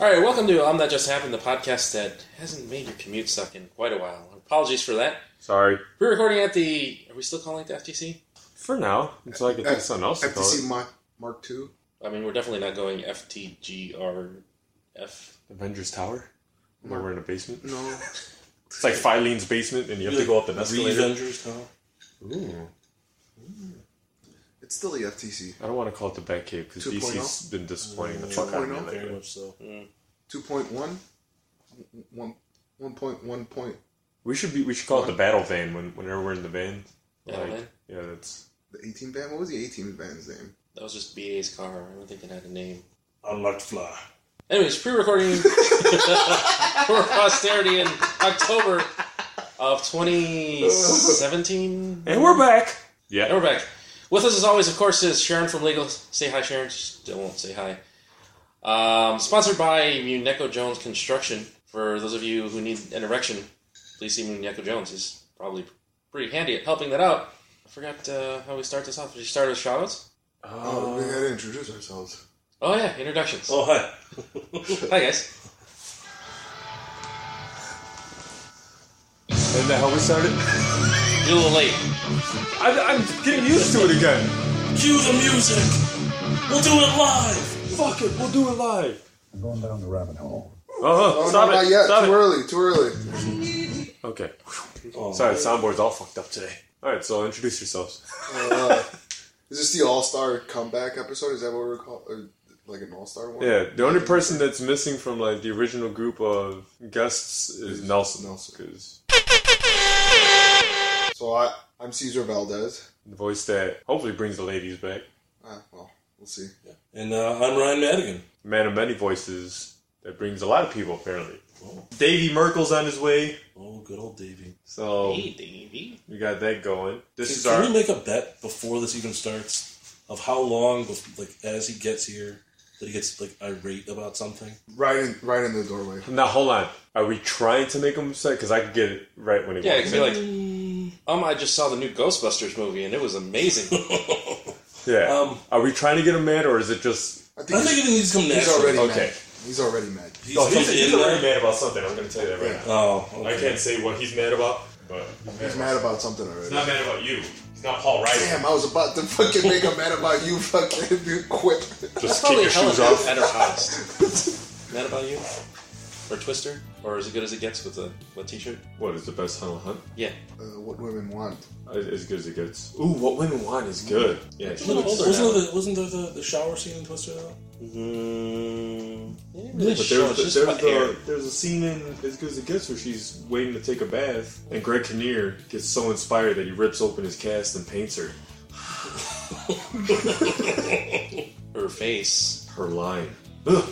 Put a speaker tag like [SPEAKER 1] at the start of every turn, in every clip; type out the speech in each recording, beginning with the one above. [SPEAKER 1] All right, welcome to Um That Just Happened, the podcast that hasn't made your commute suck in quite a while. Apologies for that.
[SPEAKER 2] Sorry.
[SPEAKER 1] We're recording at the. Are we still calling it the FTC?
[SPEAKER 2] For now, until I get
[SPEAKER 3] Uh,
[SPEAKER 2] something else to call
[SPEAKER 3] FTC
[SPEAKER 2] it.
[SPEAKER 3] Mark Mark Two.
[SPEAKER 1] I mean, we're definitely not going FTGRF.
[SPEAKER 2] Avengers Tower, where we're in a basement.
[SPEAKER 3] No,
[SPEAKER 2] It's like Filene's basement, and you have to go up an escalator. Ooh,
[SPEAKER 3] it's still the FTC
[SPEAKER 2] I don't want to call it the Batcave because
[SPEAKER 3] 2.0?
[SPEAKER 2] DC's been disappointing the fuck out of me
[SPEAKER 3] 2.0?
[SPEAKER 2] lately.
[SPEAKER 4] so.
[SPEAKER 3] two point one, one one point one point
[SPEAKER 2] We should be. We should call it the Battle Van when, whenever we're in the van.
[SPEAKER 1] Battle
[SPEAKER 2] Like,
[SPEAKER 1] van?
[SPEAKER 2] yeah, that's
[SPEAKER 3] the eighteen band. What was the eighteen band's name?
[SPEAKER 1] That was just BA's car. I don't think it had a name.
[SPEAKER 4] I'm like fly.
[SPEAKER 1] Anyways, pre-recording for posterity in October of 2017.
[SPEAKER 2] and we're back. Yeah,
[SPEAKER 1] And we're back. With us, as always, of course, is Sharon from Legal. Say hi, Sharon. She still won't say hi. Um, sponsored by Muneco Jones Construction. For those of you who need an erection, please see Muneco Jones. He's probably pretty handy at helping that out. I forgot uh, how we start this off. Did you start with shoutouts?
[SPEAKER 2] Uh,
[SPEAKER 3] Oh, we gotta introduce ourselves.
[SPEAKER 1] Oh, yeah, introductions.
[SPEAKER 4] Oh, hi.
[SPEAKER 1] Hi, guys.
[SPEAKER 2] isn't that how we started?
[SPEAKER 1] You're a little late.
[SPEAKER 2] I, I'm getting used to it again.
[SPEAKER 4] Cue the music. We'll do it live.
[SPEAKER 2] Fuck it, we'll do it live.
[SPEAKER 5] I'm going down the rabbit hole.
[SPEAKER 2] Oh,
[SPEAKER 3] Oh
[SPEAKER 2] stop
[SPEAKER 3] no,
[SPEAKER 2] it!
[SPEAKER 3] not yet.
[SPEAKER 2] Stop
[SPEAKER 3] too
[SPEAKER 2] it.
[SPEAKER 3] early. Too early.
[SPEAKER 2] Okay.
[SPEAKER 4] Oh,
[SPEAKER 2] Sorry, the soundboard's all fucked up today. All right, so introduce yourselves.
[SPEAKER 3] Uh, is this the All Star comeback episode? Is that what we're called? Or, like an All Star one?
[SPEAKER 2] Yeah, the only person that's missing from like the original group of guests is Nelson.
[SPEAKER 3] Nelson.
[SPEAKER 2] 'cause
[SPEAKER 3] So I I'm Cesar Valdez.
[SPEAKER 2] the voice that hopefully brings the ladies back.
[SPEAKER 3] Ah, well, we'll see.
[SPEAKER 4] And uh, I'm Ryan Madigan.
[SPEAKER 2] The man of many voices that brings a lot of people apparently. Davey Merkel's on his way,
[SPEAKER 4] Oh, good old Davey.
[SPEAKER 2] so
[SPEAKER 1] Hey, Davey.
[SPEAKER 2] we got that going. This
[SPEAKER 4] Can,
[SPEAKER 2] is
[SPEAKER 4] can
[SPEAKER 2] our
[SPEAKER 4] we make a bet before this even starts of how long, bef- like, as he gets here, that he gets like irate about something?
[SPEAKER 3] Right in right in the doorway.
[SPEAKER 2] now. Hold on, are we trying to make him upset? Because I could get it right when he
[SPEAKER 1] Yeah, it
[SPEAKER 2] walks
[SPEAKER 1] could
[SPEAKER 2] in.
[SPEAKER 1] be like, um, I just saw the new Ghostbusters movie and it was amazing.
[SPEAKER 2] yeah,
[SPEAKER 4] um,
[SPEAKER 2] are we trying to get him mad or is it just?
[SPEAKER 3] I
[SPEAKER 4] I
[SPEAKER 3] think
[SPEAKER 4] think
[SPEAKER 3] he's,
[SPEAKER 4] it needs to come
[SPEAKER 3] he's
[SPEAKER 4] natural.
[SPEAKER 3] already
[SPEAKER 2] Okay.
[SPEAKER 3] mad. He's already mad.
[SPEAKER 4] He's,
[SPEAKER 2] Oh, he's,
[SPEAKER 4] come
[SPEAKER 2] he's
[SPEAKER 4] in
[SPEAKER 2] already
[SPEAKER 4] there.
[SPEAKER 2] mad about something. I'm going to tell you that right
[SPEAKER 3] Yeah.
[SPEAKER 2] now.
[SPEAKER 4] Oh,
[SPEAKER 2] I
[SPEAKER 4] okay.
[SPEAKER 2] can't say what he's mad about, but
[SPEAKER 3] He's mad about something already.
[SPEAKER 2] He's not mad about you. He's not Paul Ryder.
[SPEAKER 3] Damn, I was about to fucking make him mad about you fucking quip.
[SPEAKER 1] That's
[SPEAKER 2] Just kick
[SPEAKER 1] probably
[SPEAKER 2] your
[SPEAKER 1] hella
[SPEAKER 2] shoes
[SPEAKER 1] mad
[SPEAKER 2] off.
[SPEAKER 1] at her highest. mad about you? Or Twister? Or as good as it gets with a with t-shirt?
[SPEAKER 2] What is the best Hunt Hunt?
[SPEAKER 1] Yeah.
[SPEAKER 3] Uh, what women want.
[SPEAKER 2] As good as it gets. Ooh, what women want is good. Yeah,
[SPEAKER 4] A
[SPEAKER 2] she
[SPEAKER 4] little
[SPEAKER 1] older
[SPEAKER 4] wasn't,
[SPEAKER 1] now.
[SPEAKER 4] There the, wasn't there the, the shower scene in Twister, though?
[SPEAKER 2] Mm,
[SPEAKER 1] really
[SPEAKER 2] but
[SPEAKER 1] show, it's
[SPEAKER 2] there's,
[SPEAKER 1] just
[SPEAKER 2] there's,
[SPEAKER 1] about
[SPEAKER 2] the,
[SPEAKER 1] hair.
[SPEAKER 2] there's a scene in As Good as It Gets where she's waiting to take a bath, and Greg Kinnear gets so inspired that he rips open his cast and paints her.
[SPEAKER 1] Her face.
[SPEAKER 2] Her line. Ugh.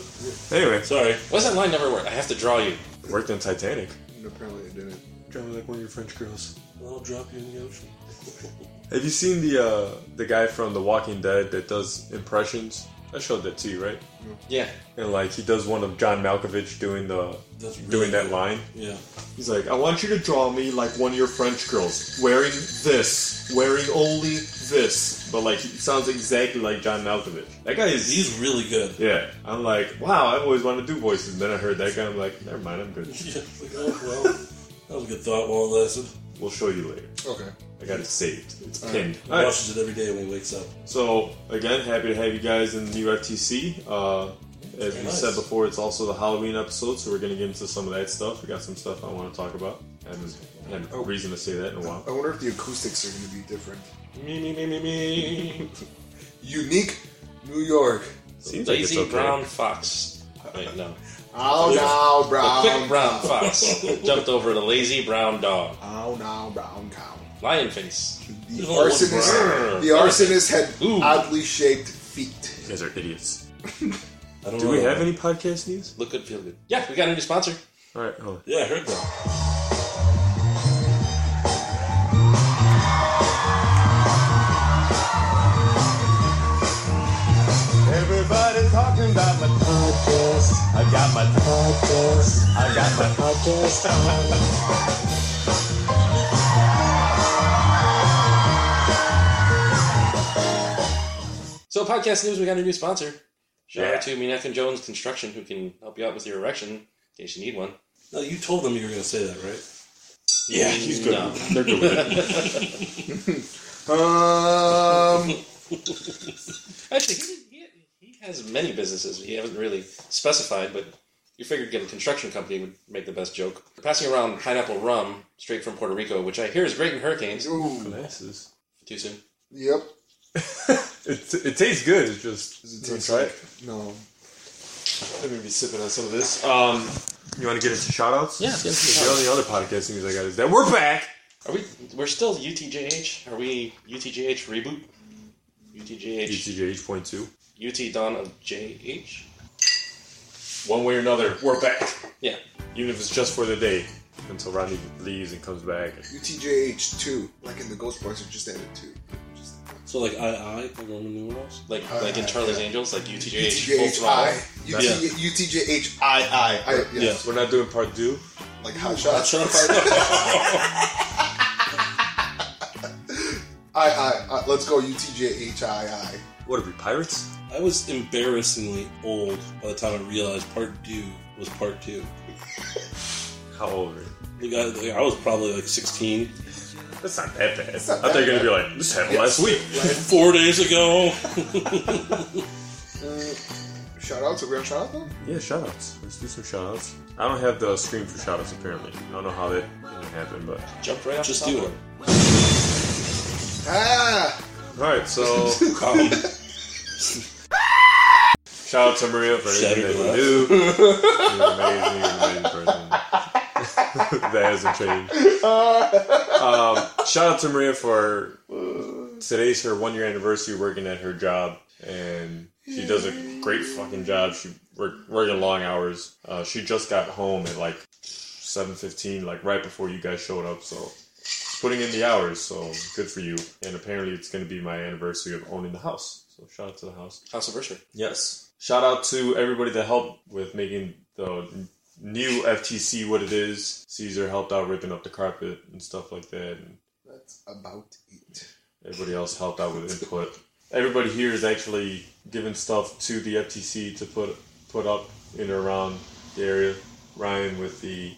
[SPEAKER 2] Anyway,
[SPEAKER 4] Sorry.
[SPEAKER 1] Why does that line never work? I have to draw you.
[SPEAKER 2] worked on Titanic.
[SPEAKER 3] And apparently it didn't.
[SPEAKER 2] Driving like one of your French girls.
[SPEAKER 4] I'll drop you in the ocean.
[SPEAKER 2] Have you seen the uh, the guy from The Walking Dead that does impressions? I showed that to you, right?
[SPEAKER 1] Yeah.
[SPEAKER 2] And like he does one of John Malkovich doing the
[SPEAKER 4] That's
[SPEAKER 2] doing
[SPEAKER 4] really
[SPEAKER 2] that
[SPEAKER 4] good.
[SPEAKER 2] line.
[SPEAKER 4] Yeah.
[SPEAKER 2] He's like, I want you to draw me like one of your French girls, wearing this, wearing only this. But like, he sounds exactly like John Malkovich. That guy is.
[SPEAKER 4] He's really good.
[SPEAKER 2] yeah, I'm like, wow, I've always wanted to do voices. then I heard that guy, I'm like, never mind, I'm good.
[SPEAKER 4] Yeah, like, oh, well, that was a good thought while it lasted.
[SPEAKER 2] We'll show you later.
[SPEAKER 3] Okay.
[SPEAKER 2] I got it saved. It's
[SPEAKER 3] All
[SPEAKER 2] pinned.
[SPEAKER 4] He
[SPEAKER 2] All right.
[SPEAKER 4] watches it every day when he wakes up.
[SPEAKER 2] So again, happy to have you guys in the new FTC. Uh, as we
[SPEAKER 4] Nice.
[SPEAKER 2] said before, it's also the Halloween episode, so we're going to get into some of that stuff. We got some stuff I want to talk about. I haven't had a
[SPEAKER 3] Oh.
[SPEAKER 2] reason to say that in a while.
[SPEAKER 3] I wonder if the acoustics are going to be different.
[SPEAKER 1] Me, me, me, me, me.
[SPEAKER 3] Unique New York.
[SPEAKER 2] Seems like it's
[SPEAKER 1] Lazy
[SPEAKER 2] okay.
[SPEAKER 1] brown fox. Wait, no.
[SPEAKER 3] Ow now,
[SPEAKER 1] A
[SPEAKER 3] brown.
[SPEAKER 1] quick brown fox jumped over the lazy brown dog.
[SPEAKER 3] Ow now, brown cow.
[SPEAKER 1] Lion face.
[SPEAKER 3] The
[SPEAKER 4] There's only one
[SPEAKER 3] arsonist,
[SPEAKER 1] brown.
[SPEAKER 3] the arsonist had
[SPEAKER 1] Ooh.
[SPEAKER 3] oddly shaped feet.
[SPEAKER 2] You guys are idiots.
[SPEAKER 4] I don't
[SPEAKER 2] Do
[SPEAKER 4] know.
[SPEAKER 2] we have any podcast news?
[SPEAKER 1] Look good, feel good. Yeah, we got a new sponsor.
[SPEAKER 2] All right, hold on.
[SPEAKER 4] Yeah, I heard that.
[SPEAKER 6] Everybody talking about my podcast. I got my podcast. I got my podcast.
[SPEAKER 1] So podcast news, we got a new sponsor. Shout
[SPEAKER 4] Yeah.
[SPEAKER 1] out to Munech and Jones Construction, who can help you out with your erection in case you need one.
[SPEAKER 4] No, you told them you were going to say that, right?
[SPEAKER 2] Yeah, he's good.
[SPEAKER 1] No.
[SPEAKER 2] They're good with it.
[SPEAKER 3] Um,
[SPEAKER 1] Actually, he, did- he, he has many businesses. He hasn't really specified, but you figured getting a construction company would make the best joke. Passing around pineapple rum straight from Puerto Rico, which I hear is great in hurricanes.
[SPEAKER 3] ooh,
[SPEAKER 2] Glasses.
[SPEAKER 1] Too soon.
[SPEAKER 3] yep.
[SPEAKER 2] It, it tastes good. It's just.
[SPEAKER 3] Does it
[SPEAKER 2] wanna
[SPEAKER 3] taste
[SPEAKER 2] try
[SPEAKER 3] like- No.
[SPEAKER 2] I'm gonna be sipping on some of this. Um, you want to get into shoutouts?
[SPEAKER 1] Yeah, let's get into
[SPEAKER 2] The only other podcast news I got is that we're back.
[SPEAKER 1] Are we? We're still UTJH. Are we UTJH reboot? UTJH.
[SPEAKER 2] ETJH point two.
[SPEAKER 1] UT Dawn of JH.
[SPEAKER 2] One way or another, we're back.
[SPEAKER 1] Yeah.
[SPEAKER 2] Even if it's just for the day, until Rodney leaves and comes back.
[SPEAKER 3] UTJH two, like in the Ghostbusters, just added two. Just
[SPEAKER 4] So, like, I, I, the Roman numerals?
[SPEAKER 1] Like like in Charlie's Angels, like UTJH. full
[SPEAKER 3] UTJHI,
[SPEAKER 1] throttle.
[SPEAKER 3] UT,
[SPEAKER 4] Yeah.
[SPEAKER 3] UTJHII. I, yeah,
[SPEAKER 2] We're not doing part two.
[SPEAKER 3] like hot shots.
[SPEAKER 4] Shots.
[SPEAKER 3] I, I, I, let's go UTJHII.
[SPEAKER 2] What are we, pirates?
[SPEAKER 4] I was embarrassingly old by the time I realized part two was part two.
[SPEAKER 2] How old are you?
[SPEAKER 4] Like, I, like, I was probably like 16.
[SPEAKER 2] That's not that bad. I
[SPEAKER 3] not
[SPEAKER 2] thought you were gonna be like, this happened
[SPEAKER 3] Yes.
[SPEAKER 2] last week.
[SPEAKER 4] Four days ago.
[SPEAKER 3] Shout out to real shout out though.
[SPEAKER 2] Yeah, shoutouts. Let's do some shoutouts. I don't have the screen for shoutouts apparently. I don't know how that didn't happen, but
[SPEAKER 1] Jump right off.
[SPEAKER 4] Just
[SPEAKER 1] the top
[SPEAKER 4] do it.
[SPEAKER 3] Ah,
[SPEAKER 2] all right. So
[SPEAKER 4] Um,
[SPEAKER 2] shout out to Maria for everything
[SPEAKER 4] Shattered
[SPEAKER 2] that
[SPEAKER 4] glass.
[SPEAKER 2] you do. You're an amazing, you're an amazing person. that hasn't changed. Um, shout out to Maria for today's her one year anniversary working at her job, and she does a great fucking job. She work, working long hours. Uh, she just got home at like seven fifteen, like right before you guys showed up. So she's putting in the hours. So good for you. And apparently, it's going to be my anniversary of owning the house. So shout out to the house.
[SPEAKER 1] House of Usher.
[SPEAKER 2] Yes. Shout out to everybody that helped with making the new FTC what it is. Caesar helped out ripping up the carpet and stuff like that. And
[SPEAKER 3] that's about it.
[SPEAKER 2] everybody else helped out with input. Everybody here is actually giving stuff to the FTC to put put up in or around the area. Ryan with the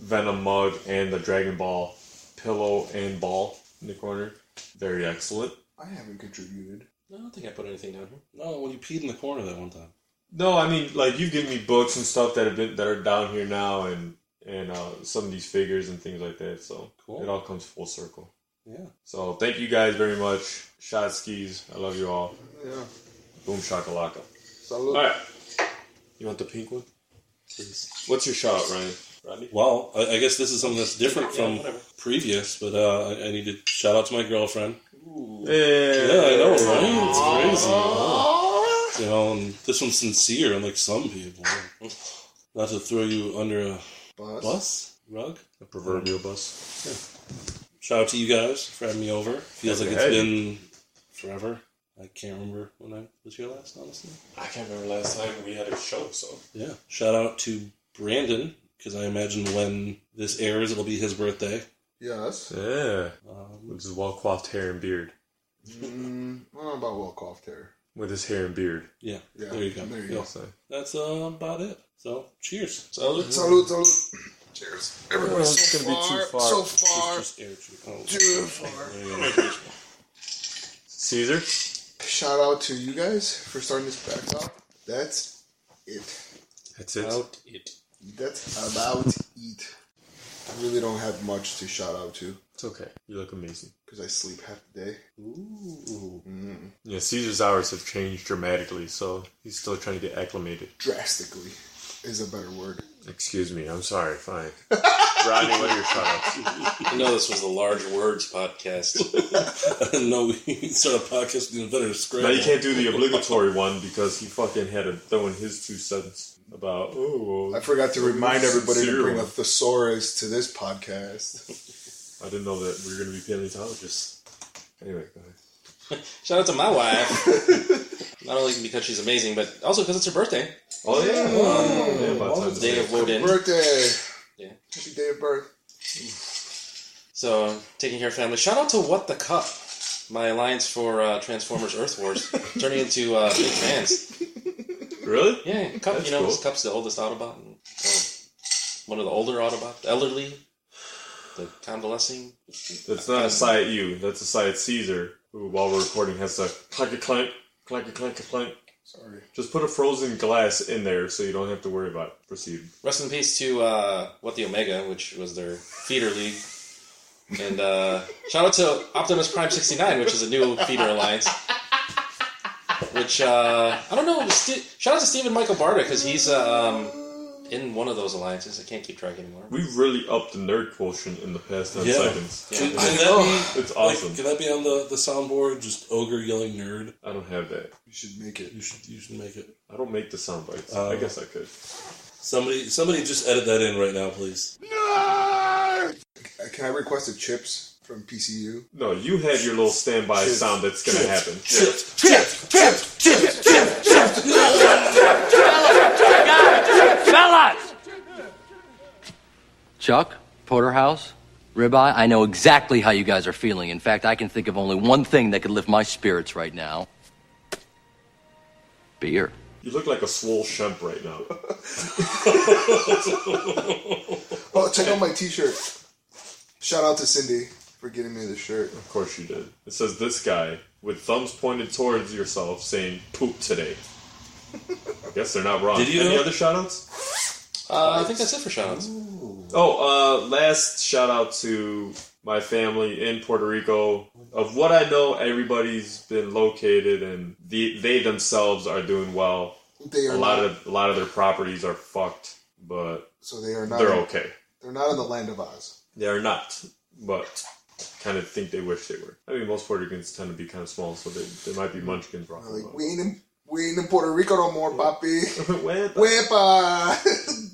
[SPEAKER 2] Venom mug and the Dragon Ball pillow and ball in the corner. Very excellent.
[SPEAKER 3] I haven't contributed.
[SPEAKER 1] No, I don't think I put anything down here.
[SPEAKER 4] No, when you peed in the corner that one time.
[SPEAKER 2] No, I mean like you've given me books and stuff that have been that are down here now, and and uh, some of these figures and things like that. So
[SPEAKER 4] Cool.
[SPEAKER 2] it all comes full circle.
[SPEAKER 4] Yeah.
[SPEAKER 2] So thank you guys very much. Shot skis, I love you all.
[SPEAKER 3] Yeah.
[SPEAKER 2] Boom shakalaka.
[SPEAKER 3] So
[SPEAKER 2] All
[SPEAKER 3] look,
[SPEAKER 2] right, you want the pink one? What's your shout out, Ryan? Rodney.
[SPEAKER 4] Well, I, I guess this is something that's different from previous, but uh, I, I need to shout out to my girlfriend. Yeah, I know, right? It's crazy. You know, and this one's sincere, unlike some people. Not to throw you under a
[SPEAKER 3] bus.
[SPEAKER 4] bus rug.
[SPEAKER 2] A proverbial bus.
[SPEAKER 4] Shout out to you guys for having me over. Feels like it's
[SPEAKER 2] Hey.
[SPEAKER 4] been forever. I can't remember when I was here last, honestly.
[SPEAKER 2] I can't remember last time we had a show, so
[SPEAKER 4] Yeah. Shout out to Brandon, because I imagine when this airs, it'll be his birthday.
[SPEAKER 3] Yes.
[SPEAKER 2] yeah,
[SPEAKER 4] Um,
[SPEAKER 2] with his well coiffed hair and beard,
[SPEAKER 3] Mm, I don't know about well cough there.
[SPEAKER 2] with his hair and beard.
[SPEAKER 4] yeah,
[SPEAKER 3] Yeah,
[SPEAKER 4] There you go.
[SPEAKER 3] there you
[SPEAKER 4] Yeah.
[SPEAKER 3] go.
[SPEAKER 2] So
[SPEAKER 4] That's uh, about it. So, cheers.
[SPEAKER 1] So
[SPEAKER 3] Salute, salute. Cheers. Everyone,
[SPEAKER 2] Well, it's
[SPEAKER 3] so,
[SPEAKER 2] gonna be
[SPEAKER 3] far,
[SPEAKER 2] too far.
[SPEAKER 3] so far,
[SPEAKER 4] Just air chew. Oh,
[SPEAKER 3] too far.
[SPEAKER 4] there you go.
[SPEAKER 2] Caesar.
[SPEAKER 3] Shout out to you guys for starting this back up. That's it.
[SPEAKER 2] That's it.
[SPEAKER 1] out it.
[SPEAKER 3] That's about it. I really don't have much to shout out to
[SPEAKER 2] It's okay. You look amazing.
[SPEAKER 3] because I sleep half the day.
[SPEAKER 4] Ooh.
[SPEAKER 2] Yeah, Caesar's hours have changed dramatically, so he's still trying to get acclimated.
[SPEAKER 3] Drastically is a better word.
[SPEAKER 2] Excuse me, I'm sorry, fine. Rodney, what are your shoutouts?
[SPEAKER 1] I know this was the Large Words podcast.
[SPEAKER 4] I didn't know we started podcasting in better
[SPEAKER 2] Now
[SPEAKER 4] scramble.
[SPEAKER 2] you can't do the obligatory one because he fucking had to throw in his two cents about oh
[SPEAKER 3] I forgot to remind everybody to
[SPEAKER 2] Cereal.
[SPEAKER 3] bring a thesaurus to this podcast.
[SPEAKER 2] I didn't know that we were gonna be paleontologists. Anyway, go ahead.
[SPEAKER 1] Shout out to my wife. Not only because she's amazing, but also because it's her birthday.
[SPEAKER 2] Oh yeah, yeah about time to
[SPEAKER 1] Day
[SPEAKER 2] say
[SPEAKER 1] of
[SPEAKER 2] it.
[SPEAKER 1] Woden.
[SPEAKER 3] Birthday.
[SPEAKER 1] Yeah.
[SPEAKER 3] Happy day of birth.
[SPEAKER 1] So, taking care of family. Shout out to What the Cup, my alliance for uh, Transformers Earth Wars, turning into uh, big fans.
[SPEAKER 4] Really?
[SPEAKER 1] Yeah, Cup.
[SPEAKER 4] That's
[SPEAKER 1] you know,
[SPEAKER 4] cool.
[SPEAKER 1] Cup's the oldest Autobot. and, well, one of the older Autobots, the elderly, the convalescing.
[SPEAKER 2] That's not a sigh at you. That's a sigh at Caesar, who, while we're recording, has a clank a clank, clank a clank a clank.
[SPEAKER 3] Sorry.
[SPEAKER 2] Just put a frozen glass in there so you don't have to worry about it. Proceed.
[SPEAKER 1] Rest in peace to uh, what the Omega, which was their feeder league. And uh, shout out to Optimus Prime 69, which is a new feeder alliance. Which uh, I don't know. St- shout out to Stephen Michael Barta because he's um, in one of those alliances. I can't keep track anymore.
[SPEAKER 2] We really upped the nerd quotient in the past 10
[SPEAKER 4] Yeah.
[SPEAKER 2] seconds.
[SPEAKER 1] Yeah.
[SPEAKER 4] Can,
[SPEAKER 1] I
[SPEAKER 4] can that be
[SPEAKER 2] It's awesome.
[SPEAKER 4] Like, can that be on the, the soundboard? Just ogre yelling nerd.
[SPEAKER 2] I don't have that.
[SPEAKER 3] You should make it.
[SPEAKER 4] You should you should make it.
[SPEAKER 2] I don't make the sound bites.
[SPEAKER 4] Oh.
[SPEAKER 2] I guess I could.
[SPEAKER 4] Somebody somebody just edit that in right now, please.
[SPEAKER 3] Uh, Can I request a chips from PCU?
[SPEAKER 2] No, you have your little standby sound that's going to happen.
[SPEAKER 5] Chuck, Porterhouse, Ribeye, I know exactly how you guys are feeling. In fact, I can think of only one thing that could lift my spirits right now beer.
[SPEAKER 2] You look like a swole shemp right now.
[SPEAKER 3] Oh, check out my T-shirt. Shout out to Cindy for getting me the shirt.
[SPEAKER 2] Of course you did. It says this guy with thumbs pointed towards yourself saying poop today. I guess they're not wrong.
[SPEAKER 4] Did you
[SPEAKER 2] Any
[SPEAKER 4] know-
[SPEAKER 2] other shoutouts?
[SPEAKER 1] Uh, I think that's it for shout outs.
[SPEAKER 2] Oh, uh, last shout out to my family in Puerto Rico. Of what I know, everybody's been located and the, they themselves are doing well.
[SPEAKER 3] They
[SPEAKER 2] A
[SPEAKER 3] are
[SPEAKER 2] lot
[SPEAKER 3] not,
[SPEAKER 2] of a lot of their properties are fucked, but
[SPEAKER 3] so they are not.
[SPEAKER 2] they're okay.
[SPEAKER 3] They're not in the land of Oz.
[SPEAKER 2] They are not, but kind of think they wish they were. I mean, most Puerto Ricans tend to be kind of small, so they, they might be munchkins rocking.
[SPEAKER 3] Like
[SPEAKER 2] about.
[SPEAKER 3] we ain't in we ain't in Puerto Rico no more, papi.
[SPEAKER 2] Where the-
[SPEAKER 3] Wepa.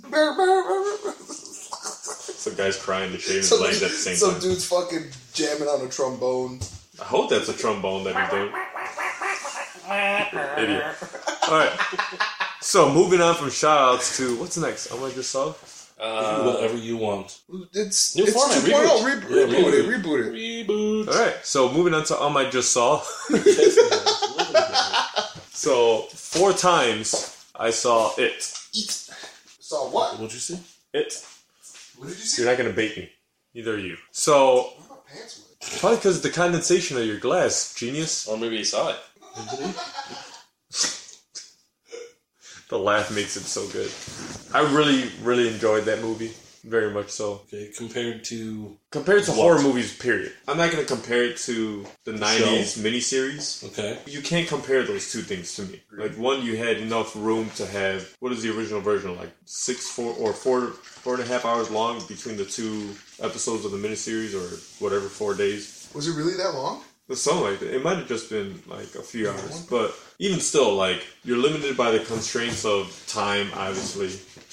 [SPEAKER 3] Brr, brr, brr, brr.
[SPEAKER 2] Some guy's crying to shave his
[SPEAKER 3] Some-
[SPEAKER 2] legs at the same
[SPEAKER 3] Some
[SPEAKER 2] time.
[SPEAKER 3] dude's fucking jamming on a trombone.
[SPEAKER 2] I hope that's a trombone that he's doing. Idiot. Alright. So, moving on from shoutouts to what's next? I like this song.
[SPEAKER 4] Whatever you want.
[SPEAKER 3] It's
[SPEAKER 1] New
[SPEAKER 3] it's
[SPEAKER 1] format,
[SPEAKER 3] 2.0. Re-
[SPEAKER 4] Yeah,
[SPEAKER 3] reboot it. Reboot it.
[SPEAKER 4] Reboot.
[SPEAKER 2] Alright, so moving on to Um I Just Saw. so, four times I saw it.
[SPEAKER 3] Saw what?
[SPEAKER 4] What'd you see?
[SPEAKER 2] It.
[SPEAKER 3] What did you see?
[SPEAKER 2] You're not gonna bait me. Neither are you. So,
[SPEAKER 3] Where my pants went?
[SPEAKER 2] probably because of the condensation of your glass, genius.
[SPEAKER 1] Or maybe you saw it.
[SPEAKER 2] The laugh makes it so good. I really, really enjoyed that movie. Very much so.
[SPEAKER 4] Okay, compared to
[SPEAKER 2] Compared to horror movies, period. I'm not going to compare it to the 90s
[SPEAKER 4] 90s
[SPEAKER 2] miniseries.
[SPEAKER 4] okay.
[SPEAKER 2] You can't compare those two things to me. Like one, you had enough room to have what is the original version like six, four, or four, four and a half hours long between the two episodes of the miniseries or whatever four days.
[SPEAKER 3] Was it really that long?
[SPEAKER 2] But something like that. It might have just been like a few hours, but even still, like you're limited by the constraints of time, obviously.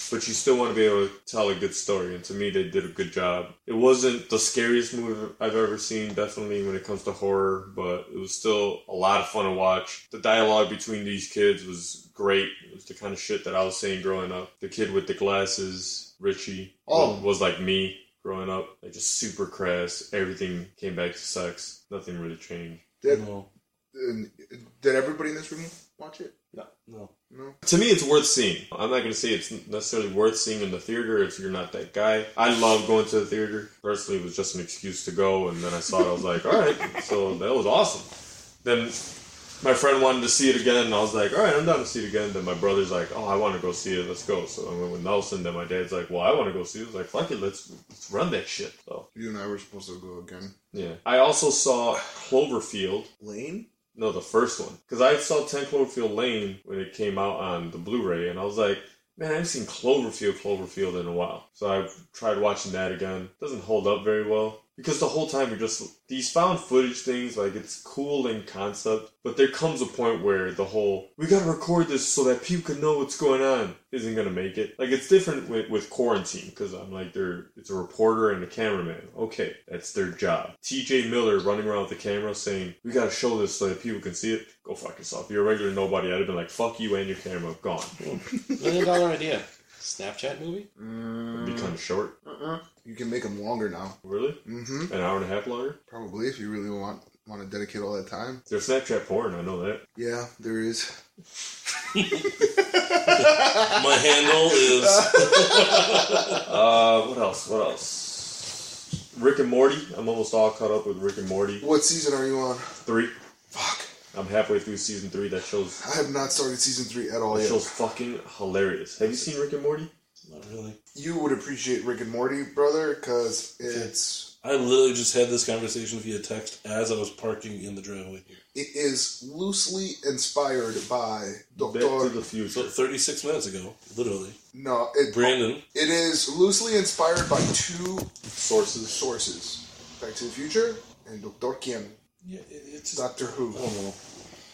[SPEAKER 2] But you still want to be able to tell a good story, and to me, they did a good job. It wasn't the scariest movie I've ever seen, definitely when it comes to horror, but it was still a lot of fun to watch. The dialogue between these kids was great. It was the kind of shit that I was seeing growing up. The kid with the glasses, Richie,
[SPEAKER 3] Oh.
[SPEAKER 2] was, was like me growing up. Like just super crass. Everything came back to sex. Nothing really changed.
[SPEAKER 3] Did,
[SPEAKER 4] No.
[SPEAKER 3] did everybody in this room watch it?
[SPEAKER 4] No.
[SPEAKER 3] No.
[SPEAKER 2] To me, it's worth seeing. I'm not going to say it's necessarily worth seeing in the theater if you're not that guy. I love going to the theater. Personally, it was just an excuse to go, and then I saw it. I was like, all right, so that was awesome. Then my friend wanted to see it again, and I was like, all right, I'm down to see it again. Then my brother's like, oh, I want to go see it. Let's go. So I went with Nelson. Then my dad's like, well, I want to go see it. I was like, fuck it, let's, let's run that shit. So
[SPEAKER 3] You and I were supposed to go again.
[SPEAKER 2] yeah. I also saw Cloverfield.
[SPEAKER 3] Lane?
[SPEAKER 2] No, the first one. Because I saw 10 Cloverfield Lane when it came out on the Blu ray, and I was like, man, I haven't seen Cloverfield, Cloverfield in a while. So I tried watching that again. doesn't hold up very well. Because the whole time you're just these found footage things, like it's cool in concept, but there comes a point where the whole we gotta record this so that people can know what's going on isn't gonna make it. Like it's different with, with quarantine because I'm like there it's a reporter and a cameraman. Okay, that's their job. TJ Miller running around with the camera saying we gotta show this so that people can see it. Go fuck yourself. If you're a regular nobody, I'd have been like fuck you and your camera gone.
[SPEAKER 1] Million dollar idea. Snapchat movie?
[SPEAKER 2] It'd be kind of short,
[SPEAKER 3] You can make them longer now.
[SPEAKER 2] really.
[SPEAKER 3] Mm-hmm.
[SPEAKER 2] An hour and a half longer.
[SPEAKER 3] Probably if you really want want to dedicate all that time.
[SPEAKER 2] There's Snapchat porn. I know that.
[SPEAKER 3] Yeah, there is.
[SPEAKER 4] My handle is
[SPEAKER 2] Uh, what else? What else? Rick and Morty. I'm almost all caught up with Rick and Morty.
[SPEAKER 3] What season are you on?
[SPEAKER 2] Three.
[SPEAKER 3] Fuck.
[SPEAKER 2] I'm halfway through season three. That show's
[SPEAKER 3] I have not started season three at all
[SPEAKER 2] that
[SPEAKER 3] yet.
[SPEAKER 2] show's fucking hilarious. Have you seen Rick and Morty?
[SPEAKER 4] not really.
[SPEAKER 3] You would appreciate Rick and Morty, brother, because it's
[SPEAKER 4] I literally just had this conversation via text as I was parking in the driveway here.
[SPEAKER 3] it is loosely inspired by
[SPEAKER 2] Back to
[SPEAKER 3] Doctor.
[SPEAKER 2] the Future.
[SPEAKER 4] So 36 minutes ago, literally,
[SPEAKER 3] no, it,
[SPEAKER 4] Brandon.
[SPEAKER 3] it is loosely inspired by two
[SPEAKER 2] Sources.
[SPEAKER 3] sources: Back to the Future and Doctor Kim,
[SPEAKER 4] Yeah, it, it's just,
[SPEAKER 3] Doctor Who.
[SPEAKER 4] I don't know.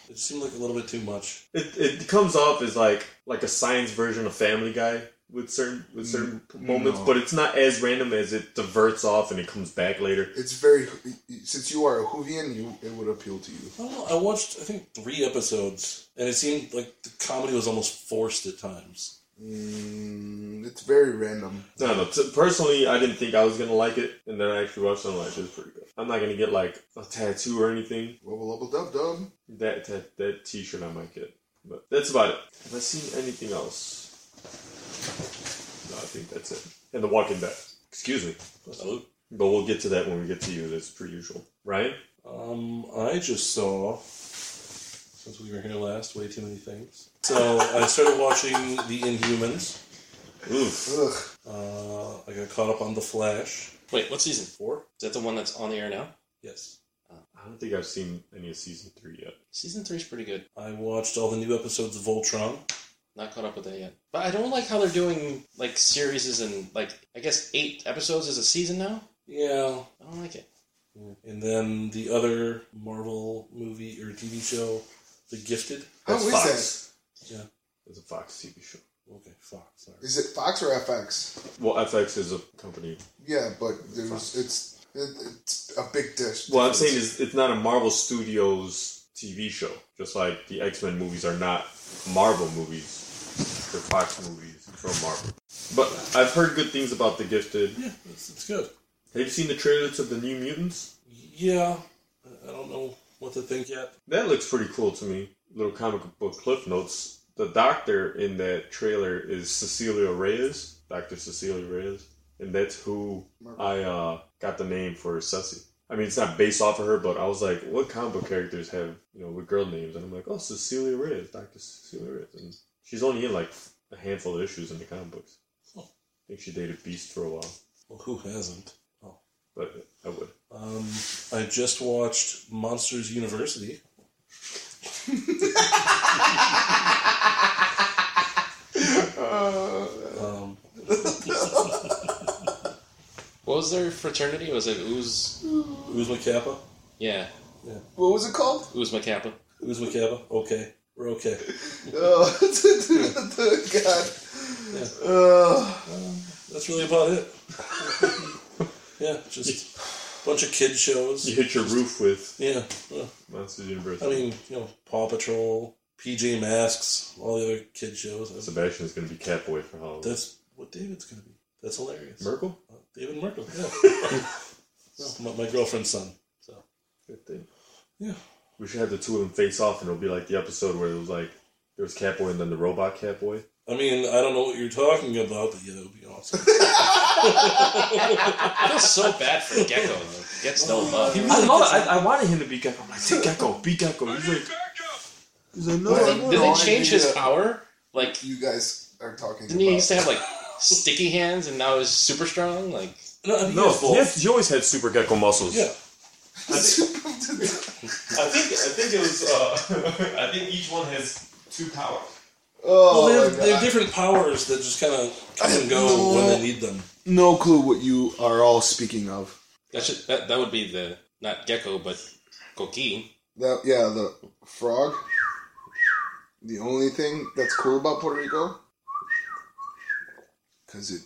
[SPEAKER 4] It seemed like a little bit too much.
[SPEAKER 2] It, it comes off as like like a science version of Family Guy with certain with certain moments, but it's not as random as it diverts off and it comes back later.
[SPEAKER 3] It's very since you are a Whovian, you it would appeal to you.
[SPEAKER 4] I don't know. I watched, I think, three episodes, and it seemed like the comedy was almost forced at times.
[SPEAKER 3] Mm, it's very random.
[SPEAKER 2] I don't know. T- personally, I didn't think I was gonna like it, and then I actually watched it. and I'm like, it's pretty good. I'm not gonna get like a tattoo or anything.
[SPEAKER 3] Wubble wubble dub dub.
[SPEAKER 2] That that, that T-shirt I might get, but that's about it. Have I seen anything else? No, I think that's it. And The Walking Dead. Excuse me,
[SPEAKER 4] So,
[SPEAKER 2] but we'll get to that when we get to you. That's per usual, Ryan.
[SPEAKER 4] um, I just saw, since we were here last, way too many things. So I started watching The Inhumans.
[SPEAKER 2] Oof.
[SPEAKER 3] Ugh.
[SPEAKER 4] Uh, I got caught up on The Flash.
[SPEAKER 1] Wait, what season? Is
[SPEAKER 4] Four?
[SPEAKER 1] that the one that's on the air now?
[SPEAKER 4] Yes.
[SPEAKER 2] I don't think I've seen any of season three yet.
[SPEAKER 1] Season three's pretty good.
[SPEAKER 4] I watched all the new episodes of Voltron.
[SPEAKER 1] Not caught up with that yet. But I don't like how they're doing like series and like I guess eight episodes is a season now.
[SPEAKER 4] Yeah.
[SPEAKER 1] I don't like it.
[SPEAKER 4] And then the other Marvel movie or TV show, The Gifted.
[SPEAKER 3] How
[SPEAKER 2] That's
[SPEAKER 3] is
[SPEAKER 2] Fox.
[SPEAKER 4] Yeah.
[SPEAKER 2] It's a Fox TV show.
[SPEAKER 4] Okay, Fox. Sorry.
[SPEAKER 3] that? Is it Fox or FX?
[SPEAKER 2] Well, FX is a company.
[SPEAKER 3] Yeah, but there's it's it, it's a big dish.
[SPEAKER 2] Well, I'm saying is it's not a Marvel Studios TV show. Just like the X Men movies are not Marvel movies. They're Fox movies from Marvel. But I've heard good things about The Gifted.
[SPEAKER 4] Yeah, it's, it's good.
[SPEAKER 2] Have you seen the trailer to The New Mutants?
[SPEAKER 4] Yeah, I I don't know what to think yet.
[SPEAKER 2] That looks pretty cool to me. Little comic book cliff notes. The doctor in that trailer is Cecilia Reyes. Dr. Cecilia Reyes. And that's who I uh, got the name for Ceci. I mean, it's not based off of her, but I was like, what comic book characters have, you know, with girl names? And I'm like, oh, Cecilia Reyes, Dr. Cecilia Reyes. And she's only in like a handful of issues in the comic books.
[SPEAKER 4] Huh.
[SPEAKER 2] I think she dated Beast for a while,
[SPEAKER 4] Well, who hasn't? Oh,
[SPEAKER 2] but I would.
[SPEAKER 4] um, I just watched Monsters University. um,
[SPEAKER 1] What was their fraternity? Was it Ooze?
[SPEAKER 4] Uzma Kappa.
[SPEAKER 1] Yeah,
[SPEAKER 3] What was it called?
[SPEAKER 1] Ooze Macappa.
[SPEAKER 4] Uzma Kappa. Okay, we're okay.
[SPEAKER 3] Oh, God. Uh,
[SPEAKER 4] That's really about it. yeah, just a bunch of kid shows.
[SPEAKER 2] You hit your roof with
[SPEAKER 4] Yeah, well,
[SPEAKER 2] Monsters University.
[SPEAKER 4] I mean, you know, Paw Patrol, PJ Masks, all the other kid shows. That's,
[SPEAKER 2] Sebastian's going to be Catboy for Halloween.
[SPEAKER 4] that's what David's gonna be. That's hilarious.
[SPEAKER 2] Merkel?
[SPEAKER 4] Uh, David Merkel, yeah. No, my, my girlfriend's son. So
[SPEAKER 2] Good thing.
[SPEAKER 4] yeah,
[SPEAKER 2] We should have the two of them face off, and it'll be like the episode where it was like there was Catboy and then the robot Catboy.
[SPEAKER 4] I mean, I don't know what you're talking about, but yeah, that would be awesome.
[SPEAKER 1] I feel so bad for Gecko. though. He gets
[SPEAKER 7] Oh,
[SPEAKER 1] no love.
[SPEAKER 2] I love it. I, I wanted him to be Gecko. I'm like, "Say Gecko, be Gecko. He's like,
[SPEAKER 3] is there no-
[SPEAKER 1] Did they change his power? Like,
[SPEAKER 3] You guys are talking
[SPEAKER 1] didn't
[SPEAKER 3] about
[SPEAKER 1] he used to have like sticky hands and now he's super strong? Like,
[SPEAKER 4] No, I think
[SPEAKER 2] no,
[SPEAKER 4] it's both.
[SPEAKER 2] he, has, he always had super Gecko muscles.
[SPEAKER 4] Yeah,
[SPEAKER 2] I think I think it was. Uh, I think each one has two powers.
[SPEAKER 3] oh,
[SPEAKER 4] well, they, have,
[SPEAKER 3] my
[SPEAKER 4] uh, they
[SPEAKER 3] God.
[SPEAKER 4] have different powers that just kind of come and go when they need them.
[SPEAKER 3] no clue what you are all speaking of.
[SPEAKER 1] that should that, that would be the not Gecko but Koki.
[SPEAKER 3] That yeah, the frog. The only thing that's cool about Puerto Rico, because it.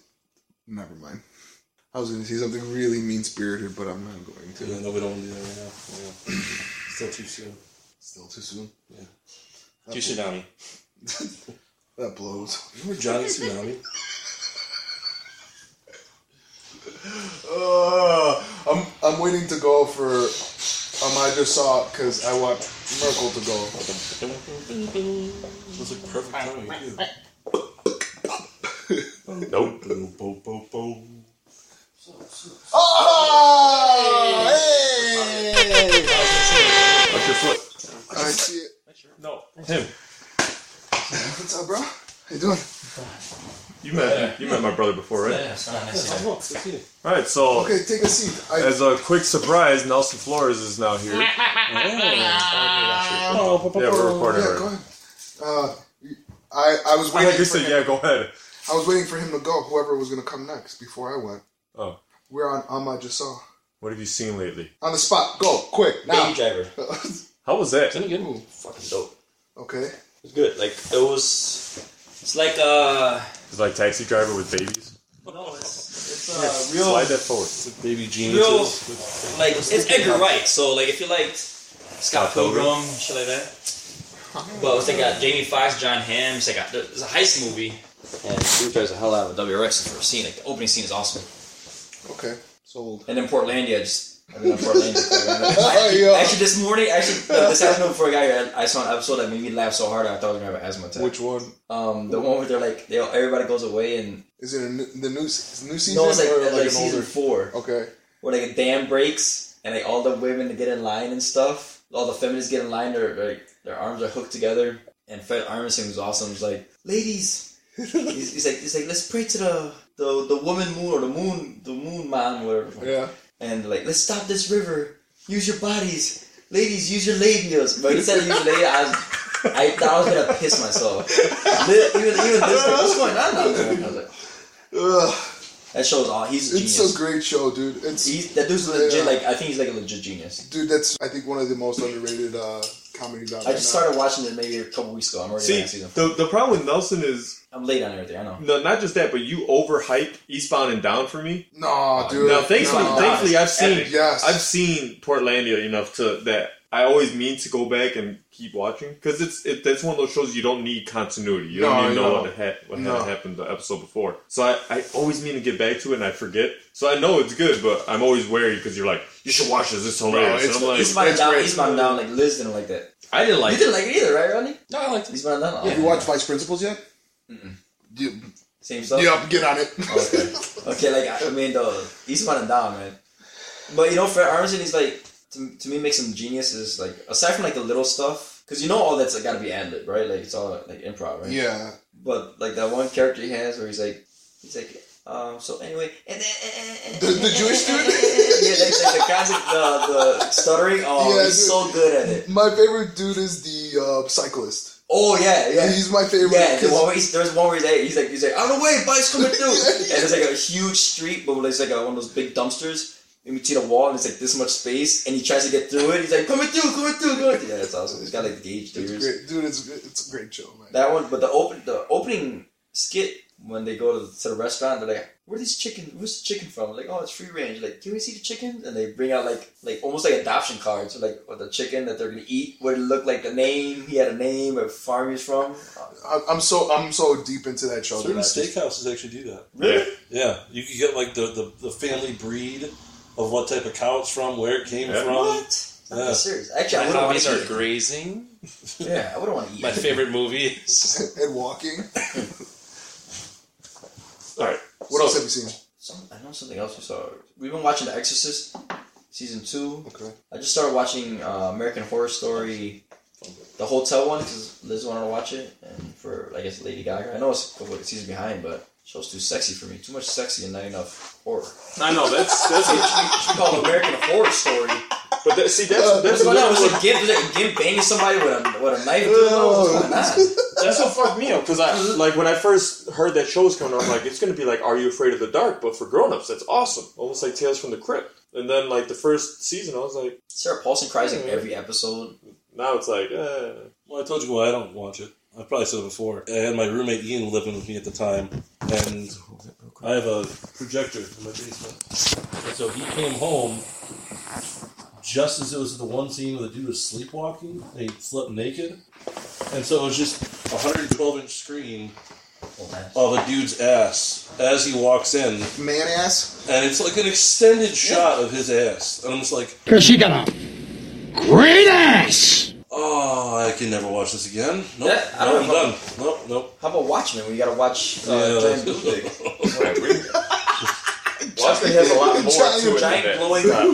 [SPEAKER 3] Never mind. I was going to say something really mean spirited, but I'm not going to.
[SPEAKER 4] Yeah, no, we don't want to do that right now. Yeah. Still too soon.
[SPEAKER 3] Still too soon.
[SPEAKER 1] Two tsunami.
[SPEAKER 3] That blows.
[SPEAKER 4] Remember Johnny Tsunami?
[SPEAKER 3] Uh, I'm I'm waiting to go for a Um, I just saw it because I want Merkel to go.
[SPEAKER 4] That's like perfect timing.
[SPEAKER 2] Nope.
[SPEAKER 4] Boom, boom, boom, boom.
[SPEAKER 3] Oh, hey!
[SPEAKER 2] Up your foot.
[SPEAKER 3] I see it.
[SPEAKER 2] No. Him.
[SPEAKER 3] What's up, bro? How you doing?
[SPEAKER 2] You met you met my brother before, right?
[SPEAKER 7] Yeah, it's not nice.
[SPEAKER 4] Come on, let's see it.
[SPEAKER 2] All right. So
[SPEAKER 3] Okay, take a seat. I,
[SPEAKER 2] as a quick surprise, Nelson Flores is now here. Yeah,
[SPEAKER 4] Oh, boom, boom,
[SPEAKER 2] we're
[SPEAKER 4] boom.
[SPEAKER 2] recording.
[SPEAKER 3] yeah,
[SPEAKER 2] already.
[SPEAKER 3] go ahead. Uh, I I was
[SPEAKER 2] I
[SPEAKER 3] waiting.
[SPEAKER 2] like you
[SPEAKER 3] for
[SPEAKER 2] said,
[SPEAKER 3] him.
[SPEAKER 2] yeah, go ahead.
[SPEAKER 3] I was waiting for him to go. Whoever was gonna come next before I went.
[SPEAKER 2] Oh,
[SPEAKER 3] We're on. Um, I just saw
[SPEAKER 2] what have you seen lately?
[SPEAKER 3] on the spot. Go quick now.
[SPEAKER 7] Baby driver.
[SPEAKER 2] How was that?
[SPEAKER 4] Didn't get me.
[SPEAKER 7] Fucking dope.
[SPEAKER 3] Okay.
[SPEAKER 7] It's good. Like it was. It's like uh.
[SPEAKER 2] It's like taxi driver with babies.
[SPEAKER 7] No, it's it's uh real.
[SPEAKER 2] Slide that forward.
[SPEAKER 4] Baby
[SPEAKER 7] Real,
[SPEAKER 4] geniuses.
[SPEAKER 7] like it's Edgar Wright. So like if you liked Scott
[SPEAKER 2] Pilgrim.
[SPEAKER 7] Pilgrim, shit like that. But it's, they got Jamie Foxx, John Hamm. It's like a, it's a heist movie, and Drew tries the hell out of a WRX in the first scene. Like the opening scene is awesome,
[SPEAKER 3] Okay. Sold.
[SPEAKER 7] and then Portlandia just. I mean, not Portlandia.
[SPEAKER 3] Oh, yeah.
[SPEAKER 7] Actually, this morning, actually, no, this afternoon before I got here, I, I saw an episode that made me laugh so hard I thought I was gonna have an asthma attack.
[SPEAKER 3] Which one?
[SPEAKER 7] um, the one where they're like, they, everybody goes away and
[SPEAKER 3] Is it a new, the new se- new season
[SPEAKER 7] no, it's like,
[SPEAKER 3] or like,
[SPEAKER 7] it's like Oh,
[SPEAKER 3] an
[SPEAKER 7] season
[SPEAKER 3] older?
[SPEAKER 7] four,
[SPEAKER 3] Okay.
[SPEAKER 7] where like a dam breaks and like all the women get in line and stuff. All the feminists get in line, their like their arms are hooked together. And Fred Armisen was awesome. He's like, ladies, he's, he's like, he's like, let's pray to the the the woman moon or the moon the moon man, whatever.
[SPEAKER 3] Yeah.
[SPEAKER 7] and like, let's stop this river. Use your bodies, ladies. Use your labias. But he said use labia. I, was, I thought I was gonna piss myself. Li- even even this, like, what's going on? out there?" I was like,
[SPEAKER 3] Ugh.
[SPEAKER 7] that shows all. He's a
[SPEAKER 3] It's
[SPEAKER 7] genius.
[SPEAKER 3] a great show, dude. It's
[SPEAKER 7] he's, that dude's
[SPEAKER 3] Yeah.
[SPEAKER 7] legit. Like I think he's like a legit genius.
[SPEAKER 3] dude. That's I think one of the most underrated uh, comedies out
[SPEAKER 7] I
[SPEAKER 3] there.
[SPEAKER 7] just
[SPEAKER 3] now.
[SPEAKER 7] started watching it maybe a couple weeks ago. I'm already
[SPEAKER 2] See,
[SPEAKER 7] on season.
[SPEAKER 2] the, the problem with Nelson is
[SPEAKER 7] I'm late on everything. I know.
[SPEAKER 2] no, not just that, but you overhype Eastbound and Down for me.
[SPEAKER 7] Uh,
[SPEAKER 3] No, dude.
[SPEAKER 2] Now, thankfully,
[SPEAKER 3] no.
[SPEAKER 2] thankfully, I've seen
[SPEAKER 3] Yes.
[SPEAKER 2] I've seen Portlandia enough to that I always mean to go back and keep watching because it's it, that's one of those shows you don't need continuity. You
[SPEAKER 3] No,
[SPEAKER 2] don't even know
[SPEAKER 3] no.
[SPEAKER 2] what had what
[SPEAKER 3] No.
[SPEAKER 2] had happened the episode before. So I, I always mean to get back to it and I forget. So I know it's good, but I'm always wary because you're like you should watch this. It's hilarious.
[SPEAKER 3] it's-
[SPEAKER 2] and I'm like,
[SPEAKER 7] He's my
[SPEAKER 3] Oh, it's
[SPEAKER 7] down.
[SPEAKER 3] great.
[SPEAKER 7] He's my down. Like Liz didn't like that.
[SPEAKER 2] I didn't
[SPEAKER 7] You
[SPEAKER 2] like.
[SPEAKER 7] didn't like it either, right, Ronnie?
[SPEAKER 1] No, I liked it.
[SPEAKER 7] He's my down. Oh,
[SPEAKER 3] Have you watched Vice Principals yet? You,
[SPEAKER 7] Same stuff.
[SPEAKER 3] yeah, get on it.
[SPEAKER 7] Okay. Okay, like I I mean, though, he's running down, man. But you know, Fred Armisen is like to, to me makes him genius is like aside from like the little stuff because you know all that's like, got to be ad lib, right? Like it's all like improv, right?
[SPEAKER 3] yeah.
[SPEAKER 7] But like that one character he has where he's like, he's like, um. So anyway, and then
[SPEAKER 3] The- the Jewish dude?
[SPEAKER 7] yeah, like, like the concept, the the stuttering. Oh,
[SPEAKER 3] Yeah,
[SPEAKER 7] he's
[SPEAKER 3] dude.
[SPEAKER 7] so good at it.
[SPEAKER 3] My favorite dude is the uh, cyclist.
[SPEAKER 7] Oh yeah, yeah.
[SPEAKER 3] He's my favorite.
[SPEAKER 7] Yeah, the
[SPEAKER 3] 'cause-
[SPEAKER 7] one where he's, there's one where he's like, he's like, he's like, out of the way, bike's coming through. And there's like a huge street, but there's like a, one of those big dumpsters in between a wall, and it's like this much space, and he tries to get through it. He's like, coming through, coming through, coming through. Yeah, that's awesome. He's got like
[SPEAKER 3] it's
[SPEAKER 7] gauge theories.
[SPEAKER 3] great, dude. It's it's a great show, man.
[SPEAKER 7] That one, but the open, the opening skit when they go to the, to the restaurant, they're like, where these chicken? Where's the chicken from? Like, oh, it's free range. Like, can we see the chicken? And they bring out like, like almost like adoption cards, like with the chicken that they're gonna eat. What it looked like, the name. He had a name, a farm he was from.
[SPEAKER 3] I, I'm so I'm so deep into that show.
[SPEAKER 4] Certain
[SPEAKER 3] Dude, I just-
[SPEAKER 4] steakhouses actually do that.
[SPEAKER 2] Yeah.
[SPEAKER 4] Yeah, you could get like the, the, the family breed of what type of cow it's from, where it came
[SPEAKER 2] Yeah.
[SPEAKER 4] from.
[SPEAKER 7] What? I'm
[SPEAKER 4] Yeah.
[SPEAKER 7] not serious. Actually, I
[SPEAKER 1] My
[SPEAKER 7] wouldn't want
[SPEAKER 1] hobbies are
[SPEAKER 7] to eat.
[SPEAKER 1] grazing.
[SPEAKER 7] Yeah, I wouldn't want to eat.
[SPEAKER 1] My
[SPEAKER 7] it.
[SPEAKER 1] favorite movie is
[SPEAKER 3] and walking.
[SPEAKER 2] All right.
[SPEAKER 3] What else have you seen?
[SPEAKER 7] Some, I know something else we saw. We've been watching The Exorcist, season two.
[SPEAKER 3] Okay.
[SPEAKER 7] I just started watching uh, American Horror Story, the hotel one, because Liz wanted to watch it, and for I guess Lady Gaga. I know it's a couple of seasons behind, but show's too sexy for me. Too much sexy and not enough horror.
[SPEAKER 2] I know that's that's
[SPEAKER 7] It should be called American Horror Story.
[SPEAKER 2] but that, see that's that's
[SPEAKER 7] What's going on?
[SPEAKER 2] another
[SPEAKER 7] Was
[SPEAKER 2] one.
[SPEAKER 7] it Gimp? Was it Gimp banging somebody with a with a knife? through the nose? What's going on?
[SPEAKER 2] That's what fucked me up because I like when I first heard that show was coming on, I'm like it's gonna be like Are You Afraid of the Dark? But for grown ups, that's awesome. Almost like Tales from the Crypt. And then like the first season, I was like,
[SPEAKER 7] Sarah Paulson cries in every episode.
[SPEAKER 2] now it's like, eh.
[SPEAKER 4] Well, I told you why I don't watch it. I probably said it before. I had my roommate Ian living with me at the time, and I have a projector in my basement. And so he came home just as it was the one scene where the dude was sleepwalking and he slept naked. And so it was just a 112 inch screen of a dude's ass as he walks in,
[SPEAKER 3] Man ass.
[SPEAKER 4] and it's like an extended shot of his ass. And I'm just like,
[SPEAKER 8] Cause she got a
[SPEAKER 4] Oh, I can never watch this again. Nope.
[SPEAKER 7] Yeah, I
[SPEAKER 4] no,
[SPEAKER 7] don't
[SPEAKER 4] I'm
[SPEAKER 7] know.
[SPEAKER 4] done. Nope, nope.
[SPEAKER 7] How about Watchmen? We gotta watch uh,
[SPEAKER 4] Yeah.
[SPEAKER 7] Giant Bootleg.
[SPEAKER 8] Watchmen has a lot more
[SPEAKER 3] Giant-
[SPEAKER 8] to it than
[SPEAKER 7] Giant
[SPEAKER 8] that.
[SPEAKER 7] blowing up.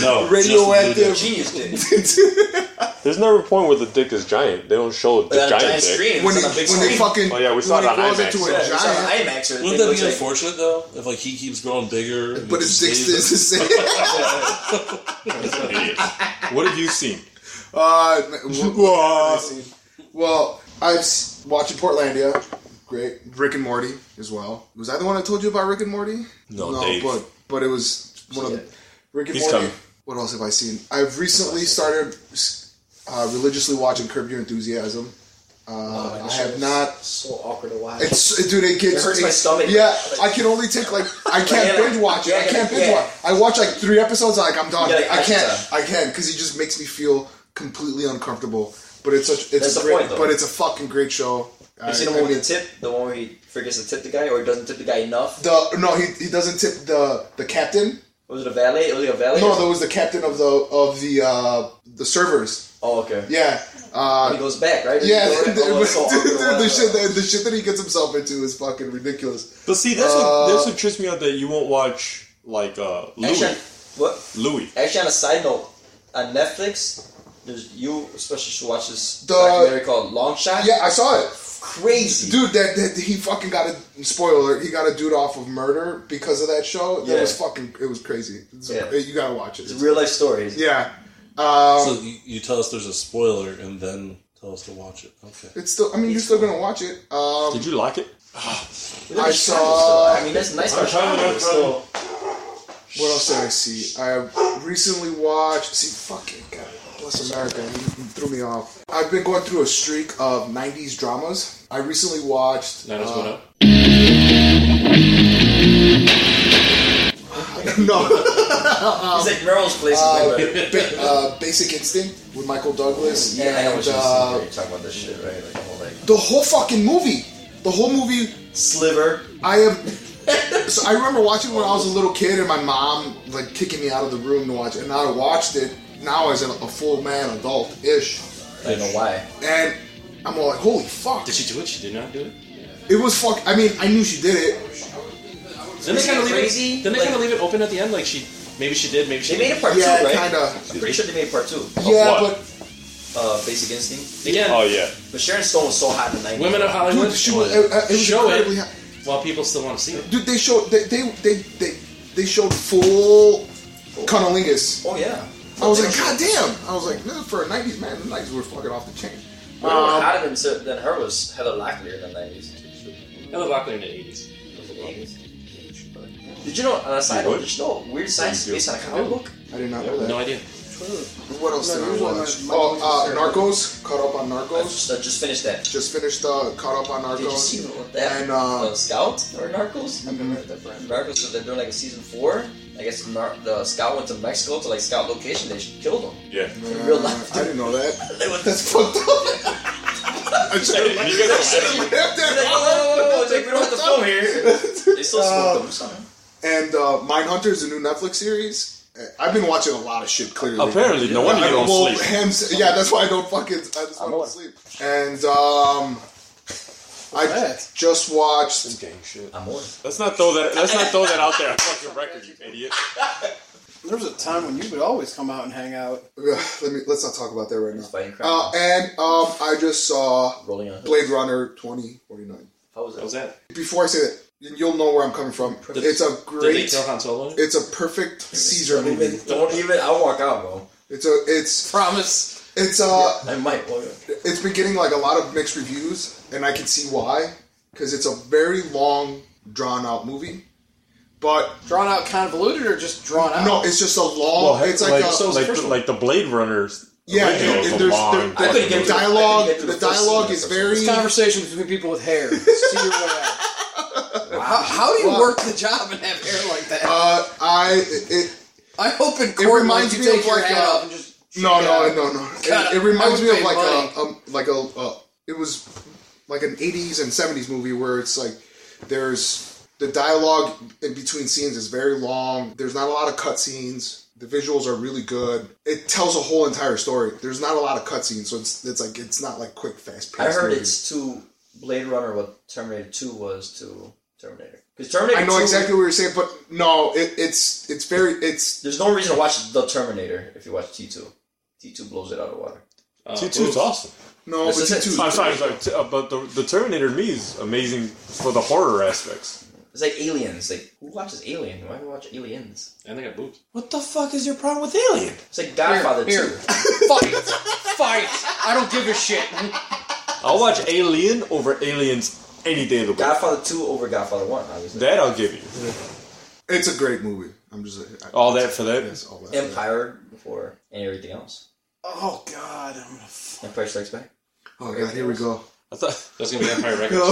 [SPEAKER 4] No.
[SPEAKER 3] Radioactive.
[SPEAKER 7] Genius did.
[SPEAKER 2] There's never a point where the dick is giant. They don't show the
[SPEAKER 7] But on a
[SPEAKER 2] giant,
[SPEAKER 7] giant
[SPEAKER 2] dick.
[SPEAKER 7] screen,
[SPEAKER 3] when
[SPEAKER 7] it's
[SPEAKER 3] it,
[SPEAKER 7] on a big
[SPEAKER 3] when they
[SPEAKER 7] screen.
[SPEAKER 3] fucking
[SPEAKER 2] Oh, yeah, we
[SPEAKER 3] when
[SPEAKER 2] saw it
[SPEAKER 3] it
[SPEAKER 2] on
[SPEAKER 3] grows
[SPEAKER 2] IMAX.
[SPEAKER 3] into a
[SPEAKER 7] Yeah, it's on
[SPEAKER 3] giant,
[SPEAKER 7] IMAX or
[SPEAKER 4] Wouldn't that be
[SPEAKER 7] like,
[SPEAKER 4] unfortunate though? If like he keeps growing bigger, and
[SPEAKER 3] but
[SPEAKER 4] he
[SPEAKER 3] his dick
[SPEAKER 4] stays-
[SPEAKER 3] stays the same.
[SPEAKER 2] What have you seen?
[SPEAKER 3] Uh, well, well, I've s- watching Portlandia. Great, Rick and Morty as well. Was I the one I told you about Rick and Morty?
[SPEAKER 2] No, Dave.
[SPEAKER 3] but but it was one of the Rick and
[SPEAKER 2] He's
[SPEAKER 3] Morty.
[SPEAKER 2] coming.
[SPEAKER 3] What else have I seen? I've recently started uh, religiously watching Curb Your Enthusiasm. Uh,
[SPEAKER 2] Oh,
[SPEAKER 3] I have not.
[SPEAKER 7] so awkward to watch.
[SPEAKER 3] It's dude, it gets.
[SPEAKER 7] It hurts my
[SPEAKER 3] it-
[SPEAKER 7] stomach.
[SPEAKER 3] Yeah, I can only take like I can't
[SPEAKER 7] Yeah, like-
[SPEAKER 3] binge watch it. I
[SPEAKER 7] yeah,
[SPEAKER 3] can't
[SPEAKER 7] yeah.
[SPEAKER 3] binge watch. I watch like three episodes. Like I'm done.
[SPEAKER 7] Yeah, like,
[SPEAKER 3] I
[SPEAKER 7] that's,
[SPEAKER 3] can't. I can't because he just makes me feel completely uncomfortable. But it's such.
[SPEAKER 7] That's
[SPEAKER 3] It's
[SPEAKER 7] the
[SPEAKER 3] a great.
[SPEAKER 7] point, though.
[SPEAKER 3] but it's a fucking great show. I-
[SPEAKER 7] You seen the
[SPEAKER 3] I
[SPEAKER 7] one with
[SPEAKER 3] mean,
[SPEAKER 7] the tip? The one where he forgets to tip the guy or he doesn't tip the guy enough?
[SPEAKER 3] the no, he, he doesn't tip the the captain.
[SPEAKER 7] Was it a valet? Was it a valet?
[SPEAKER 3] No, that was the captain of the of the uh the servers.
[SPEAKER 7] Oh, okay.
[SPEAKER 3] Yeah. Uh,
[SPEAKER 7] He goes back, right?
[SPEAKER 3] yeah,
[SPEAKER 7] He
[SPEAKER 3] the,
[SPEAKER 7] goes back. Oh, it's so awkward to
[SPEAKER 3] the- the
[SPEAKER 7] watch.
[SPEAKER 3] shit that, the shit that he gets himself into is fucking ridiculous.
[SPEAKER 2] But see, that's what that's what trips me out that you won't watch like uh, Louis.
[SPEAKER 7] Actually, what?
[SPEAKER 2] Louis.
[SPEAKER 7] Actually, on a side note, on Netflix, there's you especially should watch this
[SPEAKER 3] The-
[SPEAKER 7] documentary called Long Shot.
[SPEAKER 3] Yeah, I saw it.
[SPEAKER 7] crazy.
[SPEAKER 3] Dude, that, that he fucking got a spoiler. He got a dude off of murder because of that show. That
[SPEAKER 7] Yeah.
[SPEAKER 3] was fucking. It was crazy. It's-
[SPEAKER 7] Yeah.
[SPEAKER 3] You gotta watch it.
[SPEAKER 7] It's real life stories.
[SPEAKER 3] Yeah, um,
[SPEAKER 4] So you, you tell us there's a spoiler and then tell us to watch it. Okay.
[SPEAKER 3] it's still. I mean, you're still gonna watch it. Um,
[SPEAKER 2] Did you like it?
[SPEAKER 3] I
[SPEAKER 7] So,
[SPEAKER 3] saw.
[SPEAKER 7] I mean, that's nice.
[SPEAKER 2] I'm trying to
[SPEAKER 7] but
[SPEAKER 2] look
[SPEAKER 7] still-
[SPEAKER 3] What else did I see? I recently watched. See, fucking God, bless America, he he threw me off. I've been going through a streak of '90s dramas. I recently watched.
[SPEAKER 1] Nine
[SPEAKER 3] uh,
[SPEAKER 1] one up.
[SPEAKER 3] no.
[SPEAKER 7] He's like Meryl's place.
[SPEAKER 3] Um, Uh,
[SPEAKER 7] is way better.
[SPEAKER 3] ba- uh, Basic Instinct with Michael Douglas
[SPEAKER 7] yeah, I know
[SPEAKER 3] and
[SPEAKER 7] what you're
[SPEAKER 3] uh,
[SPEAKER 7] saying. You're talking about this shit, right? Like, the whole, like
[SPEAKER 3] the whole fucking movie. The whole movie.
[SPEAKER 7] sliver.
[SPEAKER 3] I am. so I remember watching it when I was a little kid, and my mom like kicking me out of the room to watch it. And I watched it now as a, a full man, adult ish,
[SPEAKER 7] I don't know why.
[SPEAKER 3] and I'm all like, holy fuck!
[SPEAKER 1] Did she do it? She did not do it.
[SPEAKER 3] It was fuck. I mean, I knew she did it.
[SPEAKER 1] Then they
[SPEAKER 7] Isn't
[SPEAKER 1] kind
[SPEAKER 7] that
[SPEAKER 1] of leave
[SPEAKER 7] crazy?
[SPEAKER 1] it. Then they
[SPEAKER 7] Like-
[SPEAKER 1] kind of leave it open at the end, like she. Maybe she did. Maybe she.
[SPEAKER 7] They made a part
[SPEAKER 3] Yeah,
[SPEAKER 7] two, right?
[SPEAKER 3] kinda.
[SPEAKER 7] I'm pretty sure they made part two.
[SPEAKER 3] Yeah,
[SPEAKER 2] what?
[SPEAKER 3] but
[SPEAKER 7] Uh, Basic Instinct.
[SPEAKER 1] again.
[SPEAKER 2] Oh yeah.
[SPEAKER 7] But Sharon Stone was so hot in the 90s.
[SPEAKER 1] Women of Hollywood.
[SPEAKER 3] dude, she was.
[SPEAKER 1] Well,
[SPEAKER 8] uh,
[SPEAKER 3] It, it was
[SPEAKER 1] show
[SPEAKER 3] incredibly.
[SPEAKER 1] it
[SPEAKER 3] hot.
[SPEAKER 1] while people still want to see it.
[SPEAKER 3] Dude, they showed they they they they, they showed full cunnilingus.
[SPEAKER 7] Oh, yeah.
[SPEAKER 3] I was like, god damn! I was like, man, for a '90s man, the '90s were fucking off the chain.
[SPEAKER 7] Women were
[SPEAKER 3] Um,
[SPEAKER 7] hotter than, so- than her was Heather Locklear in the 90s.
[SPEAKER 1] Ella Locklear in the eighties.
[SPEAKER 7] Did you know, on a side
[SPEAKER 2] You
[SPEAKER 7] note,
[SPEAKER 2] would?
[SPEAKER 7] did you know weird science is based on a comic book?
[SPEAKER 3] I did not know that.
[SPEAKER 1] No idea.
[SPEAKER 3] What else
[SPEAKER 8] No,
[SPEAKER 3] did I
[SPEAKER 8] usually my-
[SPEAKER 3] watch?
[SPEAKER 8] my
[SPEAKER 3] Oh,
[SPEAKER 8] movies
[SPEAKER 3] uh,
[SPEAKER 8] are-
[SPEAKER 3] Narcos. Caught up on
[SPEAKER 7] I
[SPEAKER 3] Narcos.
[SPEAKER 7] just, I just finished that.
[SPEAKER 3] Just finished uh, caught up on Narcos.
[SPEAKER 7] Did you see what that?
[SPEAKER 3] And, uh,
[SPEAKER 7] the Scout or Narcos?
[SPEAKER 8] I've never heard that brand.
[SPEAKER 7] Narcos, so they're doing like a season four. I guess Nar- the Scout went to Mexico to like scout location. They killed him
[SPEAKER 2] Yeah.
[SPEAKER 7] in real life.
[SPEAKER 3] Uh, I didn't know that.
[SPEAKER 7] They went to
[SPEAKER 3] That's fucked up. I should've left
[SPEAKER 7] Like,
[SPEAKER 3] that.
[SPEAKER 7] whoa, whoa, whoa, whoa, it's like, we don't have to film here. They still smoked them. Sorry.
[SPEAKER 3] And uh, Mindhunter is a new Netflix series. Uh, I've been watching a lot of shit. Clearly,
[SPEAKER 2] Apparently, no wonder you don't
[SPEAKER 3] well,
[SPEAKER 2] sleep.
[SPEAKER 3] hence- yeah, that's why I don't fucking. I just
[SPEAKER 8] I'm
[SPEAKER 3] want
[SPEAKER 8] aware.
[SPEAKER 3] to sleep. And um, I
[SPEAKER 8] that?
[SPEAKER 3] just watched.
[SPEAKER 2] Gang shit.
[SPEAKER 7] I'm on.
[SPEAKER 2] Let's not throw that. Let's not throw that out there. I fucking record, you idiot.
[SPEAKER 8] There was a time when you would always come out and hang out.
[SPEAKER 3] Let me. Let's not talk about that right
[SPEAKER 7] It's
[SPEAKER 3] now.
[SPEAKER 7] fighting crime.
[SPEAKER 3] Uh, and um, I just saw
[SPEAKER 7] Rolling on.
[SPEAKER 3] Blade Runner twenty forty nine.
[SPEAKER 7] How was
[SPEAKER 1] What was
[SPEAKER 7] it?
[SPEAKER 1] that?
[SPEAKER 3] Before I say that, you'll know where I'm coming from. It's a
[SPEAKER 1] Did they
[SPEAKER 3] great.
[SPEAKER 1] kill Han Solo? in it?
[SPEAKER 3] It's a perfect Caesar
[SPEAKER 7] Don't
[SPEAKER 3] movie.
[SPEAKER 7] even, don't even. I'll walk out, bro.
[SPEAKER 3] It's a it's
[SPEAKER 8] Promise.
[SPEAKER 3] it's uh
[SPEAKER 7] I might. Walk out.
[SPEAKER 3] it's been getting like a lot of mixed reviews, and I can see why, because it's a very long, drawn out movie. But
[SPEAKER 8] Drawn out convoluted or just drawn out?
[SPEAKER 3] no, it's just a long.
[SPEAKER 2] Well,
[SPEAKER 3] it's like, a,
[SPEAKER 2] like, the, like the Blade Runners.
[SPEAKER 3] yeah,
[SPEAKER 2] original
[SPEAKER 3] and-
[SPEAKER 2] is
[SPEAKER 3] and
[SPEAKER 2] a
[SPEAKER 3] there's
[SPEAKER 2] long
[SPEAKER 3] there-
[SPEAKER 7] I
[SPEAKER 3] the
[SPEAKER 7] couldn't get through- I couldn't
[SPEAKER 3] dialogue.
[SPEAKER 7] get through
[SPEAKER 3] The
[SPEAKER 7] the first
[SPEAKER 3] dialogue
[SPEAKER 7] scene
[SPEAKER 3] is
[SPEAKER 7] of the first
[SPEAKER 3] very.
[SPEAKER 8] It's conversation between people with hair. See your way out. How, how do you
[SPEAKER 3] Wow.
[SPEAKER 8] work the job and have hair like that?
[SPEAKER 3] Uh, I it,
[SPEAKER 8] I hope in court
[SPEAKER 3] reminds
[SPEAKER 8] like,
[SPEAKER 3] me
[SPEAKER 8] you take
[SPEAKER 3] of
[SPEAKER 8] your
[SPEAKER 3] like
[SPEAKER 8] hat
[SPEAKER 3] a-
[SPEAKER 8] off and just
[SPEAKER 3] No,
[SPEAKER 8] shake
[SPEAKER 3] no,
[SPEAKER 8] it out.
[SPEAKER 3] no, no.
[SPEAKER 8] God,
[SPEAKER 3] It, it reminds
[SPEAKER 8] I
[SPEAKER 3] me of
[SPEAKER 8] would pay
[SPEAKER 3] like
[SPEAKER 8] money.
[SPEAKER 3] a, um, like a, uh, it was like an '80s and '70s movie where it's like there's the dialogue in between scenes is very long. There's not a lot of cut scenes. The visuals are really good. It tells a whole entire story. There's not a lot of cutscenes, so it's it's like it's not like quick, fast.
[SPEAKER 7] I heard it's to Blade Runner what Terminator Two was to Terminator. Because Terminator,
[SPEAKER 3] I know
[SPEAKER 7] 2,
[SPEAKER 3] exactly what you're saying, but no, it, it's it's very it's
[SPEAKER 7] There's no reason to watch the Terminator if you watch T two. T two blows it out of the water.
[SPEAKER 2] T two is awesome.
[SPEAKER 3] no,
[SPEAKER 7] This
[SPEAKER 3] but
[SPEAKER 7] is
[SPEAKER 3] T
[SPEAKER 7] it.
[SPEAKER 3] two.
[SPEAKER 2] I'm sorry, I'm sorry. T- uh, but the, the Terminator to me is amazing for the horror aspects.
[SPEAKER 7] It's like Aliens. Like who watches Alien? Why do you watch Aliens?
[SPEAKER 1] And they got boobs.
[SPEAKER 2] What the fuck is your problem with Alien?
[SPEAKER 7] It's like Godfather
[SPEAKER 8] Here.
[SPEAKER 7] Two.
[SPEAKER 8] Fight. Fight. I don't give a shit.
[SPEAKER 2] I'll watch Alien over Aliens any day of the week.
[SPEAKER 7] Godfather Two over Godfather One, obviously.
[SPEAKER 2] That I'll give you.
[SPEAKER 3] It's a great movie. I'm just I,
[SPEAKER 2] All that for that.
[SPEAKER 3] Yes, all that.
[SPEAKER 7] Empire before and everything else.
[SPEAKER 2] Oh God, I'm gonna. F-
[SPEAKER 7] Empire Strikes Back.
[SPEAKER 3] Oh god, here we go.
[SPEAKER 2] I thought.
[SPEAKER 1] That's gonna be Empire Records.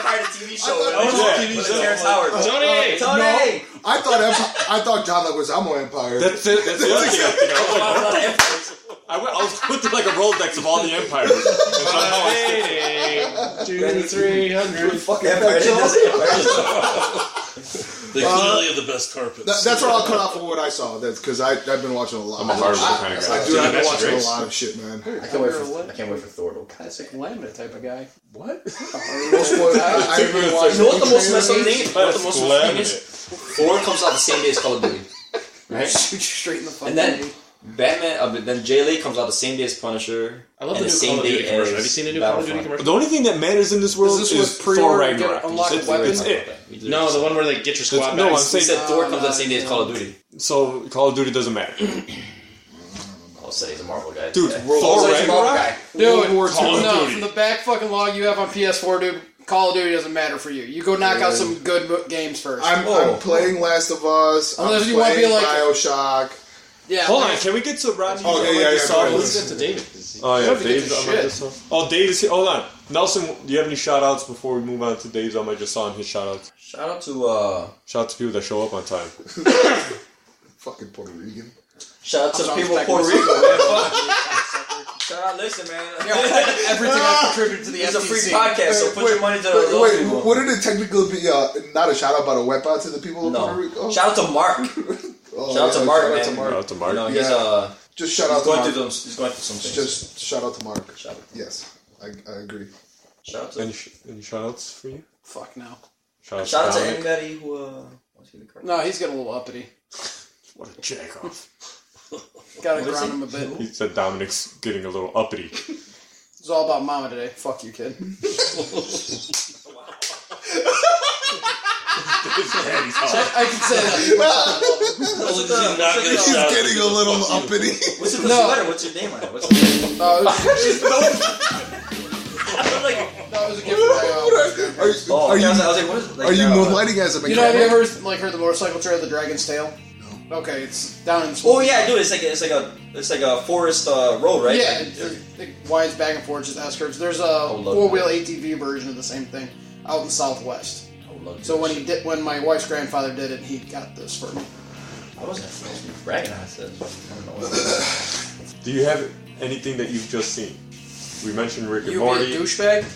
[SPEAKER 7] Oh, I thought you meant Empire the TV show.
[SPEAKER 3] thought-
[SPEAKER 7] with-
[SPEAKER 2] Oh, yeah.
[SPEAKER 7] with Terrence Howard. Uh,
[SPEAKER 1] Tony!
[SPEAKER 7] Tony!
[SPEAKER 3] I thought Emp- I thought John Leguizamo Empire.
[SPEAKER 2] That's it. That's the other thing. I think. I was like,
[SPEAKER 7] A lot of empires.
[SPEAKER 2] I went, I was put through like a Rolodex of all the empires. And so I-
[SPEAKER 1] Two, three hundred.
[SPEAKER 3] fucking
[SPEAKER 7] Empire
[SPEAKER 3] Empire.
[SPEAKER 7] does it. Empire does it.
[SPEAKER 4] They clearly have the best carpets.
[SPEAKER 3] Uh, That, that's what I'll cut off from what I saw. That's because I I've been watching a lot.
[SPEAKER 2] I'm a horrible
[SPEAKER 3] I,
[SPEAKER 2] kind of guy.
[SPEAKER 3] I do. I've been
[SPEAKER 1] Master
[SPEAKER 3] watching a
[SPEAKER 1] Race.
[SPEAKER 3] lot of shit, man.
[SPEAKER 7] I can't wait for I can't wait for Thor to
[SPEAKER 8] Classic Lambda type of guy.
[SPEAKER 2] What?
[SPEAKER 3] Most of what I, I've been watching.
[SPEAKER 7] You know what the most messed up thing?
[SPEAKER 1] But the most
[SPEAKER 2] Slam
[SPEAKER 1] thing is,
[SPEAKER 7] Thor comes out the same day as Call of Duty, right?
[SPEAKER 8] Shoot you straight in the
[SPEAKER 7] And
[SPEAKER 8] fucking.
[SPEAKER 7] then Batman, uh, but then Jay Lee comes out the same day as Punisher.
[SPEAKER 1] I love
[SPEAKER 7] and
[SPEAKER 1] the new Call of Duty commercial. Have you seen the new Call of Duty commercial?
[SPEAKER 2] The only thing that matters in this world
[SPEAKER 8] Is
[SPEAKER 2] is,
[SPEAKER 8] this with
[SPEAKER 2] Thor
[SPEAKER 8] pre-order, get
[SPEAKER 2] Ragnarok.
[SPEAKER 8] unlocked
[SPEAKER 2] It's-
[SPEAKER 8] weapon?
[SPEAKER 2] it's it.
[SPEAKER 1] No, the one where they get your squad
[SPEAKER 2] no,
[SPEAKER 1] back.
[SPEAKER 2] I'm
[SPEAKER 7] We
[SPEAKER 2] saying
[SPEAKER 7] said Thor comes out the same day as Call of Duty.
[SPEAKER 2] so. Call of Duty doesn't matter, dude.
[SPEAKER 7] I'll say he's a Marvel guy.
[SPEAKER 2] Thor Ragnarok.
[SPEAKER 8] Dude,
[SPEAKER 3] World War Two.
[SPEAKER 8] no, from the back fucking log you have on PS4, dude, Call of Duty doesn't matter for you. You go knock out some good mo- games 1st
[SPEAKER 3] I'm,
[SPEAKER 7] Whoa.
[SPEAKER 3] I'm playing Last of Us.
[SPEAKER 8] Unless
[SPEAKER 3] I'm
[SPEAKER 8] you wanna
[SPEAKER 3] playing
[SPEAKER 8] be like-
[SPEAKER 3] Bioshock.
[SPEAKER 8] yeah.
[SPEAKER 2] Hold on,
[SPEAKER 8] like-
[SPEAKER 2] can we get to Rodney?
[SPEAKER 3] Oh, yeah, yeah, yeah, go ahead.
[SPEAKER 1] Let's get to David. 'cause he-
[SPEAKER 2] Oh
[SPEAKER 8] Don't
[SPEAKER 2] yeah,
[SPEAKER 8] forget
[SPEAKER 2] Dave's
[SPEAKER 8] the
[SPEAKER 2] on my
[SPEAKER 8] shit.
[SPEAKER 2] just saw. Oh, Dave is here. Hold on, Nelson. Do you have any shout outs before we move on to Dave's on my just saw and his shout outs?
[SPEAKER 7] Shout out to uh,
[SPEAKER 2] Shout out to people that show up on time.
[SPEAKER 3] Fucking Puerto Rican.
[SPEAKER 7] shout out to the
[SPEAKER 8] I'm
[SPEAKER 7] people of
[SPEAKER 8] back
[SPEAKER 7] Puerto
[SPEAKER 8] in the-
[SPEAKER 7] Rico, man. shout out, listen, man.
[SPEAKER 8] Everything I contributed to the
[SPEAKER 7] It's a free
[SPEAKER 8] FTC.
[SPEAKER 7] podcast, so put your money to
[SPEAKER 3] Wait,
[SPEAKER 7] those
[SPEAKER 3] wait,
[SPEAKER 7] people.
[SPEAKER 3] wouldn't it technically be uh, not a shout out but a wipe out to the people of Puerto Rico?
[SPEAKER 7] No. Shout out to Mark.
[SPEAKER 3] Oh,
[SPEAKER 7] shout out to
[SPEAKER 3] yeah,
[SPEAKER 7] Mark,
[SPEAKER 3] Shout
[SPEAKER 7] man.
[SPEAKER 3] out to Mark.
[SPEAKER 2] Shout out to Mark.
[SPEAKER 7] You know, he's
[SPEAKER 3] Yeah.
[SPEAKER 7] uh,
[SPEAKER 3] Just shout
[SPEAKER 7] he's
[SPEAKER 3] out to
[SPEAKER 7] going
[SPEAKER 3] Mark.
[SPEAKER 7] through them. He's going through some things.
[SPEAKER 3] Just shout out to Mark.
[SPEAKER 7] shout out,
[SPEAKER 3] Yes, I, I agree.
[SPEAKER 7] shout out to
[SPEAKER 2] Any, sh- any shout outs for you?
[SPEAKER 8] Fuck no.
[SPEAKER 2] Shout out
[SPEAKER 7] Shout out to
[SPEAKER 2] Dominic.
[SPEAKER 7] anybody who uh wants to be the correct.
[SPEAKER 8] No, he's got a little uppity.
[SPEAKER 2] What a jack off.
[SPEAKER 8] Gotta
[SPEAKER 7] is
[SPEAKER 8] ground
[SPEAKER 7] it?
[SPEAKER 8] him a bit.
[SPEAKER 2] He said Dominic's getting a little uppity.
[SPEAKER 8] It's all about mama today. Fuck you, kid. I can say that.
[SPEAKER 4] Only does he not get a
[SPEAKER 3] He's
[SPEAKER 4] shout out.
[SPEAKER 3] getting a little uppity.
[SPEAKER 7] What's in the
[SPEAKER 8] No.
[SPEAKER 7] sweater? What's your name on it? What's your name?
[SPEAKER 8] No, it was,
[SPEAKER 7] I'm like,
[SPEAKER 8] no, it was a gift from my, uh,
[SPEAKER 3] are you,
[SPEAKER 7] oh,
[SPEAKER 3] are
[SPEAKER 7] yeah,
[SPEAKER 3] you,
[SPEAKER 7] I was like, I was like, what is like,
[SPEAKER 3] are you
[SPEAKER 7] uh,
[SPEAKER 3] moonlighting as a
[SPEAKER 8] You know, have you
[SPEAKER 3] mechanic?
[SPEAKER 8] ever like heard the motorcycle trail, the Dragon's Tail? No. Okay, it's down in.
[SPEAKER 7] Oh yeah, dude, it's like it's like a it's like a forest uh, road, right?
[SPEAKER 8] Yeah,
[SPEAKER 7] Like,
[SPEAKER 8] it, it winds back and forth, just S curves. There's a
[SPEAKER 7] love
[SPEAKER 8] four wheel
[SPEAKER 7] that.
[SPEAKER 8] ATV version of the same thing out in the Southwest.
[SPEAKER 7] I would love to
[SPEAKER 8] So
[SPEAKER 7] do
[SPEAKER 8] when
[SPEAKER 7] that
[SPEAKER 8] he did, when my wife's grandfather did it, he got this for me.
[SPEAKER 7] shit. I wasn't supposed to be bragging. I said, I don't know what.
[SPEAKER 2] Do you have anything that you've just seen? We mentioned Rick and
[SPEAKER 8] You
[SPEAKER 2] Morty.
[SPEAKER 8] be a douchebag.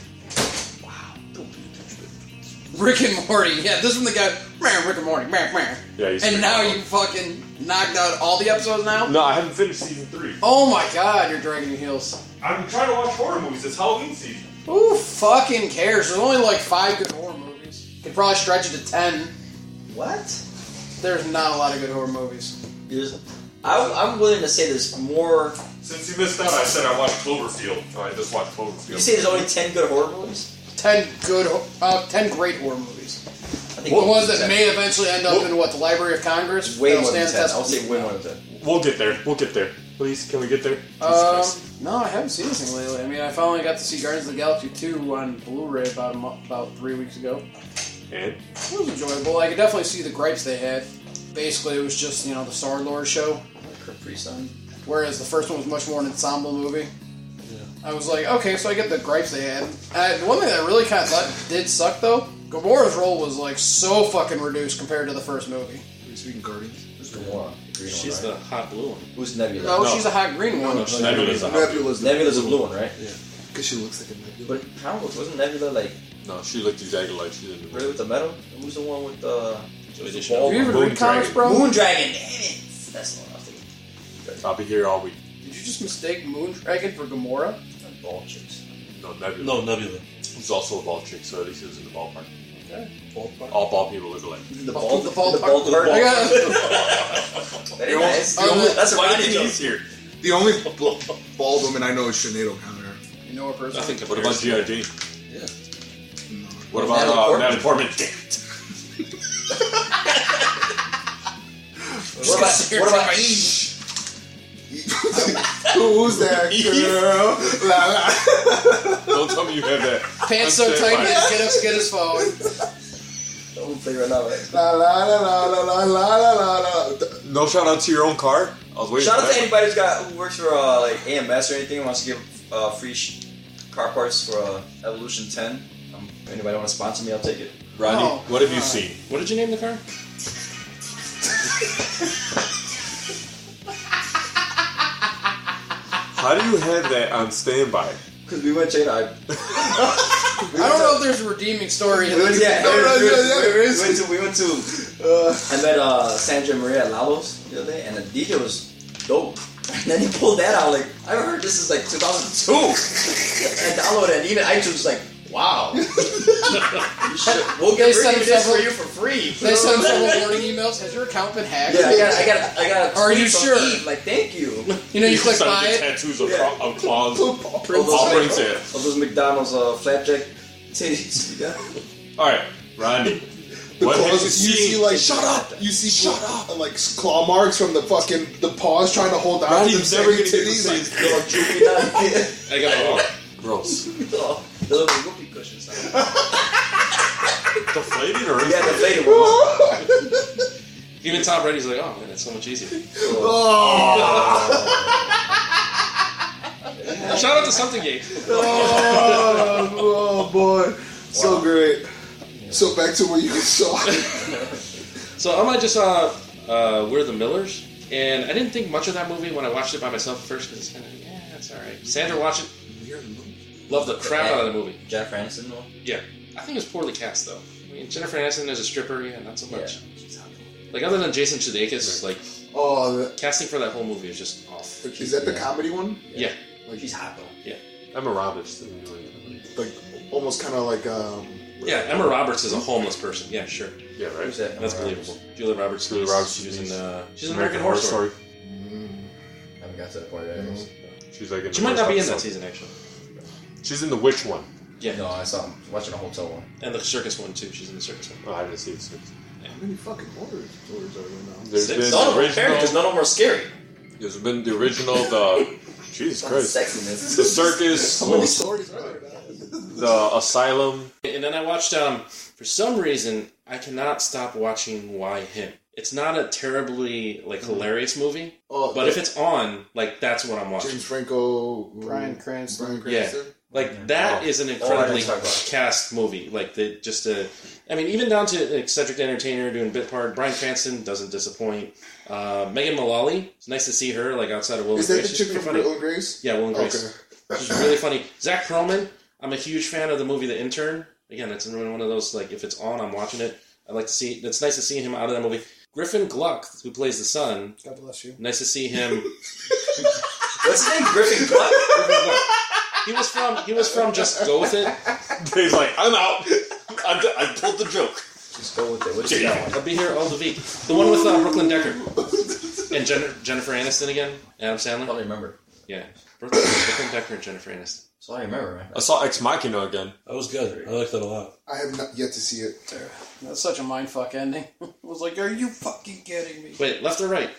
[SPEAKER 8] Rick and Morty, yeah, this from the guy, man, Rick and Morty, man, man.
[SPEAKER 2] Yeah, he's
[SPEAKER 8] and
[SPEAKER 2] pretty
[SPEAKER 8] now
[SPEAKER 2] cool.
[SPEAKER 8] you fucking knocked out all the episodes now.
[SPEAKER 2] No, I haven't finished season three.
[SPEAKER 8] Oh my god, you're dragging your heels.
[SPEAKER 2] I'm trying to watch horror movies. It's Halloween season.
[SPEAKER 8] Who fucking cares? There's only like five good horror movies. Could probably stretch it to ten.
[SPEAKER 7] What?
[SPEAKER 8] There's not a lot of good horror movies.
[SPEAKER 7] There's- I, am willing to say there's more.
[SPEAKER 2] Since you missed out, I said I watched Cloverfield. Oh, I just watched Cloverfield.
[SPEAKER 7] You say there's only ten good horror movies?
[SPEAKER 8] Ten good, ho- uh, ten great horror movies.
[SPEAKER 7] I think
[SPEAKER 8] The ones
[SPEAKER 7] more than
[SPEAKER 8] that
[SPEAKER 7] 10.
[SPEAKER 8] may eventually end up in what the Library of Congress.
[SPEAKER 7] way
[SPEAKER 8] That'll
[SPEAKER 7] more than
[SPEAKER 8] stand the
[SPEAKER 7] ten.
[SPEAKER 8] test
[SPEAKER 7] I'll
[SPEAKER 8] of-
[SPEAKER 7] say way more than ten.
[SPEAKER 2] we'll get there. We'll get there. Please, can we get there? Jesus
[SPEAKER 8] Um,
[SPEAKER 2] Christ.
[SPEAKER 8] no, I haven't seen anything lately. I mean, I finally got to see Guardians of the Galaxy 2 on Blu-ray about a month, about three weeks ago.
[SPEAKER 2] And
[SPEAKER 8] It was enjoyable. I could definitely see the gripes they had. Basically, it was just you know the Star Lord show,
[SPEAKER 7] Capri Sun.
[SPEAKER 8] whereas the first one was much more an ensemble movie. I was like, okay, so I get the gripes they had. Uh, the one thing that really kind of thought did suck though, Gamora's role was like so fucking reduced compared to the first movie.
[SPEAKER 3] Speaking Guardians.
[SPEAKER 7] Who's Gamora? The green
[SPEAKER 1] She's
[SPEAKER 7] one,
[SPEAKER 1] the
[SPEAKER 7] right?
[SPEAKER 1] hot blue one.
[SPEAKER 7] Who's Nebula?
[SPEAKER 8] No, Oh, she's a hot green one.
[SPEAKER 1] she's
[SPEAKER 2] Nebula's a hot.
[SPEAKER 3] Nebula's the-
[SPEAKER 7] Nebula's a blue one, right? Yeah.
[SPEAKER 3] Because she looks like a nebula.
[SPEAKER 7] But how wasn't Nebula like
[SPEAKER 2] No, she looked exactly like she did in the
[SPEAKER 7] really
[SPEAKER 2] movie.
[SPEAKER 7] with the metal? Who's the one with the
[SPEAKER 4] Joy Division.
[SPEAKER 8] Have you even
[SPEAKER 2] Moon
[SPEAKER 8] read comics,
[SPEAKER 2] Dragon.
[SPEAKER 8] bro?
[SPEAKER 7] Moon Dragon, damn it! That's the one I was thinking.
[SPEAKER 2] I'll be here all week.
[SPEAKER 8] Did you just mistake Moon Dragon for Gamora?
[SPEAKER 7] Not Vultures.
[SPEAKER 2] No, Nebula.
[SPEAKER 4] No, Nebula.
[SPEAKER 2] He's also a Vulture, so at least he was in the ballpark.
[SPEAKER 7] Ballpark.
[SPEAKER 2] All ball people look alike.
[SPEAKER 7] The
[SPEAKER 8] ball-
[SPEAKER 7] ballpark.
[SPEAKER 8] the ballpark. I
[SPEAKER 7] ballpark.
[SPEAKER 8] got
[SPEAKER 7] That is nice.
[SPEAKER 8] Oh,
[SPEAKER 7] That's-
[SPEAKER 8] the-
[SPEAKER 7] That's
[SPEAKER 2] Why
[SPEAKER 7] what I
[SPEAKER 2] did
[SPEAKER 7] did.
[SPEAKER 2] he's here?
[SPEAKER 3] The only bl- bald woman I know is Sinead O'Connor.
[SPEAKER 8] you know a person.
[SPEAKER 4] Nothing compares.
[SPEAKER 2] What about
[SPEAKER 4] to
[SPEAKER 2] G.I.
[SPEAKER 4] that.
[SPEAKER 2] Jane?
[SPEAKER 4] Yeah.
[SPEAKER 2] What
[SPEAKER 7] Natalie
[SPEAKER 2] about uh,
[SPEAKER 7] Portman.
[SPEAKER 2] Natalie Portman? Damn it.
[SPEAKER 7] What about what about Eve?
[SPEAKER 3] Who's that girl? La, la.
[SPEAKER 2] Don't tell me you have that.
[SPEAKER 8] Pants so
[SPEAKER 2] I'm
[SPEAKER 8] tight,
[SPEAKER 2] terrified.
[SPEAKER 8] he just get up, get his phone.
[SPEAKER 7] Don't play right now. right?
[SPEAKER 3] La, la, la, la, la, la, la, la, la.
[SPEAKER 2] No shout out to your own car. I was waiting.
[SPEAKER 7] Shout
[SPEAKER 2] for
[SPEAKER 7] out to
[SPEAKER 2] that.
[SPEAKER 7] anybody who's got who works for uh, like AMS or anything and wants to give uh, free sh- car parts for uh, Evolution 10. Um, anybody want to sponsor me? I'll take it.
[SPEAKER 2] Rodney,
[SPEAKER 8] Oh,
[SPEAKER 2] what have you
[SPEAKER 8] God.
[SPEAKER 2] seen?
[SPEAKER 1] What did you name the car?
[SPEAKER 2] How do you have that on standby?
[SPEAKER 7] Cause we went check it out.
[SPEAKER 8] I don't know if there's a redeeming story in this.
[SPEAKER 7] Yeah,
[SPEAKER 3] No, no, no,
[SPEAKER 7] we went-
[SPEAKER 3] no, there is.
[SPEAKER 7] We went to. We went to uh, I met uh, Sandra Maria Lalos the other day, and the DJ was dope. And then he pulled that out. Like I haven't heard this is like 2002. I downloaded it. Even iTunes was like, wow. You should- we'll
[SPEAKER 8] They
[SPEAKER 7] get
[SPEAKER 8] sent
[SPEAKER 7] rid of this
[SPEAKER 8] several-
[SPEAKER 7] for you for free.
[SPEAKER 8] They send several warning emails. Has your account been hacked?
[SPEAKER 7] Yeah, I got, I got, I got. A
[SPEAKER 8] Are you
[SPEAKER 7] tweet from
[SPEAKER 8] sure?
[SPEAKER 7] Eve, like, thank you.
[SPEAKER 8] You know, you click
[SPEAKER 2] Start
[SPEAKER 8] buy
[SPEAKER 2] the
[SPEAKER 8] it.
[SPEAKER 2] tattoos of,
[SPEAKER 7] Yeah.
[SPEAKER 2] of claws.
[SPEAKER 7] Of
[SPEAKER 2] All
[SPEAKER 7] those,
[SPEAKER 2] brings it.
[SPEAKER 7] of those McDonald's uh, flapjack titties. You got.
[SPEAKER 2] All right, Rodney.
[SPEAKER 3] The
[SPEAKER 2] what have
[SPEAKER 3] claws,
[SPEAKER 2] you
[SPEAKER 3] you see
[SPEAKER 2] seen?
[SPEAKER 3] like shut up. You see shut up. And, like claw marks from the fucking the paws trying to hold on to
[SPEAKER 2] Rodney's
[SPEAKER 3] the
[SPEAKER 2] never gonna
[SPEAKER 3] never
[SPEAKER 2] get the
[SPEAKER 3] titties.
[SPEAKER 2] same
[SPEAKER 3] Like,
[SPEAKER 7] Little droopy nut.
[SPEAKER 1] I got it.
[SPEAKER 2] Gross.
[SPEAKER 7] The little whoopee cushions.
[SPEAKER 2] Deflated or
[SPEAKER 7] Yeah, the lady was.
[SPEAKER 1] Even Tom Brady's like, oh man, that's so much easier. Shout out to something gay.
[SPEAKER 3] oh, oh boy, so great. So back to what you saw.
[SPEAKER 1] So um, I just saw uh, We're the Millers, and I didn't think much of that movie when I watched it by myself at first because it's kind of yeah, it's all right. Sandra watched it. Loved the crap out of the movie.
[SPEAKER 7] Jennifer Aniston, though.
[SPEAKER 1] Yeah, I think it's poorly cast though. I mean, Jennifer Aniston as a stripper, yeah, not so
[SPEAKER 7] Yeah.
[SPEAKER 1] much. Like other than Jason Sudeikis, like
[SPEAKER 3] Oh, the,
[SPEAKER 1] casting for that whole movie is just off.
[SPEAKER 3] is that the comedy one?
[SPEAKER 1] Yeah,
[SPEAKER 7] Like, Oh, she's hot though.
[SPEAKER 2] Emma Roberts. didn't do it.
[SPEAKER 3] Like almost kind of like um.
[SPEAKER 1] yeah. Emma Roberts is a homeless person. Yeah, sure,
[SPEAKER 2] Yeah, right.
[SPEAKER 7] Who's that?
[SPEAKER 1] that's
[SPEAKER 7] Oh,
[SPEAKER 1] believable. Julia Roberts.
[SPEAKER 2] Julia
[SPEAKER 1] is-
[SPEAKER 2] Roberts
[SPEAKER 1] She's
[SPEAKER 2] is-
[SPEAKER 1] in. Uh, she's in American, Horror Story.
[SPEAKER 7] I haven't got to that point yet.
[SPEAKER 2] She's like in
[SPEAKER 1] She
[SPEAKER 2] the
[SPEAKER 1] might
[SPEAKER 2] first
[SPEAKER 1] not be in that
[SPEAKER 2] episode.
[SPEAKER 1] season actually.
[SPEAKER 2] She's in the witch one.
[SPEAKER 1] Yeah,
[SPEAKER 7] No, I saw him watching a hotel one.
[SPEAKER 1] and the circus one too. She's in the circus one.
[SPEAKER 2] Oh, I didn't see it. Six.
[SPEAKER 3] How many fucking horrors horrors are there now?
[SPEAKER 2] There's
[SPEAKER 1] Six? Oh, None
[SPEAKER 2] been the
[SPEAKER 7] Because
[SPEAKER 2] original.
[SPEAKER 7] none of them are scary.
[SPEAKER 2] There's been the original. The Jesus Christ.
[SPEAKER 7] Sexiness.
[SPEAKER 2] The circus.
[SPEAKER 3] How many stories are there now?
[SPEAKER 2] The asylum.
[SPEAKER 1] And then I watched, um, for some reason, I cannot stop watching Why Him. It's not a terribly, like, hilarious movie,
[SPEAKER 3] Hmm. Oh,
[SPEAKER 1] but if it's on, like, that's what I'm watching.
[SPEAKER 3] James Franco,
[SPEAKER 8] Bryan Cranston.
[SPEAKER 3] Bryan
[SPEAKER 1] Yeah.
[SPEAKER 3] Cranston.
[SPEAKER 1] Like, that
[SPEAKER 2] Oh.
[SPEAKER 1] is an incredibly
[SPEAKER 7] talk about.
[SPEAKER 1] cast movie. Like, the, just a, I mean, even down to an eccentric entertainer doing bit part, Brian Cranston doesn't disappoint. Uh, Megan Mullally, it's nice to see her, like, outside of Will
[SPEAKER 3] Is
[SPEAKER 1] and
[SPEAKER 3] that the
[SPEAKER 1] Grace.
[SPEAKER 3] chick
[SPEAKER 1] She's
[SPEAKER 3] from
[SPEAKER 1] pretty funny.
[SPEAKER 3] Will and Grace?
[SPEAKER 1] Yeah, Will and Grace.
[SPEAKER 3] Okay.
[SPEAKER 1] She's really funny. Zach Perlman, I'm a huge fan of the movie The Intern. Again, it's another one of those like if it's on, I'm watching it. I like to see. It's nice to see him out of that movie. Griffin Gluck, who plays the son,
[SPEAKER 8] God bless you.
[SPEAKER 1] nice to see him.
[SPEAKER 7] What's his name? Griffin Gluck?
[SPEAKER 1] Griffin Gluck. He was from he was from Just Go with It.
[SPEAKER 2] He's like, I'm out. I'm d- I pulled the joke.
[SPEAKER 7] Just go with it. What's that one?
[SPEAKER 1] I'll be here all the week. The one with uh, Brooklyn Decker and Jen- Jennifer Aniston again. Adam
[SPEAKER 7] I
[SPEAKER 1] Sandler.
[SPEAKER 7] don't remember.
[SPEAKER 1] Yeah, Brooklyn, Brooklyn Decker and Jennifer Aniston.
[SPEAKER 7] That's all I remember, man.
[SPEAKER 2] I saw Ex Machina again.
[SPEAKER 4] That was good. I liked that a lot.
[SPEAKER 3] I have not yet to see it.
[SPEAKER 8] That's such a mindfuck ending. I was like, are you fucking kidding me?
[SPEAKER 1] Wait, left or right?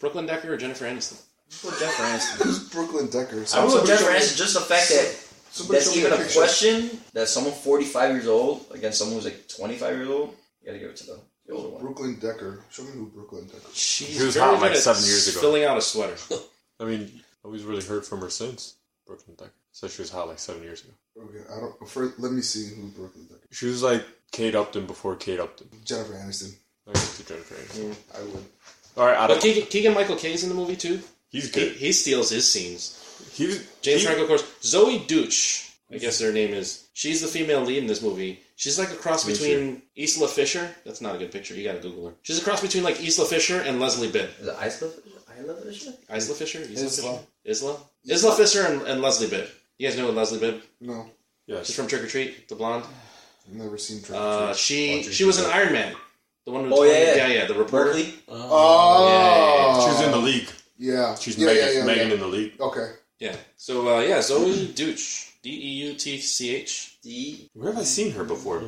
[SPEAKER 1] Brooklyn Decker or Jennifer Aniston?
[SPEAKER 7] Who's Jennifer Aniston?
[SPEAKER 3] Who's Brooklyn Decker?
[SPEAKER 7] I don't know
[SPEAKER 3] Somebody
[SPEAKER 7] Jennifer
[SPEAKER 3] show me-
[SPEAKER 7] Aniston, just the fact that
[SPEAKER 3] somebody show
[SPEAKER 7] that's
[SPEAKER 3] me
[SPEAKER 7] even
[SPEAKER 3] a
[SPEAKER 7] a
[SPEAKER 3] picture.
[SPEAKER 7] question that someone 45 years old against someone who's like 25 years old, you gotta give it to the, the older one.
[SPEAKER 3] Brooklyn Decker. Show me who Brooklyn Decker. is.
[SPEAKER 1] She's
[SPEAKER 2] He was
[SPEAKER 1] very
[SPEAKER 2] hot
[SPEAKER 1] good
[SPEAKER 2] like
[SPEAKER 1] at
[SPEAKER 2] seven years ago.
[SPEAKER 1] Filling out a sweater.
[SPEAKER 2] I mean, nobody's really heard from her since. Brooklyn Decker. So she was hot like seven years ago.
[SPEAKER 3] Okay, I don't. First, let me see who Brooklyn Decker.
[SPEAKER 2] She was like Kate Upton before Kate Upton.
[SPEAKER 3] is. Jennifer Aniston.
[SPEAKER 2] I get the Joker.
[SPEAKER 3] I would.
[SPEAKER 2] All right, out
[SPEAKER 1] But
[SPEAKER 2] of
[SPEAKER 1] Keegan, Keegan Michael Kay's in the movie too.
[SPEAKER 2] he's
[SPEAKER 1] He,
[SPEAKER 2] good.
[SPEAKER 1] he steals his scenes.
[SPEAKER 2] He was
[SPEAKER 1] James
[SPEAKER 2] he-
[SPEAKER 1] Franco, of course. Zoe Deutsch, I guess her name is. She's the female lead in this movie. She's like a cross between Isla Fisher. That's not a good picture. You gotta Google her. She's a cross between like Isla Fisher and Leslie Bibb.
[SPEAKER 7] Is it Isla? Isla Fisher?
[SPEAKER 1] Isla Fisher? Isla
[SPEAKER 8] Isla.
[SPEAKER 1] Fisher? Isla? Isla Fisher and, and Leslie Bibb. You guys know Leslie Bibb?
[SPEAKER 3] No,
[SPEAKER 1] She's
[SPEAKER 2] Yes.
[SPEAKER 1] from Trick or Treat, the blonde.
[SPEAKER 3] I've never seen Trump.
[SPEAKER 1] Uh, she she was an Iron Man. The one who
[SPEAKER 7] Oh,
[SPEAKER 1] told-
[SPEAKER 7] yeah, yeah.
[SPEAKER 1] yeah, The reporter.
[SPEAKER 7] Berkeley?
[SPEAKER 2] Uh,
[SPEAKER 3] oh,
[SPEAKER 2] She was in the league.
[SPEAKER 3] yeah.
[SPEAKER 2] She's
[SPEAKER 3] yeah,
[SPEAKER 2] Megan,
[SPEAKER 3] yeah, yeah,
[SPEAKER 2] Megan
[SPEAKER 3] yeah.
[SPEAKER 2] in the league.
[SPEAKER 3] Okay.
[SPEAKER 1] Yeah. So, uh, yeah, Zoe Deutsch. D E U T C H.
[SPEAKER 7] D.
[SPEAKER 2] Where have I seen her before?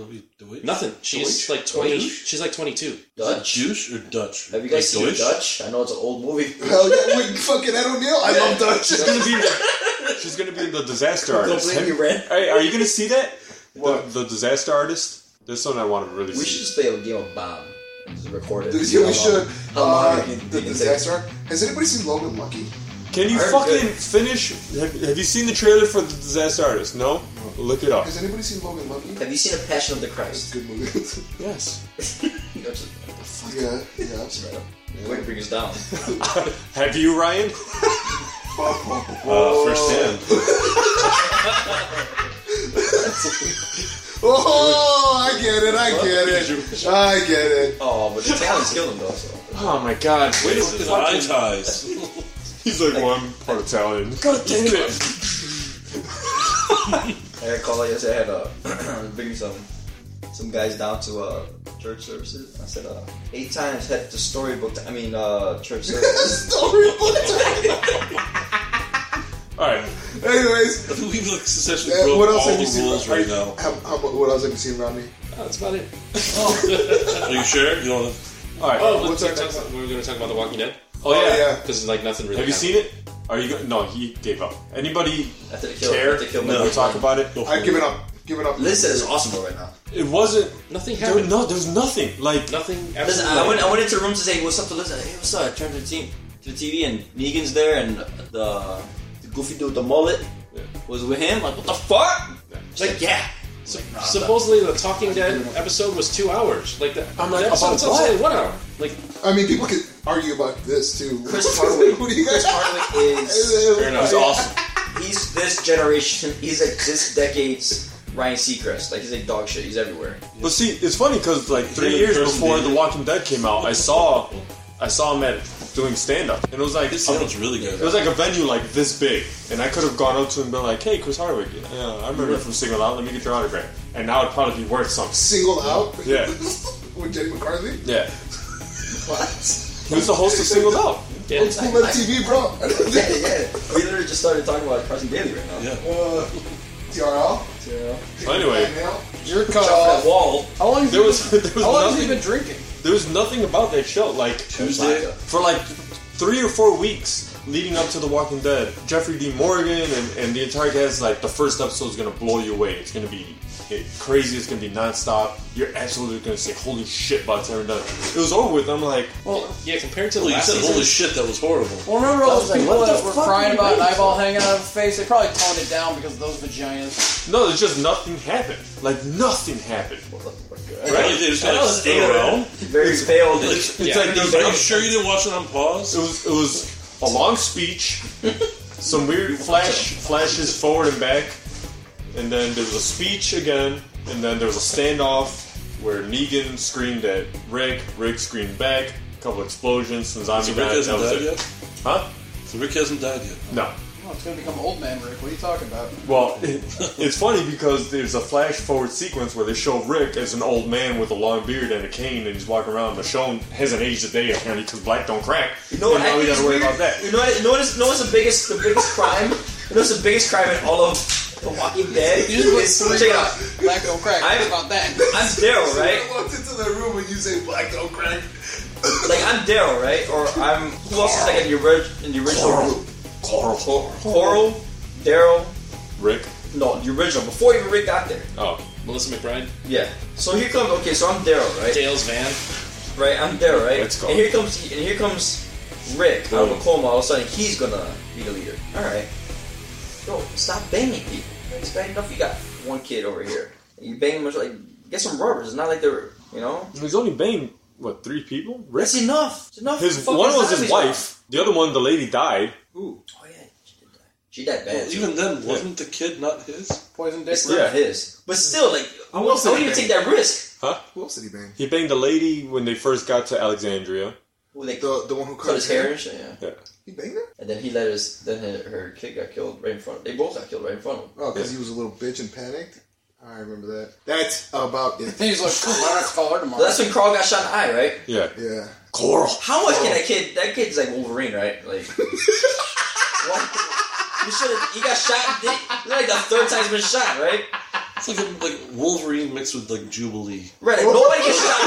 [SPEAKER 1] Nothing. She's like 20. She's like 22.
[SPEAKER 7] Dutch?
[SPEAKER 4] Juice or Dutch?
[SPEAKER 7] Have you guys
[SPEAKER 4] Like
[SPEAKER 7] seen Dutch? I know it's an old movie.
[SPEAKER 3] Hell yeah, with fucking Ed O'Neill. I love Dutch.
[SPEAKER 2] She's gonna be the, she's gonna be the disaster artist.
[SPEAKER 7] Completely red.
[SPEAKER 2] Hey, are you gonna see that? The, the disaster artist. This one I want to really
[SPEAKER 7] We should
[SPEAKER 2] see.
[SPEAKER 7] just play a game of bomb. and Just record it.
[SPEAKER 3] Dude, yeah, we
[SPEAKER 7] How
[SPEAKER 3] should.
[SPEAKER 7] long- How long
[SPEAKER 3] Uh,
[SPEAKER 7] we can-
[SPEAKER 3] the
[SPEAKER 7] we can take.
[SPEAKER 3] disaster. Has anybody seen Logan Lucky?
[SPEAKER 2] Can you
[SPEAKER 7] I heard
[SPEAKER 2] fucking
[SPEAKER 7] good.
[SPEAKER 2] finish? Have, have you seen the trailer for the disaster artist? No. Look it up.
[SPEAKER 3] Has anybody seen Logan Lucky?
[SPEAKER 7] Have you seen A Passion of the
[SPEAKER 3] It's
[SPEAKER 7] Christ?
[SPEAKER 3] a good movie.
[SPEAKER 2] Yes.
[SPEAKER 7] That's-
[SPEAKER 3] yeah, yeah.
[SPEAKER 7] Way to bring us down.
[SPEAKER 2] Have you, Ryan? uh, firsthand.
[SPEAKER 3] Oh, I get it. I get it. I get it.
[SPEAKER 7] Oh, but the Italians killed him though. So.
[SPEAKER 2] Oh my god. Wait a
[SPEAKER 4] His eye ties.
[SPEAKER 2] He's like, well, I'm part Italian. God damn it.
[SPEAKER 7] I got called out yesterday. I had uh, I was bringing some some guys down to uh, church services. I said uh, eight times head to storybook. I mean uh, church services.
[SPEAKER 2] All right.
[SPEAKER 3] Anyways,
[SPEAKER 4] We've like essentially
[SPEAKER 3] uh,
[SPEAKER 4] broke
[SPEAKER 3] what else
[SPEAKER 4] all
[SPEAKER 3] have you
[SPEAKER 4] the
[SPEAKER 3] seen?
[SPEAKER 4] rules right now.
[SPEAKER 3] How, how, what else have you seen, Rodney?
[SPEAKER 1] Oh, that's about it.
[SPEAKER 4] Are you sure? You don't.
[SPEAKER 2] All right.
[SPEAKER 1] Oh, what's
[SPEAKER 3] what's our
[SPEAKER 1] our
[SPEAKER 3] next
[SPEAKER 1] We were going to talk about The Walking Dead.
[SPEAKER 2] Oh, yeah.
[SPEAKER 3] yeah.
[SPEAKER 1] Because, like, nothing really
[SPEAKER 2] Have you seen it? Are you? Go- no, he gave up. Anybody
[SPEAKER 7] After they killed,
[SPEAKER 2] care?
[SPEAKER 7] after they killed
[SPEAKER 2] No. Talk about it.
[SPEAKER 3] I've given up. Given up.
[SPEAKER 7] Liz said it's awesome right now.
[SPEAKER 2] It wasn't.
[SPEAKER 1] Nothing
[SPEAKER 2] There,
[SPEAKER 1] happened.
[SPEAKER 2] no, there's nothing. Like
[SPEAKER 1] Nothing.
[SPEAKER 7] Listen,
[SPEAKER 1] Absolutely.
[SPEAKER 7] I went I went into the room to say what's up to Liz. I said, Hey, what's up? I turned to the team to the TV and Negan's there and the, the goofy dude with the mullet was with him. Like what the fuck? She's like yeah.
[SPEAKER 1] Sup- supposedly, the Talking Dead episode was two hours. Like, the,
[SPEAKER 2] I'm like,
[SPEAKER 1] the
[SPEAKER 2] about
[SPEAKER 1] episode's
[SPEAKER 2] what?
[SPEAKER 1] only one hour. Like,
[SPEAKER 3] I mean, people could argue about this too.
[SPEAKER 7] Chris
[SPEAKER 3] Hardwick, what do you guys?
[SPEAKER 7] Chris Hardwick is
[SPEAKER 1] fair enough.
[SPEAKER 2] it's awesome.
[SPEAKER 7] he's this generation. He's like this decade's Ryan Seacrest. Like he's like dog shit. He's everywhere.
[SPEAKER 2] But see, it's funny because like three
[SPEAKER 4] the
[SPEAKER 2] years
[SPEAKER 4] person
[SPEAKER 2] before
[SPEAKER 4] did.
[SPEAKER 2] The Walking Dead came out, I saw, I saw him at doing stand up, and it was like
[SPEAKER 4] This
[SPEAKER 2] a-
[SPEAKER 4] sounds really good.
[SPEAKER 2] It was like a venue like this big, and I could have gone up to him and been like, "Hey, Chris Hardwick, yeah, I remember you from Single Out. Let me get your autograph." And now it'd probably be worth something.
[SPEAKER 3] Singled out.
[SPEAKER 2] Yeah.
[SPEAKER 3] With Jenny McCarthy.
[SPEAKER 2] Yeah,
[SPEAKER 7] What?
[SPEAKER 2] he was the host of Singled Out.
[SPEAKER 3] It's cool on TV, bro.
[SPEAKER 7] yeah, yeah. We literally just started talking about Carson Daly right now.
[SPEAKER 4] Yeah.
[SPEAKER 3] TRL.
[SPEAKER 2] Well, anyway,
[SPEAKER 3] Mail.
[SPEAKER 8] You're cut
[SPEAKER 7] Off that
[SPEAKER 8] off.
[SPEAKER 7] wall.
[SPEAKER 8] How long have
[SPEAKER 2] there
[SPEAKER 8] you
[SPEAKER 2] was there was
[SPEAKER 8] been- how long have you been
[SPEAKER 2] nothing
[SPEAKER 8] drinking?
[SPEAKER 2] there was nothing about that show like
[SPEAKER 4] Tuesday.
[SPEAKER 2] for like three or four weeks leading up to The Walking Dead, Jeffrey D. Morgan and, and the entire cast, like, the first episode is gonna blow you away. It's gonna be it- crazy, it's gonna be nonstop. You're absolutely gonna say, holy shit, by the time we're done. It was over with, I'm like, well,
[SPEAKER 1] yeah, compared to the
[SPEAKER 4] Well, you
[SPEAKER 1] last
[SPEAKER 4] said
[SPEAKER 1] season,
[SPEAKER 4] holy shit, that was horrible.
[SPEAKER 8] Well, remember all those
[SPEAKER 2] like,
[SPEAKER 8] people
[SPEAKER 2] what the
[SPEAKER 8] that were
[SPEAKER 2] fuck are
[SPEAKER 8] crying
[SPEAKER 2] you
[SPEAKER 8] about an
[SPEAKER 2] doing?
[SPEAKER 8] eyeball hanging out of his face? They probably toned it down because of those vaginas.
[SPEAKER 2] no, there's just nothing happened. Like, nothing happened.
[SPEAKER 4] Right? They just kinda, like, stay around.
[SPEAKER 7] Very pale.
[SPEAKER 2] It's
[SPEAKER 4] It's,
[SPEAKER 1] Yeah.
[SPEAKER 2] like, there's
[SPEAKER 4] are you
[SPEAKER 2] like,
[SPEAKER 4] sure you didn't watch it on
[SPEAKER 2] it
[SPEAKER 4] pause?
[SPEAKER 2] was, it was a long speech, some weird flash flashes forward and back, and then there was a speech again, and then there was a standoff where Negan screamed at Rick, Rick screamed back, a couple explosions, some zombie
[SPEAKER 4] So Rick
[SPEAKER 2] guys,
[SPEAKER 4] hasn't
[SPEAKER 2] that was
[SPEAKER 4] died
[SPEAKER 2] it.
[SPEAKER 4] yet.
[SPEAKER 2] Huh?
[SPEAKER 4] So Rick hasn't died yet.
[SPEAKER 2] No.
[SPEAKER 8] Oh, it's gonna become old man Rick. What are you talking about?
[SPEAKER 2] Well, it, it's funny because there's a flash forward sequence where they show Rick as an old man with a long beard and a cane, and he's walking around. The show hasn't aged a day apparently because black don't crack.
[SPEAKER 7] No,
[SPEAKER 2] and now we gotta worry about that.
[SPEAKER 7] You know what? You know what is, you know what's the biggest the biggest crime? You know what's the biggest crime in all of The Walking Dead?
[SPEAKER 8] You just
[SPEAKER 7] Check
[SPEAKER 8] went
[SPEAKER 7] it out.
[SPEAKER 8] Black don't crack.
[SPEAKER 7] I-
[SPEAKER 8] What about that?
[SPEAKER 7] I'm
[SPEAKER 3] I
[SPEAKER 7] Daryl, right?
[SPEAKER 3] walked into the room and you say black don't crack.
[SPEAKER 7] Like I'm Daryl, right? Or I'm who else is like in the orig- in the original group?
[SPEAKER 2] Carl.
[SPEAKER 7] Coral, Daryl.
[SPEAKER 2] Rick.
[SPEAKER 7] No, the original before even Rick got there.
[SPEAKER 2] Oh.
[SPEAKER 1] Melissa McBride,
[SPEAKER 7] Yeah. So here comes okay. So I'm Daryl, right?
[SPEAKER 1] Dale's van.
[SPEAKER 7] Right, I'm there, right?
[SPEAKER 2] Let's go.
[SPEAKER 7] And here comes and here comes Rick out of a coma. All of a sudden, he's gonna be the leader. All right, yo, stop banging people. It's bad enough you got one kid over here. You bang him, it's like get some rubbers. It's not like they're you know.
[SPEAKER 2] It was only Bane what three people? Rick.
[SPEAKER 7] That's enough. It's enough.
[SPEAKER 2] His
[SPEAKER 7] Fuck
[SPEAKER 2] one was
[SPEAKER 7] zombies,
[SPEAKER 2] his
[SPEAKER 7] bro.
[SPEAKER 2] wife. The other one, the lady died.
[SPEAKER 4] Ooh.
[SPEAKER 7] Oh yeah, she did die. She died bad.
[SPEAKER 4] Well,
[SPEAKER 7] too.
[SPEAKER 4] even then, wasn't the kid not his?
[SPEAKER 8] Poison dick.
[SPEAKER 7] it's not
[SPEAKER 2] yeah.
[SPEAKER 7] his, but still, like, I
[SPEAKER 3] was
[SPEAKER 7] wouldn't even
[SPEAKER 3] thinking-
[SPEAKER 7] take that risk.
[SPEAKER 2] Huh?
[SPEAKER 3] Who else did he bang?
[SPEAKER 2] He banged the lady when they first got to Alexandria.
[SPEAKER 7] Well, they
[SPEAKER 3] The the one who
[SPEAKER 7] cut his hair and shit. Yeah.
[SPEAKER 2] Yeah.
[SPEAKER 3] He banged her?
[SPEAKER 7] And then he let his then her, her kid got killed right in front. They both got killed right in front of him.
[SPEAKER 3] Oh, because he was a little bitch and panicked. I remember that. That's about it.
[SPEAKER 8] Then he's like, cool, why not call her tomorrow?
[SPEAKER 7] Well, that's when Carl got shot in the eye, right?
[SPEAKER 2] Yeah.
[SPEAKER 3] Yeah.
[SPEAKER 2] Coral.
[SPEAKER 7] How much can that kid? That kid's like Wolverine, right? Like, one, you should have. He got shot. in the- He's like the third time he's been shot, right?
[SPEAKER 4] It's like a, like Wolverine mixed with like Jubilee.
[SPEAKER 7] Right, like, nobody gets shot.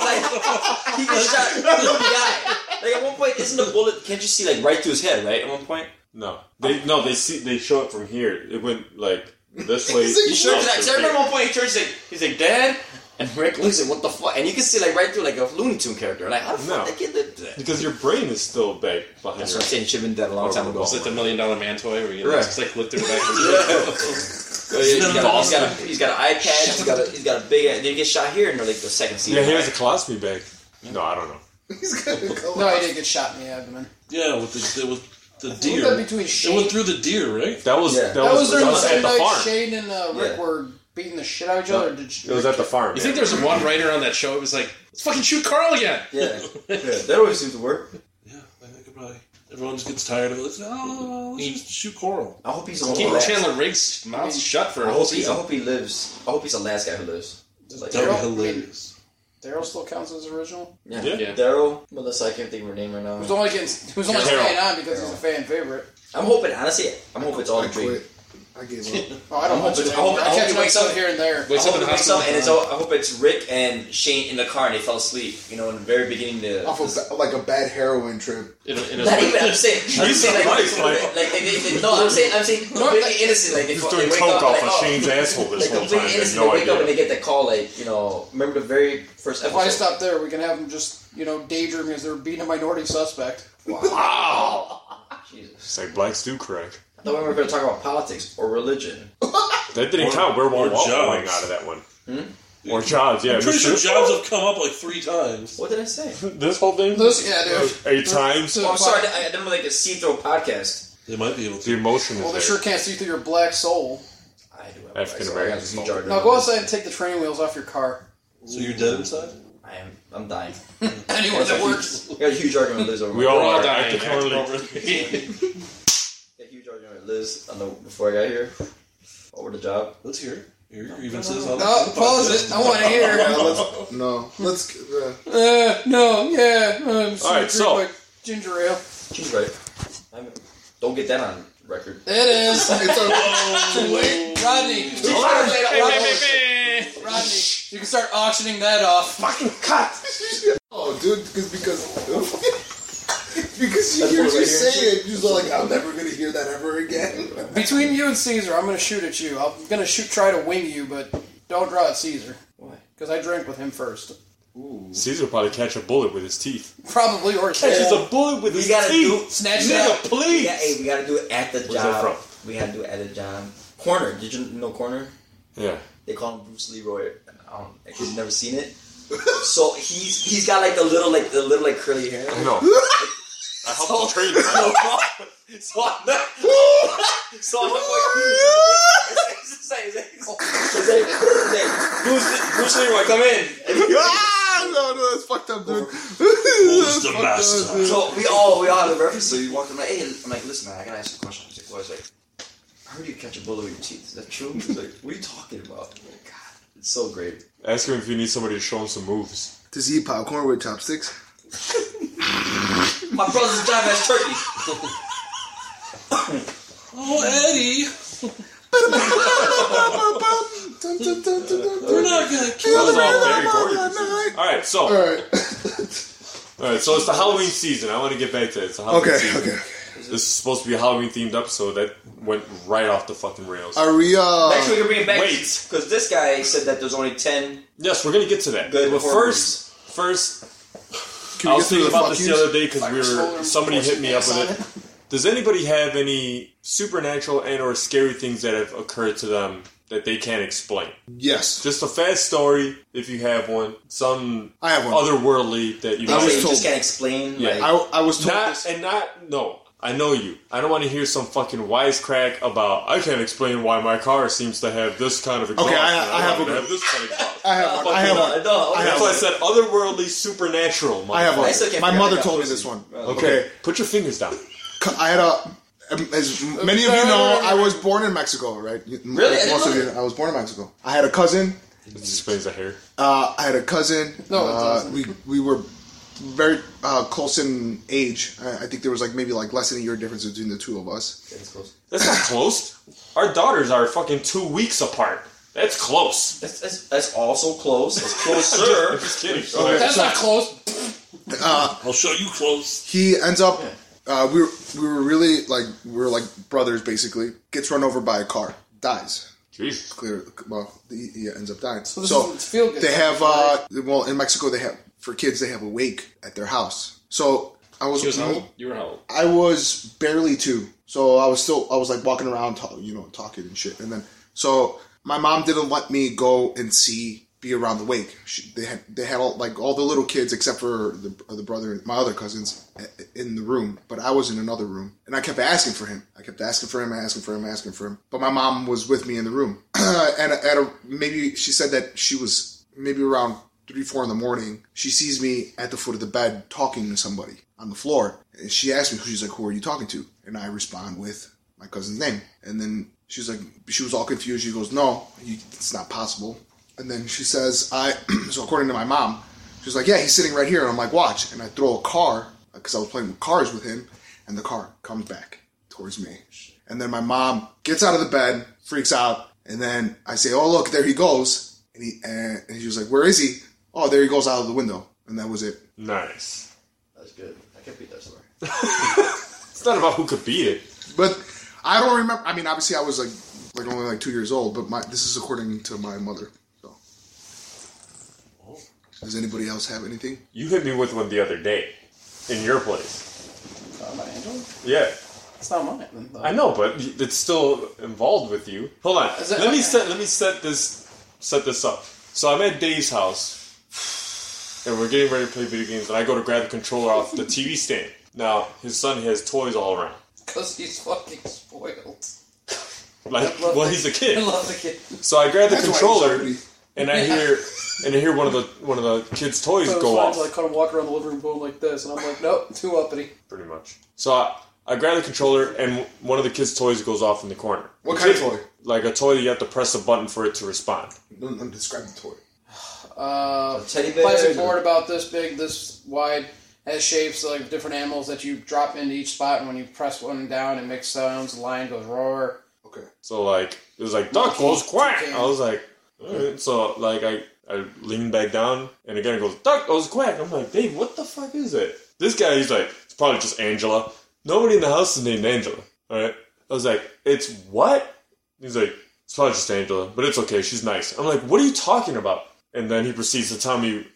[SPEAKER 7] Like, he gets shot through the eye. Like, at one point, isn't the bullet, can't you see, like, right through his head, right? At one point?
[SPEAKER 2] No, they no they see they show it from here. It went like this way.
[SPEAKER 3] Is it
[SPEAKER 7] He turns, like, 'cause I remember at one point, he turns, like, he's like, Dad? And Rick looks at, what the fuck? And you can see, like, right through, like, a Looney Tune character. Like, how the
[SPEAKER 2] No.
[SPEAKER 7] fuck that kid did that?
[SPEAKER 2] because your brain is still back behind.
[SPEAKER 7] That's
[SPEAKER 2] your-
[SPEAKER 7] what I'm saying, it should have been dead a long time ago.
[SPEAKER 2] It's
[SPEAKER 1] It's like the million dollar man toy where you
[SPEAKER 7] Right.
[SPEAKER 1] just like look through the back of his
[SPEAKER 7] Oh, yeah, he's, got a, he's, got a, he's got an iPad, he's got a, he's got a big, and then he gets shot here in, like, the second
[SPEAKER 2] yeah,
[SPEAKER 7] season.
[SPEAKER 2] he has a colostomy bag. No, I don't know.
[SPEAKER 3] He's got a color.
[SPEAKER 8] no, he did get shot in the abdomen.
[SPEAKER 4] Yeah, with the, the with the deer.
[SPEAKER 8] Wasn't that
[SPEAKER 4] It
[SPEAKER 8] between
[SPEAKER 4] went
[SPEAKER 8] Shane?
[SPEAKER 4] through the deer, right?
[SPEAKER 2] That was
[SPEAKER 7] Yeah.
[SPEAKER 2] that,
[SPEAKER 8] That was
[SPEAKER 2] was,
[SPEAKER 8] during
[SPEAKER 2] that
[SPEAKER 8] the
[SPEAKER 2] was
[SPEAKER 8] same
[SPEAKER 2] at the
[SPEAKER 8] night
[SPEAKER 2] farm.
[SPEAKER 8] Shane and uh, Rick
[SPEAKER 7] Yeah.
[SPEAKER 8] were beating the shit out of each other. or Did
[SPEAKER 2] It was at the farm.
[SPEAKER 1] You
[SPEAKER 2] yeah.
[SPEAKER 1] think there's one writer on that show who was like, let's fucking shoot Carl again?
[SPEAKER 7] Yeah. yeah. That always seems to work.
[SPEAKER 4] Yeah, I think it probably. Everyone just gets tired of it. Let's, oh, let's just shoot coral.
[SPEAKER 7] I hope he's a
[SPEAKER 1] Keep
[SPEAKER 7] whole ass-
[SPEAKER 1] Chandler Riggs' mouth shut for
[SPEAKER 7] I
[SPEAKER 1] a whole
[SPEAKER 7] hope, he, I
[SPEAKER 1] season.
[SPEAKER 7] hope he lives. I hope he's the last guy who lives. Like,
[SPEAKER 4] That would
[SPEAKER 8] Daryl-
[SPEAKER 4] be hilarious.
[SPEAKER 8] Daryl still counts as original.
[SPEAKER 7] Yeah.
[SPEAKER 2] Yeah.
[SPEAKER 1] Yeah.
[SPEAKER 7] Daryl. Melissa, I can't think of her name right
[SPEAKER 8] He was
[SPEAKER 7] now.
[SPEAKER 8] only getting, he was only
[SPEAKER 2] Daryl.
[SPEAKER 8] staying on because he's a fan favorite.
[SPEAKER 7] I'm hoping, honestly, I'm hoping it's all
[SPEAKER 3] I
[SPEAKER 7] a dream.
[SPEAKER 3] quit. I gave up.
[SPEAKER 8] Oh, I don't
[SPEAKER 7] I
[SPEAKER 8] watch
[SPEAKER 7] hope
[SPEAKER 8] it.
[SPEAKER 7] it- I hope- I
[SPEAKER 8] I
[SPEAKER 7] hope
[SPEAKER 8] catch
[SPEAKER 7] he wakes
[SPEAKER 8] wakes up
[SPEAKER 7] up.
[SPEAKER 8] here and there.
[SPEAKER 7] I
[SPEAKER 1] Wakes up
[SPEAKER 7] hope
[SPEAKER 1] in
[SPEAKER 7] it
[SPEAKER 1] the
[SPEAKER 7] wakes
[SPEAKER 1] hospital.
[SPEAKER 7] up and it's all, I hope it's Rick and Shane in the car and they fell asleep. You know, in the very beginning. The,
[SPEAKER 3] Off of ba- like a bad heroin trip.
[SPEAKER 1] in a, in a,
[SPEAKER 7] not even. I'm saying. I'm
[SPEAKER 2] Jesus
[SPEAKER 7] saying like,
[SPEAKER 2] Christ, Mike.
[SPEAKER 7] like, they, they, they, no, I'm saying. I'm saying completely innocent. Like they,
[SPEAKER 2] He's
[SPEAKER 7] they
[SPEAKER 2] doing
[SPEAKER 7] wake
[SPEAKER 2] coke
[SPEAKER 7] up
[SPEAKER 2] off
[SPEAKER 7] like,
[SPEAKER 2] of
[SPEAKER 7] oh,
[SPEAKER 2] Shane's asshole this
[SPEAKER 7] Like
[SPEAKER 2] whole time.
[SPEAKER 7] completely
[SPEAKER 2] I had
[SPEAKER 7] innocent.
[SPEAKER 2] no
[SPEAKER 7] they wake up and they
[SPEAKER 2] idea.
[SPEAKER 7] get the call. Like you know, remember the very first
[SPEAKER 8] If I
[SPEAKER 7] episode.
[SPEAKER 8] stop there, we can have them just, you know, daydream because they're beating a minority suspect.
[SPEAKER 7] Jesus.
[SPEAKER 2] Ah! It's like blacks do crack.
[SPEAKER 7] I thought we were going to talk about politics or religion.
[SPEAKER 2] That didn't
[SPEAKER 4] Or-
[SPEAKER 2] count. We're one
[SPEAKER 4] or
[SPEAKER 2] going
[SPEAKER 4] jobs.
[SPEAKER 2] out of that one. Or jobs, yeah.
[SPEAKER 4] I'm pretty
[SPEAKER 2] we
[SPEAKER 4] sure
[SPEAKER 2] should-
[SPEAKER 4] jobs have come up like three times.
[SPEAKER 7] What did I say?
[SPEAKER 2] This whole thing.
[SPEAKER 8] Those, yeah, dude.
[SPEAKER 2] Eight times.
[SPEAKER 8] So-
[SPEAKER 7] Oh, I'm sorry. I, I didn't like a see-through podcast.
[SPEAKER 4] They might be able
[SPEAKER 2] The
[SPEAKER 4] to.
[SPEAKER 2] emotion
[SPEAKER 8] Well, they
[SPEAKER 2] is
[SPEAKER 8] sure
[SPEAKER 2] there.
[SPEAKER 8] can't see through your black soul.
[SPEAKER 7] I do. have-
[SPEAKER 2] African
[SPEAKER 7] sorry, I got
[SPEAKER 2] Americans.
[SPEAKER 7] huge jargon.
[SPEAKER 8] Now go outside and take the train wheels off your car.
[SPEAKER 4] So you're dead inside.
[SPEAKER 7] I am. I'm dying.
[SPEAKER 8] Anyone that works.
[SPEAKER 7] I got a huge argument with Liz over.
[SPEAKER 2] We all
[SPEAKER 1] We're all
[SPEAKER 2] are. I
[SPEAKER 1] dying.
[SPEAKER 2] can totally-
[SPEAKER 7] got a huge argument with Liz on the before I got here. Over the job.
[SPEAKER 4] Let's hear it. Your grievances. on
[SPEAKER 8] No,
[SPEAKER 4] the
[SPEAKER 8] pause
[SPEAKER 4] podcast.
[SPEAKER 8] it. I want to
[SPEAKER 3] Uh,
[SPEAKER 8] hear.
[SPEAKER 3] let's, no, let's. Uh,
[SPEAKER 8] Uh, no, yeah. Um,
[SPEAKER 2] All right, so-
[SPEAKER 8] Ginger ale.
[SPEAKER 7] She's right. I'm, don't get that on record.
[SPEAKER 8] It is.
[SPEAKER 3] it's a, too late.
[SPEAKER 8] Rodney. You can start- Rodney, you can start auctioning that off.
[SPEAKER 3] Oh, dude, cause, because because you hear
[SPEAKER 7] what
[SPEAKER 3] what you
[SPEAKER 7] I
[SPEAKER 3] say it, you're just like, I'm never gonna hear that ever again.
[SPEAKER 8] Between you and Caesar, I'm gonna shoot at you. I'm gonna shoot, try to wing you, but don't draw at Caesar.
[SPEAKER 7] Why?
[SPEAKER 8] Because I drank with him first.
[SPEAKER 2] Caesar probably catch a bullet with his teeth.
[SPEAKER 8] Probably or
[SPEAKER 2] Catches a bullet with
[SPEAKER 7] We
[SPEAKER 2] his
[SPEAKER 7] gotta do.
[SPEAKER 2] teeth.
[SPEAKER 8] snatch it
[SPEAKER 2] Nigga,
[SPEAKER 8] up.
[SPEAKER 7] We got, hey,
[SPEAKER 2] please.
[SPEAKER 7] we gotta do it at the
[SPEAKER 2] Where's that
[SPEAKER 7] job.
[SPEAKER 2] from?
[SPEAKER 7] We gotta do it at the job. Corner. Did you know corner?
[SPEAKER 2] Yeah.
[SPEAKER 7] They call him Bruce Leroy. I don't. I could never seen it. So he's he's got like the little like the little like curly hair.
[SPEAKER 2] I know. I helped to train him. I know.
[SPEAKER 7] So I'm not. so I'm like. It's like, it's like, it's like, Bruce, Bruce Leroy, come in.
[SPEAKER 3] ah, no, no, that's fucked up, dude.
[SPEAKER 4] Who's the
[SPEAKER 3] Fucked up,
[SPEAKER 4] master?
[SPEAKER 3] dude.
[SPEAKER 7] So we all we all had a reference. So you walk in, like, hey, I'm like, listen, man, I gotta ask you a question. He's like, what? I was like, how do you catch a bullet with your teeth? Is that true? He's like, what are you talking about? I'm like, God, it's so great.
[SPEAKER 2] Ask him if you need somebody to show him some moves.
[SPEAKER 3] Does he eat popcorn with chopsticks?
[SPEAKER 7] My brother's job has turkeys.
[SPEAKER 4] Oh, Eddie,
[SPEAKER 3] Dun, dun, dun, dun, dun, dun.
[SPEAKER 4] we're not gonna
[SPEAKER 2] That
[SPEAKER 4] kill
[SPEAKER 2] was
[SPEAKER 4] him.
[SPEAKER 2] all very gorgeous. All right, so all
[SPEAKER 3] All right.
[SPEAKER 2] right, so it's the Halloween season. I want to get back to it. It's the Halloween
[SPEAKER 3] Okay,
[SPEAKER 2] season.
[SPEAKER 3] okay.
[SPEAKER 2] This is supposed to be a Halloween themed episode that went right off the fucking rails.
[SPEAKER 3] Are we,
[SPEAKER 7] Next
[SPEAKER 3] uh.
[SPEAKER 7] week we're bringing back
[SPEAKER 2] wait.
[SPEAKER 7] because this guy said that there's only ten.
[SPEAKER 2] Yes, we're gonna get to that.
[SPEAKER 7] Good
[SPEAKER 2] but
[SPEAKER 7] horror
[SPEAKER 2] first, first,
[SPEAKER 3] Can
[SPEAKER 2] I
[SPEAKER 3] we
[SPEAKER 2] was
[SPEAKER 3] get
[SPEAKER 2] thinking
[SPEAKER 3] through the
[SPEAKER 2] about
[SPEAKER 3] fuck
[SPEAKER 2] this
[SPEAKER 3] yous?
[SPEAKER 2] the other day because we
[SPEAKER 8] Solar
[SPEAKER 2] were somebody hit me up
[SPEAKER 8] force
[SPEAKER 2] with it. Does anybody have any supernatural and or scary things that have occurred to them that they can't explain.
[SPEAKER 3] Yes,
[SPEAKER 2] Just a fast story, if you have one. Some
[SPEAKER 3] I have one.
[SPEAKER 2] otherworldly that you
[SPEAKER 7] I
[SPEAKER 3] was
[SPEAKER 7] was
[SPEAKER 3] told-
[SPEAKER 7] just can't explain.
[SPEAKER 2] Yeah,
[SPEAKER 7] like,
[SPEAKER 3] I, I was told
[SPEAKER 2] not
[SPEAKER 3] this.
[SPEAKER 2] and not no. I know you. I don't want to hear some fucking wisecrack about I can't explain why my car seems to have this kind of exhaust.
[SPEAKER 3] Okay, I-
[SPEAKER 2] and
[SPEAKER 3] I have
[SPEAKER 2] want
[SPEAKER 3] a-
[SPEAKER 2] to have this kind of exhaust.
[SPEAKER 3] I have one. I have
[SPEAKER 7] no,
[SPEAKER 3] one.
[SPEAKER 7] no,
[SPEAKER 3] I have
[SPEAKER 2] That's why
[SPEAKER 3] one.
[SPEAKER 2] I said otherworldly, supernatural.
[SPEAKER 3] I have
[SPEAKER 7] I Oh,
[SPEAKER 3] one.
[SPEAKER 7] still can't
[SPEAKER 3] My
[SPEAKER 7] figure
[SPEAKER 3] mother
[SPEAKER 7] out
[SPEAKER 3] told me
[SPEAKER 7] that
[SPEAKER 3] this one.
[SPEAKER 2] Okay, put your fingers down.
[SPEAKER 3] C- I had a. um, As many of you know, I was born in Mexico, right?
[SPEAKER 7] Really? I didn't
[SPEAKER 3] Most of
[SPEAKER 7] know
[SPEAKER 3] you. I was born in Mexico. I had a cousin.
[SPEAKER 2] This explains the hair.
[SPEAKER 3] Uh, I had a cousin.
[SPEAKER 8] No, it
[SPEAKER 3] uh,
[SPEAKER 8] doesn't.
[SPEAKER 3] we we were very uh, close in age. I, I think there was like maybe like less than a year difference between the two of us.
[SPEAKER 7] That's close.
[SPEAKER 2] That's not close. Our daughters are fucking two weeks apart. That's close.
[SPEAKER 7] That's, that's, that's also close. It's closer.
[SPEAKER 2] Just kidding. Go ahead.
[SPEAKER 8] That's not close.
[SPEAKER 4] I'll show you close.
[SPEAKER 3] He ends up. Uh, we were we were really like we were like brothers basically. Gets run over by a car, dies.
[SPEAKER 2] Jesus.
[SPEAKER 3] Clear. Well, he, he ends up dying. So,
[SPEAKER 8] this is- it's feel good.
[SPEAKER 3] they have. Uh, well, in Mexico, they have for kids they have a wake at their house. So I was.
[SPEAKER 1] She was how old? You were how old?
[SPEAKER 3] I was barely two, so I was still I was like walking around, talk, you know, talking and shit. And then so my mom didn't let me go and see be around the wake. She, they had they had all like all the little kids except for the the brother, my other cousins, i- in the room, but I was in another room, and I kept asking for him. I kept asking for him, asking for him, asking for him. But my mom was with me in the room, and at a, maybe she said that she was maybe around three, four in the morning, she sees me at the foot of the bed talking to somebody on the floor. And she asks me, she's like, who are you talking to? And I respond with my cousin's name. And then she's like, she was all confused. She goes, no, you, it's not possible. And then she says, I, so according to my mom, she's like, yeah, he's sitting right here. And I'm like, watch. And I throw a car, because I was playing with cars with him, and the car comes back towards me. And then my mom gets out of the bed, freaks out, and then I say, "Oh look, there he goes!" And he and and she was like, "Where is he?" Oh, there he goes out of the window, and that was it.
[SPEAKER 2] Nice.
[SPEAKER 7] That's good. I can beat that story.
[SPEAKER 2] It's not about who could beat it.
[SPEAKER 3] But I don't remember. I mean, obviously, I was like like only like two years old, but my this is according to my mother. So, does anybody else have anything?
[SPEAKER 2] You hit me with one the other day in your place.
[SPEAKER 8] Uh, my angel?
[SPEAKER 2] Yeah,
[SPEAKER 8] It's not mine. then, though.
[SPEAKER 2] I know, but it's still involved with you. Hold on.
[SPEAKER 8] Is it-
[SPEAKER 2] let me set. Let me set this. Set this up. So I'm at Dave's house, and we're getting ready to play video games, and I go to grab the controller off the TV stand. Now his son has toys all around.
[SPEAKER 8] Because he's fucking spoiled.
[SPEAKER 2] Like, well, he's a
[SPEAKER 8] I
[SPEAKER 2] kid.
[SPEAKER 8] love the kid.
[SPEAKER 2] So I grab the
[SPEAKER 3] why he's
[SPEAKER 2] controller,
[SPEAKER 3] dirty.
[SPEAKER 2] and I hear, and I hear one of the one of the kids' toys
[SPEAKER 8] So
[SPEAKER 2] go off.
[SPEAKER 8] I caught him walking around the living room going like this, and I'm like, nope, too uppity.
[SPEAKER 2] pretty much. So I, I grab the controller, and one of the kids' toys goes off in the corner.
[SPEAKER 3] What kind of toy?
[SPEAKER 2] Like a toy that you have to press a button for it to respond.
[SPEAKER 3] No, no, describe the toy.
[SPEAKER 8] Uh,
[SPEAKER 7] Teddy bear.
[SPEAKER 8] plastic board about this big, this wide, has shapes like different animals that you drop into each spot, and when you press one down, it makes sounds. The lion goes roar.
[SPEAKER 3] Okay.
[SPEAKER 2] So like it was like duck goes quack.
[SPEAKER 8] Okay.
[SPEAKER 2] I was like, alright. so like I I leaned back down, and again it goes duck goes quack. I'm like, Dave, what the fuck is it? This guy, he's like, it's probably just Angela. Nobody in the house is named Angela. All right. I was like, it's what? He's like, it's probably just Angela, but it's okay. She's nice. I'm like, what are you talking about? And then he proceeds to tell me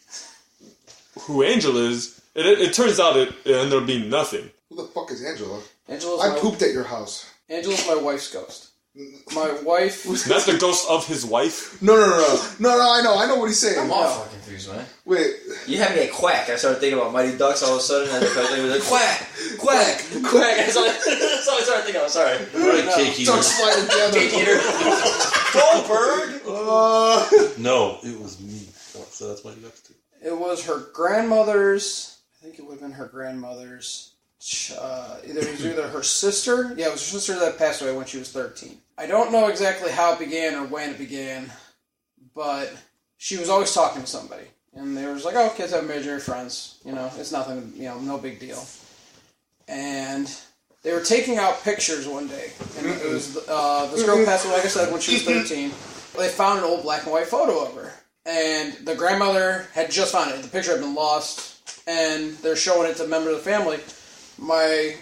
[SPEAKER 2] who Angela is. It, it, it turns out it, it ended up being nothing.
[SPEAKER 3] Who the fuck is Angela?
[SPEAKER 8] Angela's
[SPEAKER 3] I
[SPEAKER 8] my,
[SPEAKER 3] pooped at your house.
[SPEAKER 8] Angela's my wife's ghost.
[SPEAKER 2] Mm.
[SPEAKER 8] My wife.
[SPEAKER 2] Not the ghost of his wife.
[SPEAKER 3] No, no, no, no, no, no. I know, I know what he's saying.
[SPEAKER 7] I'm all fucking confused, man.
[SPEAKER 3] Wait,
[SPEAKER 7] You had me at quack. I started thinking about Mighty Ducks all of a sudden. And I started thinking like quack, quack, quack. That's all I, that's all I started thinking. I'm sorry.
[SPEAKER 4] What a cake eater.
[SPEAKER 3] ducks fly together.
[SPEAKER 7] Peter Goldberg.
[SPEAKER 3] Uh,
[SPEAKER 4] No, it was me. So that's my next two.
[SPEAKER 8] It was her grandmother's. I think it would have been her grandmother's. ch- Uh, either it was either her sister. Yeah, it was her sister that passed away when she was thirteen. I don't know exactly how it began or when it began, but she was always talking to somebody, and they were just like, "Oh, kids have major friends. You know, it's nothing. You know, no big deal." And they were taking out pictures one day, and it was uh, this girl passed away. Like I said, when she was thirteen, they found an old black and white photo of her, and the grandmother had just found it. The picture had been lost, and they're showing it to members of the family. My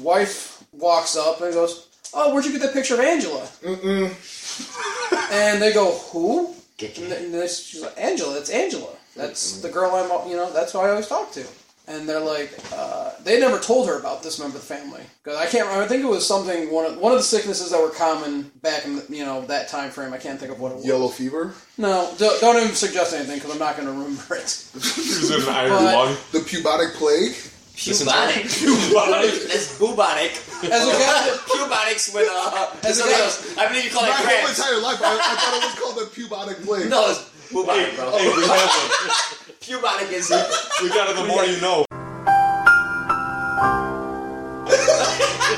[SPEAKER 8] wife walks up and goes, "Oh, where'd you get that picture of Angela?" and they go, "Who?" And then she's like, "Angela. It's Angela. That's the girl I'm. al- You know, that's who I always talk to." and they're like, uh, they never told her about this member of the family because I can't. remember. I think it was something one of, one of the sicknesses that were common back in the, you know that time frame. I can't think of what it was.
[SPEAKER 3] Yellow fever,
[SPEAKER 8] No, don't, don't even suggest anything because I'm not going to remember it.
[SPEAKER 2] There's an iron
[SPEAKER 8] But-
[SPEAKER 2] lung.
[SPEAKER 3] the pubotic plague.
[SPEAKER 7] Pubonic. That's bubonic.
[SPEAKER 8] As a guy,
[SPEAKER 7] Pubonics with uh,
[SPEAKER 8] As a
[SPEAKER 7] something
[SPEAKER 8] guy-
[SPEAKER 7] else. I believe you call
[SPEAKER 3] My
[SPEAKER 7] it
[SPEAKER 3] whole
[SPEAKER 7] cramps.
[SPEAKER 3] entire life, I, I thought it was called the pubotic plague.
[SPEAKER 7] No, it's bubonic, bro.
[SPEAKER 2] Hey, Oh, we have one.
[SPEAKER 7] Pubonic is
[SPEAKER 2] We got it. The more you know.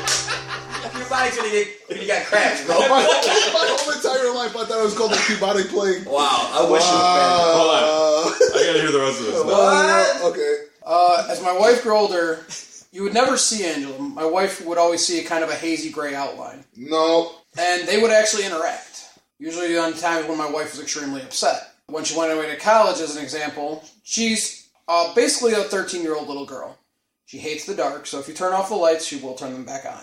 [SPEAKER 7] pubonic's when you get when you got cramps, bro.
[SPEAKER 3] My, whole, my whole entire life, I thought it was called the pubotic plague.
[SPEAKER 7] Wow, I wish you
[SPEAKER 2] Hold on.
[SPEAKER 3] Uh,
[SPEAKER 2] I gotta hear the rest of this. Now.
[SPEAKER 7] What?
[SPEAKER 3] okay.
[SPEAKER 8] uh, as my wife grew older, you would never see Angela. My wife would always see a kind of a hazy gray outline,
[SPEAKER 3] No.
[SPEAKER 8] and they would actually interact. Usually on times when my wife was extremely upset. When she went away to college, as an example, she's uh, basically a 13 year old little girl. She hates the dark, so if you turn off the lights, she will turn them back on.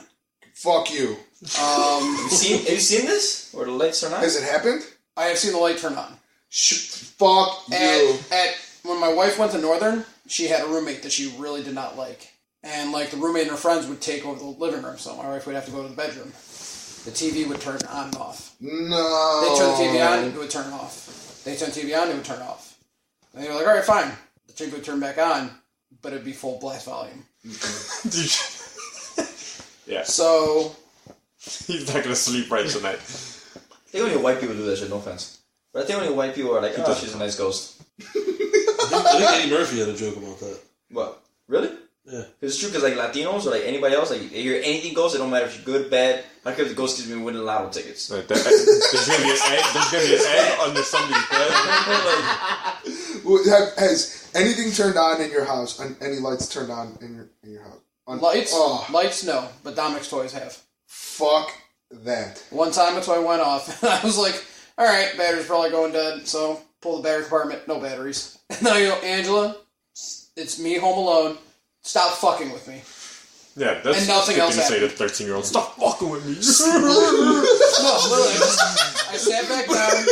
[SPEAKER 3] Fuck you.
[SPEAKER 7] Have you seen? Have you seen this? Or the lights are not?
[SPEAKER 3] Has it happened?
[SPEAKER 8] I have seen the light turn on.
[SPEAKER 3] Sh- fuck you.
[SPEAKER 8] at, at when my wife went to Northern, she had a roommate that she really did not like, and like the roommate and her friends would take over the living room, so my wife would have to go to the bedroom. The TV would turn on and off.
[SPEAKER 3] No.
[SPEAKER 8] They turn the TV on, it would turn off. They turn the TV on, it would turn off. And they were like, "All right, fine." The TV would turn back on, but it'd be full blast volume.
[SPEAKER 2] yeah,
[SPEAKER 8] So
[SPEAKER 2] he's not gonna sleep right tonight.
[SPEAKER 7] I think only white people do that shit. No offense, but I think only white people are like, oh, she's a nice ghost.
[SPEAKER 4] I think Eddie Murphy had a joke about that.
[SPEAKER 7] What? Really?
[SPEAKER 4] Yeah.
[SPEAKER 7] It's true because like Latinos or like anybody else, like they hear anything ghost, it don't matter if you're good, bad. I don't care if the ghost gives me winning lotto tickets.
[SPEAKER 2] Like that- there's gonna be an egg. There's gonna be an egg under somebody's bed.
[SPEAKER 3] Well, have- has anything turned on in your house? An- Any lights turned on in your in your house? On-
[SPEAKER 8] lights,
[SPEAKER 3] Oh,
[SPEAKER 8] lights, no, but Dominic's toys have.
[SPEAKER 3] fuck that.
[SPEAKER 8] One time my toy went off, and I was like, all right, battery's probably going dead, so pull the battery compartment, no batteries. And now you go, Angela, it's me home alone, stop fucking with me.
[SPEAKER 2] Yeah, that's
[SPEAKER 8] And nothing
[SPEAKER 2] good
[SPEAKER 8] else
[SPEAKER 2] thing to say to thirteen-year-old. Stop fucking with me.
[SPEAKER 8] No, literally, I just- I sat back down,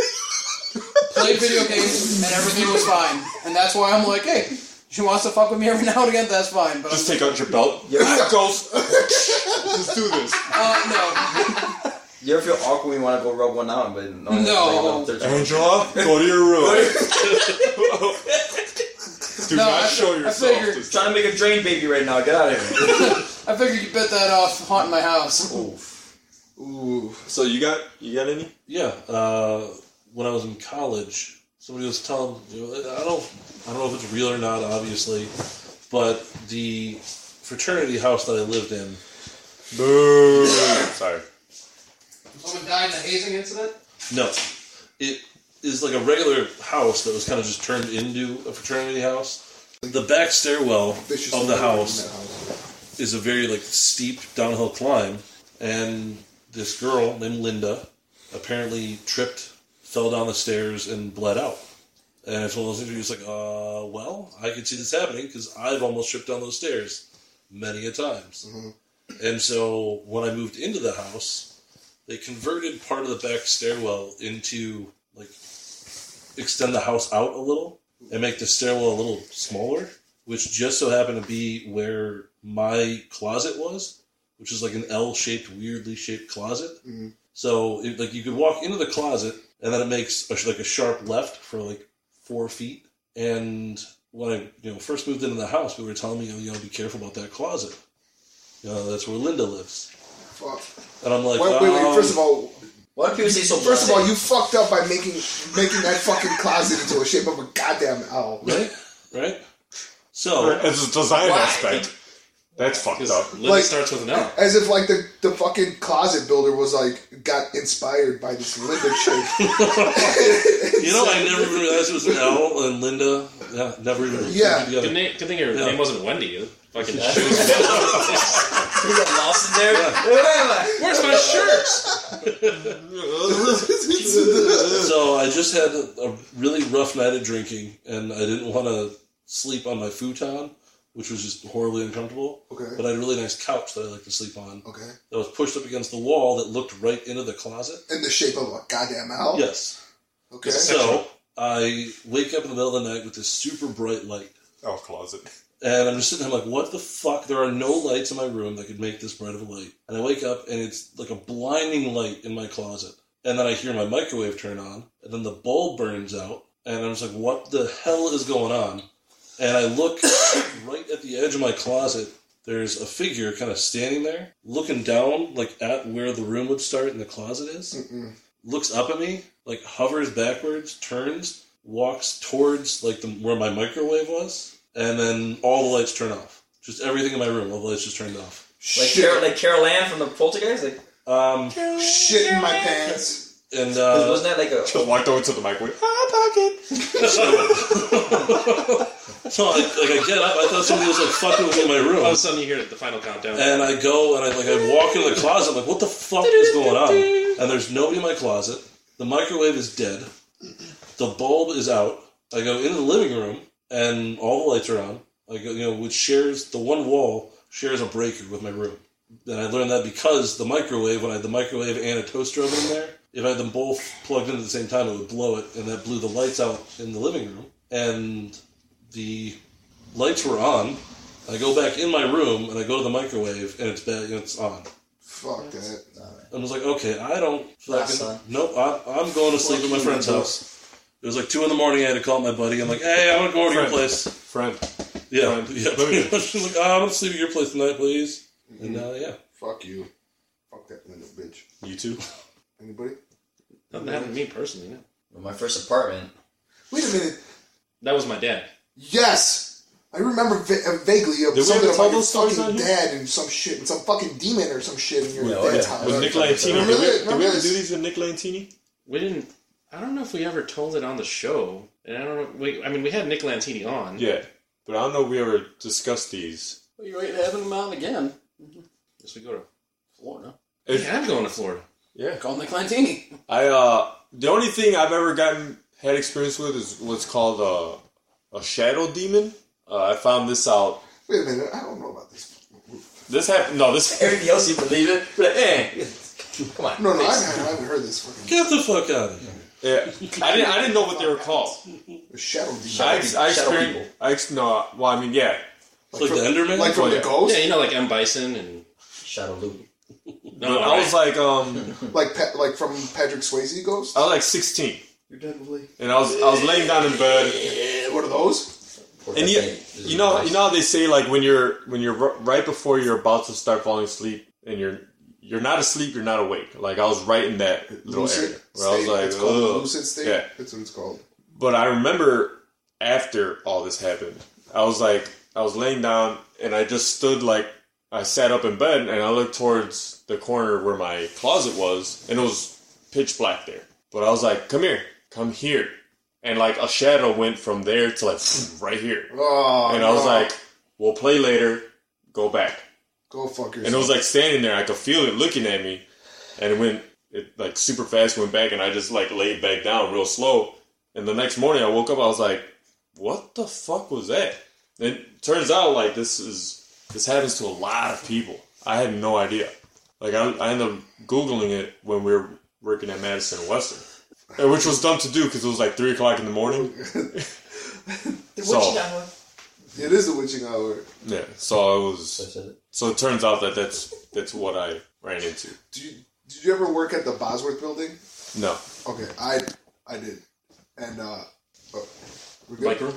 [SPEAKER 8] played video games, and everything was fine. And that's why I'm like, hey, she wants to fuck with me every now and again, that's fine. But I'm
[SPEAKER 2] Just take out your belt. Ghost. Let's do this.
[SPEAKER 8] uh, no,
[SPEAKER 7] You ever feel awkward when you want to go rub one out, but no, it's
[SPEAKER 8] No.
[SPEAKER 7] like, no, they're-
[SPEAKER 2] Angela, go to your room. do
[SPEAKER 8] No,
[SPEAKER 2] not
[SPEAKER 8] I-
[SPEAKER 2] show
[SPEAKER 8] I
[SPEAKER 2] yourself.
[SPEAKER 8] figured-
[SPEAKER 2] Just-
[SPEAKER 7] trying to make a drain baby right now. Get out of here.
[SPEAKER 8] I figured you bit that off haunting my house.
[SPEAKER 3] Ooh.
[SPEAKER 2] so you got you got any?
[SPEAKER 4] Yeah, uh, when I was in college, somebody was telling you know, I don't I don't know if it's real or not, obviously, but the fraternity house that I lived in,
[SPEAKER 2] Boo. Sorry.
[SPEAKER 8] Someone died in a hazing incident?
[SPEAKER 4] no, it is like a regular house that was kind of just turned into a fraternity house. The back stairwell
[SPEAKER 3] Vicious
[SPEAKER 4] of the
[SPEAKER 3] little
[SPEAKER 4] house
[SPEAKER 3] in that house.
[SPEAKER 4] is a very like steep downhill climb, and this girl named Linda apparently tripped, fell down the stairs, and bled out. And it's one of those things where you're just like, uh, well, I could see this happening because I've almost tripped down those stairs many a times. And so when I moved into the house, they converted part of the back stairwell into like extend the house out a little and make the stairwell a little smaller, which just so happened to be where my closet was, which is like an L-shaped, weirdly shaped closet.
[SPEAKER 3] Mm-hmm.
[SPEAKER 4] So it, like you could walk into the closet, and then it makes a, sh- like a sharp left for like four feet. And when I you know first moved into the house, people were telling me, oh, you know, be careful about that closet. You know, that's where Linda lives.
[SPEAKER 3] Fuck.
[SPEAKER 4] And I'm like,
[SPEAKER 3] Wait, wait, wait.
[SPEAKER 4] um,
[SPEAKER 3] First of all,
[SPEAKER 7] Why do people say so?
[SPEAKER 3] first of all,
[SPEAKER 7] blunt?
[SPEAKER 3] you fucked up by making making that fucking closet into a shape of a goddamn owl.
[SPEAKER 4] "Oh, right, right. So
[SPEAKER 2] It's a design
[SPEAKER 7] Why?
[SPEAKER 2] aspect. That's fucked up.
[SPEAKER 1] Linda
[SPEAKER 3] Like-
[SPEAKER 1] starts with an L.
[SPEAKER 3] As if like the, the fucking closet builder was like got inspired by this Linda chick.
[SPEAKER 4] you know, I never even realized it was an L and Linda. Yeah, never even.
[SPEAKER 3] Yeah.
[SPEAKER 4] together.
[SPEAKER 1] Good, name, good thing your
[SPEAKER 4] Yeah.
[SPEAKER 1] name wasn't Wendy. it Fucking
[SPEAKER 7] you got lost in there. Yeah.
[SPEAKER 1] Where's my shirt?
[SPEAKER 4] So I just had a, a really rough night of drinking, and I didn't want to sleep on my futon, which was just horribly uncomfortable.
[SPEAKER 3] Okay.
[SPEAKER 4] But I had a really nice couch that I like to sleep on.
[SPEAKER 3] okay.
[SPEAKER 4] That was pushed up against the wall that looked right into the closet.
[SPEAKER 3] In the shape of a goddamn owl.
[SPEAKER 4] Yes.
[SPEAKER 3] Oh. Okay.
[SPEAKER 4] So I wake up in the middle of the night with this super bright light,
[SPEAKER 2] Oh, closet.
[SPEAKER 4] And I'm just sitting there like, what the fuck? There are no lights in my room that could make this bright of a light. And I wake up and it's like a blinding light in my closet. And then I hear my microwave turn on, and then the bulb burns out, and I'm just like, what the hell is going on? And I look right at the edge of my closet. There's a figure kind of standing there, looking down, like at where the room would start and the closet is. Looks up at me, like hovers backwards, turns, walks towards like the where my microwave was, and then all the lights turn off. Just everything in my room, all the lights just turned off.
[SPEAKER 7] Like, Carol, like Carol Ann from the Poltergeist? Like,
[SPEAKER 4] Um,
[SPEAKER 3] Shit in my pants.
[SPEAKER 4] and uh,
[SPEAKER 7] wasn't that like a.
[SPEAKER 2] Just walked over to the microwave.
[SPEAKER 4] so I, like I get up, I thought somebody was like fucking with me in my room.
[SPEAKER 1] All of a sudden, you hear the final countdown.
[SPEAKER 4] and I go and I like I walk into the closet. I'm like, what the fuck is going on? And there's nobody in my closet. The microwave is dead. The bulb is out. I go into the living room and all the lights are on. I go, you know, which shares the one wall shares a breaker with my room. And I learned that because the microwave, when I had the microwave and a toaster oven in there, if I had them both plugged in at the same time, it would blow it, and that blew the lights out in the living room. And the lights were on. I go back in my room and I go to the microwave and it's bad, you know, it's on.
[SPEAKER 3] Fuck that.
[SPEAKER 4] I was like, okay, I don't fucking
[SPEAKER 7] son.
[SPEAKER 4] nope. I, I'm going to sleep at my friend's house. It was like two in the morning. I had to call my buddy. I'm like, hey, I'm going to your
[SPEAKER 2] Friend.
[SPEAKER 4] place.
[SPEAKER 2] Friend.
[SPEAKER 4] Yeah,
[SPEAKER 2] Friend.
[SPEAKER 4] yeah. pretty much. She's like, "Oh, I'm going to sleep at your place tonight, please. And
[SPEAKER 2] Mm-hmm.
[SPEAKER 4] uh, yeah,
[SPEAKER 3] Fuck you. Fuck that little bitch.
[SPEAKER 2] You too?
[SPEAKER 3] Anybody?
[SPEAKER 1] Nothing happened to me personally. No.
[SPEAKER 7] My first apartment.
[SPEAKER 3] Wait a minute.
[SPEAKER 1] That was my dad.
[SPEAKER 3] Yes, I remember va- uh, vaguely of
[SPEAKER 2] Did we
[SPEAKER 3] something
[SPEAKER 2] ever tell
[SPEAKER 3] about your
[SPEAKER 2] those stories
[SPEAKER 3] fucking
[SPEAKER 2] on here?
[SPEAKER 3] dad and some shit and some fucking demon or some shit in your
[SPEAKER 7] No,
[SPEAKER 3] dad's
[SPEAKER 7] yeah.
[SPEAKER 3] house.
[SPEAKER 2] With Nick Lantini. Did
[SPEAKER 3] Remember
[SPEAKER 2] we,
[SPEAKER 3] that-
[SPEAKER 2] did we
[SPEAKER 3] remember
[SPEAKER 2] ever do
[SPEAKER 3] this?
[SPEAKER 2] these with Nick Lantini?
[SPEAKER 1] We didn't. I don't know if we ever told it on the show. And I don't know. We, I mean, we had Nick Lantini on.
[SPEAKER 2] Yeah. But I don't know if we ever discussed these.
[SPEAKER 8] Well, you ain't having them out again.
[SPEAKER 1] Yes, we go to.
[SPEAKER 8] Florida.
[SPEAKER 2] If-
[SPEAKER 1] Yeah, I'm going to Florida.
[SPEAKER 2] yeah.
[SPEAKER 8] Call Nick Lantini.
[SPEAKER 2] I uh the only thing I've ever gotten had experience with is what's called a a shadow demon. Uh, I found this out.
[SPEAKER 3] Wait a minute, I don't know about this.
[SPEAKER 2] This happened. No, this
[SPEAKER 7] Everything else you believe in? But, eh. Come on.
[SPEAKER 3] No, no, I haven't, I haven't heard this fucking
[SPEAKER 4] get the fuck out of here.
[SPEAKER 2] yeah. I didn't. I didn't know what they were called.
[SPEAKER 3] shadow demon.
[SPEAKER 2] I, ex- I
[SPEAKER 7] Shadow
[SPEAKER 2] experienced.
[SPEAKER 7] people.
[SPEAKER 2] I ex- no. Well, I mean, yeah.
[SPEAKER 4] It's like the Enderman.
[SPEAKER 3] like from
[SPEAKER 2] Oh,
[SPEAKER 3] the
[SPEAKER 2] yeah.
[SPEAKER 3] ghost,
[SPEAKER 1] Yeah, you know, like M. Bison and.
[SPEAKER 7] Shadow Loop.
[SPEAKER 1] No,
[SPEAKER 2] I was like, um,
[SPEAKER 3] like pa- like from Patrick Swayze ghost.
[SPEAKER 2] I was like 16,
[SPEAKER 7] You're dead, Willie.
[SPEAKER 2] and I was I was laying down in bed,
[SPEAKER 3] Eh, what are those?
[SPEAKER 2] and you, you know you know how they say like when you're when you're r- right before you're about to start falling asleep, and you're you're not asleep, you're not awake. Like I was right in that little area
[SPEAKER 3] Lucid
[SPEAKER 2] where I was
[SPEAKER 3] state.
[SPEAKER 2] like,
[SPEAKER 3] it's called
[SPEAKER 2] "Ugh."
[SPEAKER 3] lucid state.
[SPEAKER 2] Yeah.
[SPEAKER 3] That's what it's called.
[SPEAKER 2] But I remember after all this happened, I was like, I was laying down and I just stood like, I sat up in bed and I looked towards the corner where my closet was and it was pitch black there. But I was like, come here, come here. And like a shadow went from there to like right here.
[SPEAKER 3] Oh,
[SPEAKER 2] And I was
[SPEAKER 3] no.
[SPEAKER 2] like, we'll play later, go back.
[SPEAKER 3] go fuck yourself.
[SPEAKER 2] And it was like standing there, I could feel it looking at me. And it went, it like super fast went back, and I just like laid back down real slow. And the next morning I woke up, I was like, what the fuck was that? And it turns out like this is, this happens to a lot of people. I had no idea. Like I, I ended up Googling it when we were working at Madison and Western. And Which was dumb to do because it was like 3 o'clock in the morning. so,
[SPEAKER 3] it is a witching hour.
[SPEAKER 2] yeah, so I was, so it turns out that that's, that's what I ran into.
[SPEAKER 3] Did you, did you ever work at the Bosworth building?
[SPEAKER 2] No.
[SPEAKER 3] Okay, I I did, and uh, oh, we're good.
[SPEAKER 1] Bike room?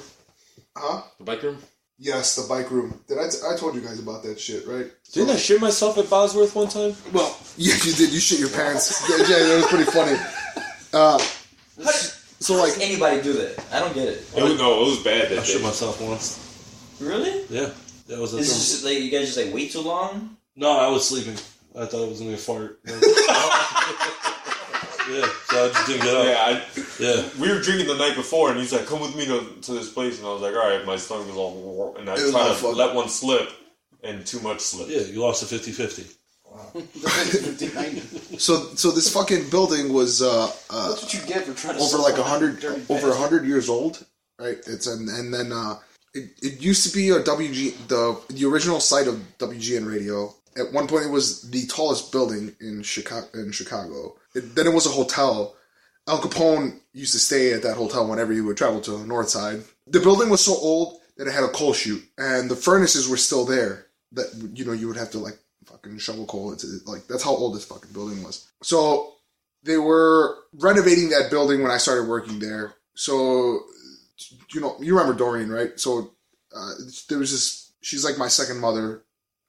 [SPEAKER 3] Huh?
[SPEAKER 1] The bike room?
[SPEAKER 3] Yes, the bike room. Did I, t- I told you guys about that shit, right?
[SPEAKER 2] Didn't I shit myself at Bosworth one time?
[SPEAKER 3] Well, yeah, you did. You shit your pants. yeah, yeah, that was pretty funny. Uh, so
[SPEAKER 7] Like,
[SPEAKER 3] like,
[SPEAKER 7] anybody do that? I don't get it.
[SPEAKER 2] It was, no, it was bad that
[SPEAKER 4] I shit
[SPEAKER 2] day.
[SPEAKER 4] myself once.
[SPEAKER 7] Really?
[SPEAKER 4] Yeah, that was a
[SPEAKER 7] Is this just like you guys just like wait too long?
[SPEAKER 4] no. I was sleeping. I thought it was gonna be a fart. yeah, so I just didn't get up.
[SPEAKER 2] Yeah, I,
[SPEAKER 4] Yeah,
[SPEAKER 2] we were drinking the night before, and he's like, "Come with me to, to this place," and I was like, "All right." My stomach was all, warm, and I
[SPEAKER 3] It was
[SPEAKER 2] tried
[SPEAKER 3] not
[SPEAKER 2] to
[SPEAKER 3] fun.
[SPEAKER 2] let one slip, and too much slipped.
[SPEAKER 4] yeah. You lost a 50-50.
[SPEAKER 3] so so this fucking building was uh, uh
[SPEAKER 8] That's what you get for trying to
[SPEAKER 3] over
[SPEAKER 8] sell
[SPEAKER 3] like a
[SPEAKER 8] something
[SPEAKER 3] hundred
[SPEAKER 8] dirty
[SPEAKER 3] over a
[SPEAKER 8] bastard.
[SPEAKER 3] hundred years old, right? It's and and then uh, it, it used to be a WG the the original site of WGN Radio. At one point, it was the tallest building in Chicago. In Chicago, it, then it was a hotel. Al Capone used to stay at that hotel whenever he would travel to the North Side. The building was so old. that that it had a coal chute, and the furnaces were still there. That you know you would have to like fucking shovel coal into it. like that's how old this fucking building was. So they were renovating that building when I started working there. So you know you remember Doreen, right? So uh, there was this. She's like my second mother.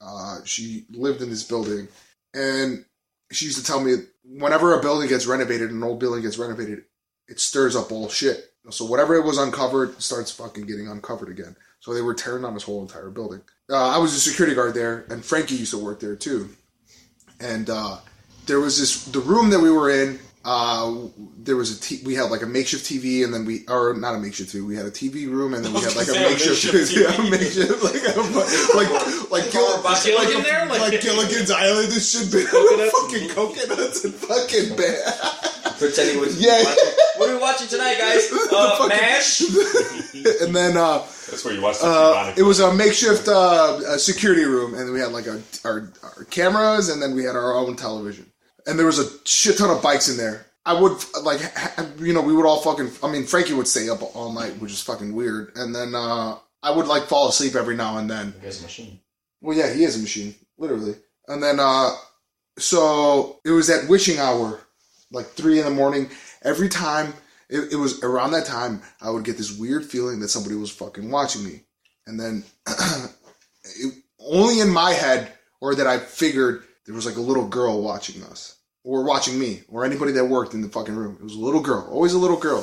[SPEAKER 3] Uh, she lived in this building, and she used to tell me whenever a building gets renovated, an old building gets renovated, it stirs up all shit. So whatever it was uncovered starts fucking getting uncovered again. So they were tearing down this whole entire building. Uh, I was a security guard there, and Frankie used to work there too. And uh, there was this the room that we were in. Uh, there was a t- we had like a makeshift TV, and then we or not a makeshift TV. We had a TV room, and then we had like a makeshift, yeah, a makeshift like a, like like Gil-
[SPEAKER 1] Gilligan there? Like-
[SPEAKER 3] like, Gilligan's Island and shit. Coconuts fucking coconuts and fucking bear.
[SPEAKER 7] Pretending what,
[SPEAKER 3] Yeah.
[SPEAKER 7] what are we watching tonight, guys? Uh, MASH?
[SPEAKER 3] and then uh,
[SPEAKER 2] That's where you watch the
[SPEAKER 3] uh,
[SPEAKER 2] demonic.
[SPEAKER 3] it was a makeshift uh, uh security room, and we had like our, our our cameras, and then we had our own television, and there was a shit ton of bikes in there. I would like, ha- you know, we would all fucking. I mean, Frankie would stay up all night, which is fucking weird, and then uh, I would like fall asleep every now and then.
[SPEAKER 7] There's a machine.
[SPEAKER 3] Well, yeah, he is a machine, literally. And then, uh, so it was that wishing hour, like three in the morning. Every time it, it was around that time, I would get this weird feeling that somebody was fucking watching me. And then, it, only in my head, or that I figured there was like a little girl watching us, or watching me, or anybody that worked in the fucking room. It was a little girl, always a little girl.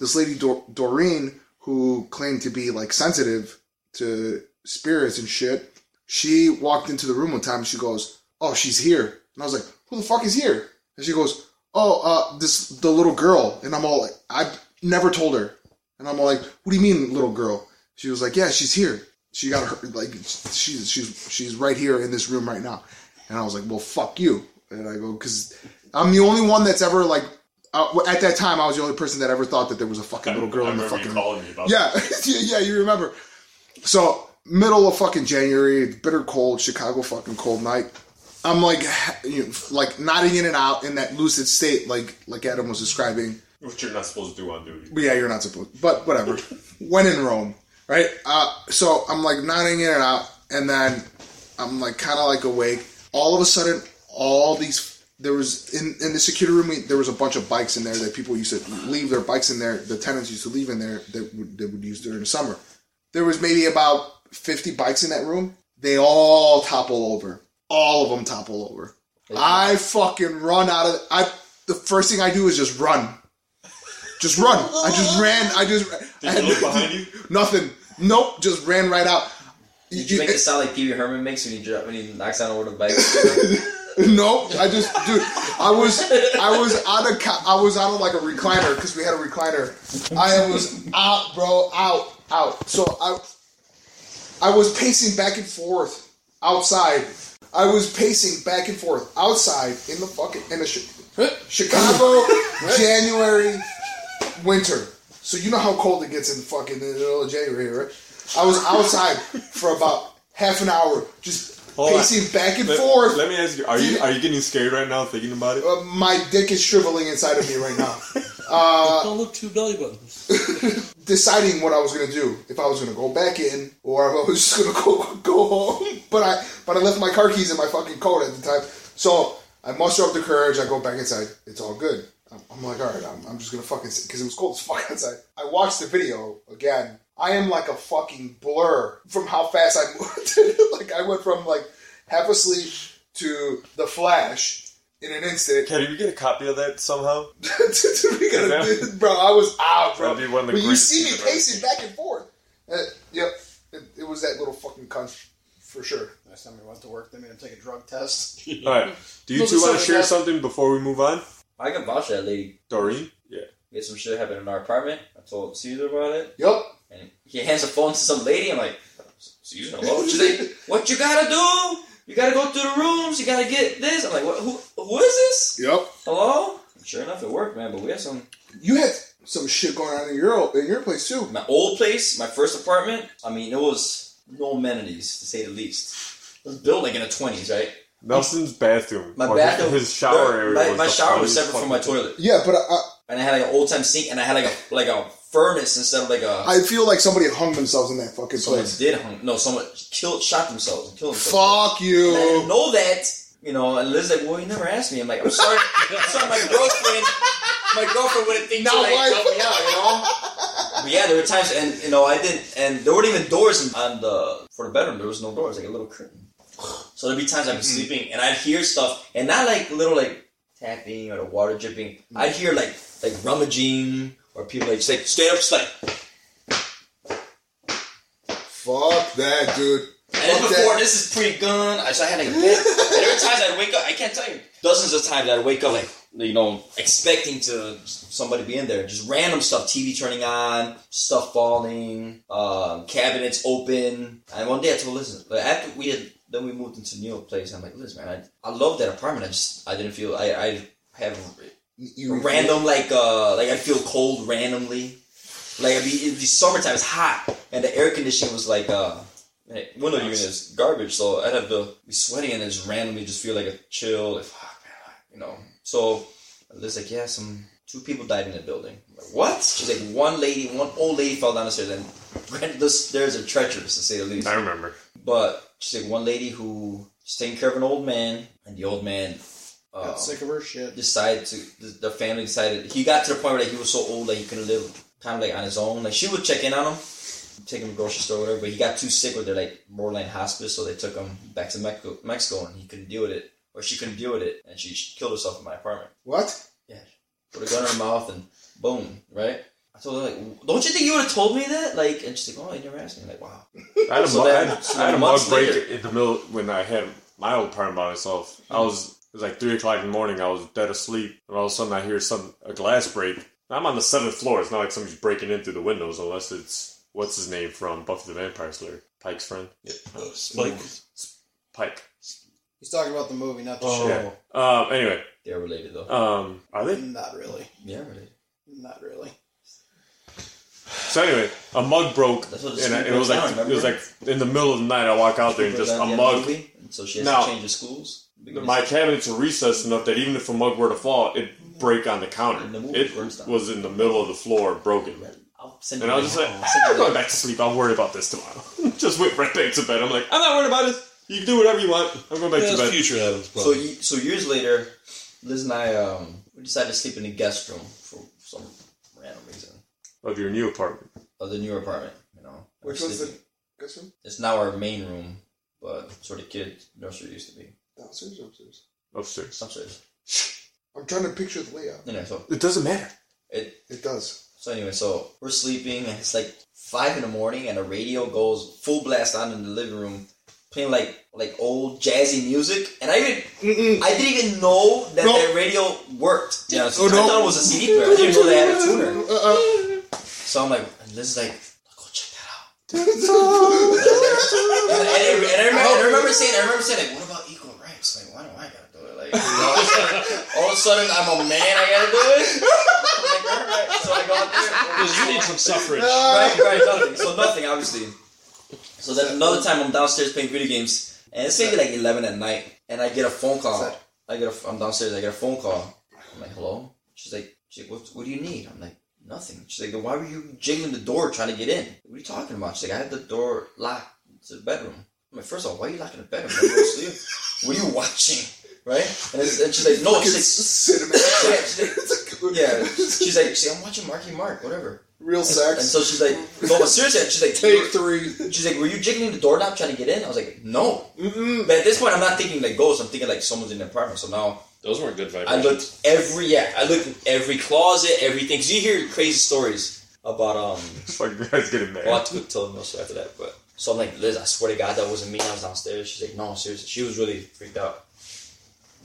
[SPEAKER 3] This lady, Dor- Doreen, who claimed to be like sensitive to spirits and shit she walked into the room one time and she goes, Oh, she's here. And I was like, Who the fuck is here? And she goes, Oh, uh, this the little girl. And I'm all like, I never told her. And I'm all like, What do you mean, little girl? She was like, Yeah, she's here. She got her like she's she's she's right here in this room right now. And I was like, Well, fuck you. And I go, because I'm the only one that's ever like uh, at that time I was the only person that ever thought that there was a fucking little girl
[SPEAKER 2] I
[SPEAKER 3] in the
[SPEAKER 2] remember you
[SPEAKER 3] fucking
[SPEAKER 2] calling me about
[SPEAKER 3] yeah, yeah, yeah, you remember. So middle of fucking January, bitter cold, Chicago fucking cold night. I'm like, you know, like nodding in and out in that lucid state, like like Adam was describing.
[SPEAKER 2] that, which you're not supposed to do on duty.
[SPEAKER 3] But yeah, you're not supposed. But whatever. when in Rome, right? Uh, so I'm like nodding in and out, and then I'm like kind of like awake. All of a sudden, all these there was in in the security room. we- There was a bunch of bikes in there that people used to leave their bikes in there. The tenants used to leave in there that would, they would use during the summer. There was maybe about fifty bikes in that room. They all topple over. All of them topple over. I fucking run out of. I the first thing I do is just run. Just run. I just ran. I just. I
[SPEAKER 2] Did
[SPEAKER 3] had
[SPEAKER 2] you look behind you?
[SPEAKER 3] Nothing. Nope. Just ran right out.
[SPEAKER 7] Did you make it sound like Pee Wee Herman makes when he, dro- when he knocks down over the bike?
[SPEAKER 3] Nope. I just, dude. I was, I was on a, co- I was on like a recliner because we had a recliner. I was out, bro, out, out. So I, I was pacing back and forth outside. I was pacing back and forth outside in the fucking in the sh- Chicago January winter. So you know how cold it gets in fucking in the middle of January, right? I was outside for about half an hour, just
[SPEAKER 2] Hold on.
[SPEAKER 3] pacing back and
[SPEAKER 2] Let,
[SPEAKER 3] forth.
[SPEAKER 2] let me ask you: Are you are you getting scared right now thinking about it?
[SPEAKER 3] Uh, my dick is shriveling inside of me right now,
[SPEAKER 4] Don't look two belly buttons.
[SPEAKER 3] deciding what I was gonna do. If I was gonna go back in, or if I was just gonna go go home. But I but I left my car keys in my fucking coat at the time. So I muster up the courage. I go back inside. It's all good. I'm, I'm like, all right, I'm, I'm just gonna fucking because it was cold as fuck outside. I watched the video again. I am like a fucking blur from how fast I moved. like I went from like half asleep to the flash in an instant.
[SPEAKER 2] Can we get a copy of that somehow?
[SPEAKER 3] we gotta do this, bro. I was out, bro.
[SPEAKER 2] That'd be one of the
[SPEAKER 3] but you
[SPEAKER 2] greatest
[SPEAKER 3] see me
[SPEAKER 2] things I've ever
[SPEAKER 3] pacing back and forth. Uh, yep, it, it was that little fucking cunt for sure.
[SPEAKER 8] Next time we went to work, they made him take a drug test.
[SPEAKER 2] All right. Do you
[SPEAKER 8] Look,
[SPEAKER 2] two want to
[SPEAKER 8] so-
[SPEAKER 2] share something before we move on?
[SPEAKER 7] I can vouch for that lady.
[SPEAKER 2] Doreen? Yeah.
[SPEAKER 7] We had some shit happen in our apartment. I told Caesar about it.
[SPEAKER 3] Yep.
[SPEAKER 7] And he hands the phone to some lady. I'm like, Susan, hello? She's like, what you gotta do? You gotta go through the rooms. You gotta get this. I'm like, what, who, who is this?
[SPEAKER 3] Yep.
[SPEAKER 7] Hello? Sure enough, it worked, man. But we had some.
[SPEAKER 3] You had some shit going on in your in your place too.
[SPEAKER 7] My old place, my first apartment. I mean, it was no amenities to say the least. It was built like in the 20s, right?
[SPEAKER 2] Nelson's bathroom.
[SPEAKER 7] My
[SPEAKER 2] Or his-
[SPEAKER 7] bathroom,
[SPEAKER 2] His shower
[SPEAKER 7] my-
[SPEAKER 2] area.
[SPEAKER 7] My,
[SPEAKER 2] was the
[SPEAKER 7] shower was
[SPEAKER 2] funniest
[SPEAKER 7] separate from my
[SPEAKER 2] fucking-
[SPEAKER 7] toilet,
[SPEAKER 3] Yeah, but I, I,
[SPEAKER 7] and I had like an old time sink, and I had like a like a furnace instead of like a.
[SPEAKER 3] I feel like somebody hung themselves in that fucking
[SPEAKER 7] someone
[SPEAKER 3] place.
[SPEAKER 7] did hung. No, someone killed, shot themselves, and killed themselves.
[SPEAKER 3] Fuck
[SPEAKER 7] And I didn't
[SPEAKER 3] you.
[SPEAKER 7] know that. You know, and Liz's like, well, you never asked me. I'm like, I'm sorry. I'm sorry, my girlfriend. My girlfriend wouldn't think
[SPEAKER 3] Now
[SPEAKER 7] to like
[SPEAKER 3] why-
[SPEAKER 7] help me out, you know. But yeah, there were times, and you know, I didn't, and there weren't even doors on the for the bedroom. There was no doors, like a little curtain. So there'd be times I'd be sleeping, and I'd hear stuff, and not like little like tapping or the water dripping. I'd hear like like rummaging or people like just like straight up just like.
[SPEAKER 3] Fuck that, dude.
[SPEAKER 7] And this
[SPEAKER 3] Fuck
[SPEAKER 7] before
[SPEAKER 3] that.
[SPEAKER 7] this is pre-gun. I so I had like and there were times I'd wake up. I can't tell you dozens of times I'd wake up like you know expecting to somebody be in there. Just random stuff, TV turning on, stuff falling, um, cabinets open. And one day I told listen, but after we had then we moved into a new place. I'm like, listen, man, I, I love that apartment. I just I didn't feel I I have
[SPEAKER 3] You
[SPEAKER 7] random like uh like I feel cold randomly. Like it'd be, it'd be summertime, it's hot, and the air conditioning was like uh man, window unit is garbage, so I'd have to be sweating and just randomly just feel like a chill, like fuck man, you know. So Liz like, yeah, some two people died in the building. I'm like, what? She's like, one lady, one old lady fell down the stairs, and granted, the stairs are treacherous to say the least.
[SPEAKER 2] I remember.
[SPEAKER 7] But she's like one lady who was taking care of an old man, and the old man uh,
[SPEAKER 2] Oh.
[SPEAKER 8] Got sick of her shit.
[SPEAKER 7] decided to the, the family decided he got to the point where like, he was so old that he couldn't live kind of like on his own. Like she would check in on him, take him to the grocery store, or whatever. But he got too sick with their like borderline hospice, so they took him back to Mexico, Mexico, and he couldn't deal with it, or she couldn't deal with it, and she killed herself in my apartment.
[SPEAKER 3] What?
[SPEAKER 7] Yeah, put a gun in her mouth and boom, right. I told her like, don't you think you would have told me that? Like, and she's like, oh, you never asked me. I'm like, wow.
[SPEAKER 2] I had a,
[SPEAKER 7] So
[SPEAKER 2] mu- I
[SPEAKER 7] then-
[SPEAKER 2] had,
[SPEAKER 7] so
[SPEAKER 2] I had a mug
[SPEAKER 7] months
[SPEAKER 2] break
[SPEAKER 7] later-
[SPEAKER 2] in the middle when I had my old apartment by myself. I
[SPEAKER 7] Mm-hmm.
[SPEAKER 2] was it was like three o'clock in the morning. I was dead asleep, and all of a sudden I hear some a glass break. I'm on the seventh floor. It's not like somebody's breaking in through the windows, unless it's what's his name from Buffy the Vampire Slayer, Pike's friend,
[SPEAKER 4] Spike.
[SPEAKER 2] Pike.
[SPEAKER 8] He's talking about the movie, not the
[SPEAKER 4] Oh.
[SPEAKER 8] show.
[SPEAKER 2] Yeah. Um, anyway,
[SPEAKER 7] They're related though.
[SPEAKER 2] um, are they?
[SPEAKER 8] Not really.
[SPEAKER 7] yeah, related.
[SPEAKER 8] Not really.
[SPEAKER 2] So anyway, a mug broke,
[SPEAKER 7] That's what the
[SPEAKER 2] and I-
[SPEAKER 7] street
[SPEAKER 2] it was
[SPEAKER 7] broke
[SPEAKER 2] like
[SPEAKER 7] down,
[SPEAKER 2] it was like
[SPEAKER 7] remember?
[SPEAKER 2] in the middle of the night. I walk out there and just a mug.
[SPEAKER 7] Movie, and so she has
[SPEAKER 2] Now-
[SPEAKER 7] to change the schools.
[SPEAKER 2] My cabinets are recessed enough that even if a mug were to fall, it'd break on the counter.
[SPEAKER 7] In the movie,
[SPEAKER 2] It
[SPEAKER 7] for instance.
[SPEAKER 2] was in the middle of the floor, broken.
[SPEAKER 7] I'll send
[SPEAKER 2] And
[SPEAKER 7] you
[SPEAKER 2] I
[SPEAKER 7] the-
[SPEAKER 2] was just like,
[SPEAKER 7] I'll send you
[SPEAKER 2] I'm
[SPEAKER 7] the-
[SPEAKER 2] going back to sleep. I'll worry about this tomorrow. just went right back to bed. I'm like, I'm not worried about it. You can do whatever you want. I'm going back
[SPEAKER 4] Yeah,
[SPEAKER 2] to
[SPEAKER 4] that's
[SPEAKER 2] bed.
[SPEAKER 4] future Adams.
[SPEAKER 7] So,
[SPEAKER 4] Problem.
[SPEAKER 7] ye- so years later, Liz and I um, we decided to sleep in the guest room for some random reason
[SPEAKER 2] Of your new apartment.
[SPEAKER 7] of the new apartment. You know, We're
[SPEAKER 3] Which one's
[SPEAKER 7] sleeping-
[SPEAKER 3] the guest room?
[SPEAKER 7] It's now our main room, but sort of kid nursery used to be
[SPEAKER 3] Downstairs, or upstairs.
[SPEAKER 2] Upstairs.
[SPEAKER 7] upstairs.
[SPEAKER 3] I'm trying to picture the layout.
[SPEAKER 7] You know, so
[SPEAKER 2] It doesn't matter.
[SPEAKER 7] it
[SPEAKER 3] It does.
[SPEAKER 7] So anyway, so we're sleeping, and it's like five in the morning, and the radio goes full blast on in the living room, playing like like old jazzy music. And I even I didn't even know that
[SPEAKER 3] No.
[SPEAKER 7] that radio worked. Yeah, so
[SPEAKER 3] Oh,
[SPEAKER 7] I
[SPEAKER 3] no.
[SPEAKER 7] thought it was a CD player. I didn't know they had a tuner.
[SPEAKER 3] Uh-uh.
[SPEAKER 7] So I'm like, and this is like, go check that out. And I, and I, and I remember, and I remember saying, I remember saying, like, what about equal rights? Like, why do I gotta do it? Like, all of a sudden, all of a sudden I'm a man, I gotta do it. I'm like, all right. So I go out there.
[SPEAKER 1] Because you need some suffrage.
[SPEAKER 7] right, right, nothing. So nothing, obviously. So then another time I'm downstairs playing video games, and it's maybe like eleven at night, and I get a phone call.
[SPEAKER 3] Sad.
[SPEAKER 7] I get a, I'm downstairs. I get a phone call. I'm like, hello. She's like, she's like, what, what do you need? I'm like, nothing. She's like, then why were you jiggling the door trying to get in? What are you talking about? She's like, I had the door locked to the bedroom. I'm like, first of all, why are you locking the bedroom? Let me go sleep. What are you watching? Right? And, it's, and she's like, no,
[SPEAKER 3] Fucking
[SPEAKER 7] she's
[SPEAKER 3] cinematic.
[SPEAKER 7] like, she's like,
[SPEAKER 3] It's a good-
[SPEAKER 7] yeah. She's like, she's like, I'm watching Marky Mark, whatever.
[SPEAKER 3] Real
[SPEAKER 7] And
[SPEAKER 3] sex.
[SPEAKER 7] so she's like, no, but seriously, she's like,
[SPEAKER 3] Take three.
[SPEAKER 7] she's like, were you jiggling the doorknob trying to get in? I was like, no. But at this point, I'm not thinking like ghosts. I'm thinking like someone's in the apartment. So now
[SPEAKER 1] Those weren't good
[SPEAKER 7] I
[SPEAKER 1] vibrations.
[SPEAKER 7] looked every yeah, I looked in every closet, everything. Cause you hear crazy stories about um.
[SPEAKER 2] Fucking guys getting mad.
[SPEAKER 7] Well, I took tell them also after that, but so I'm like, Liz, I swear to God, that wasn't me. I was downstairs. She's like, no, seriously, she was really freaked out.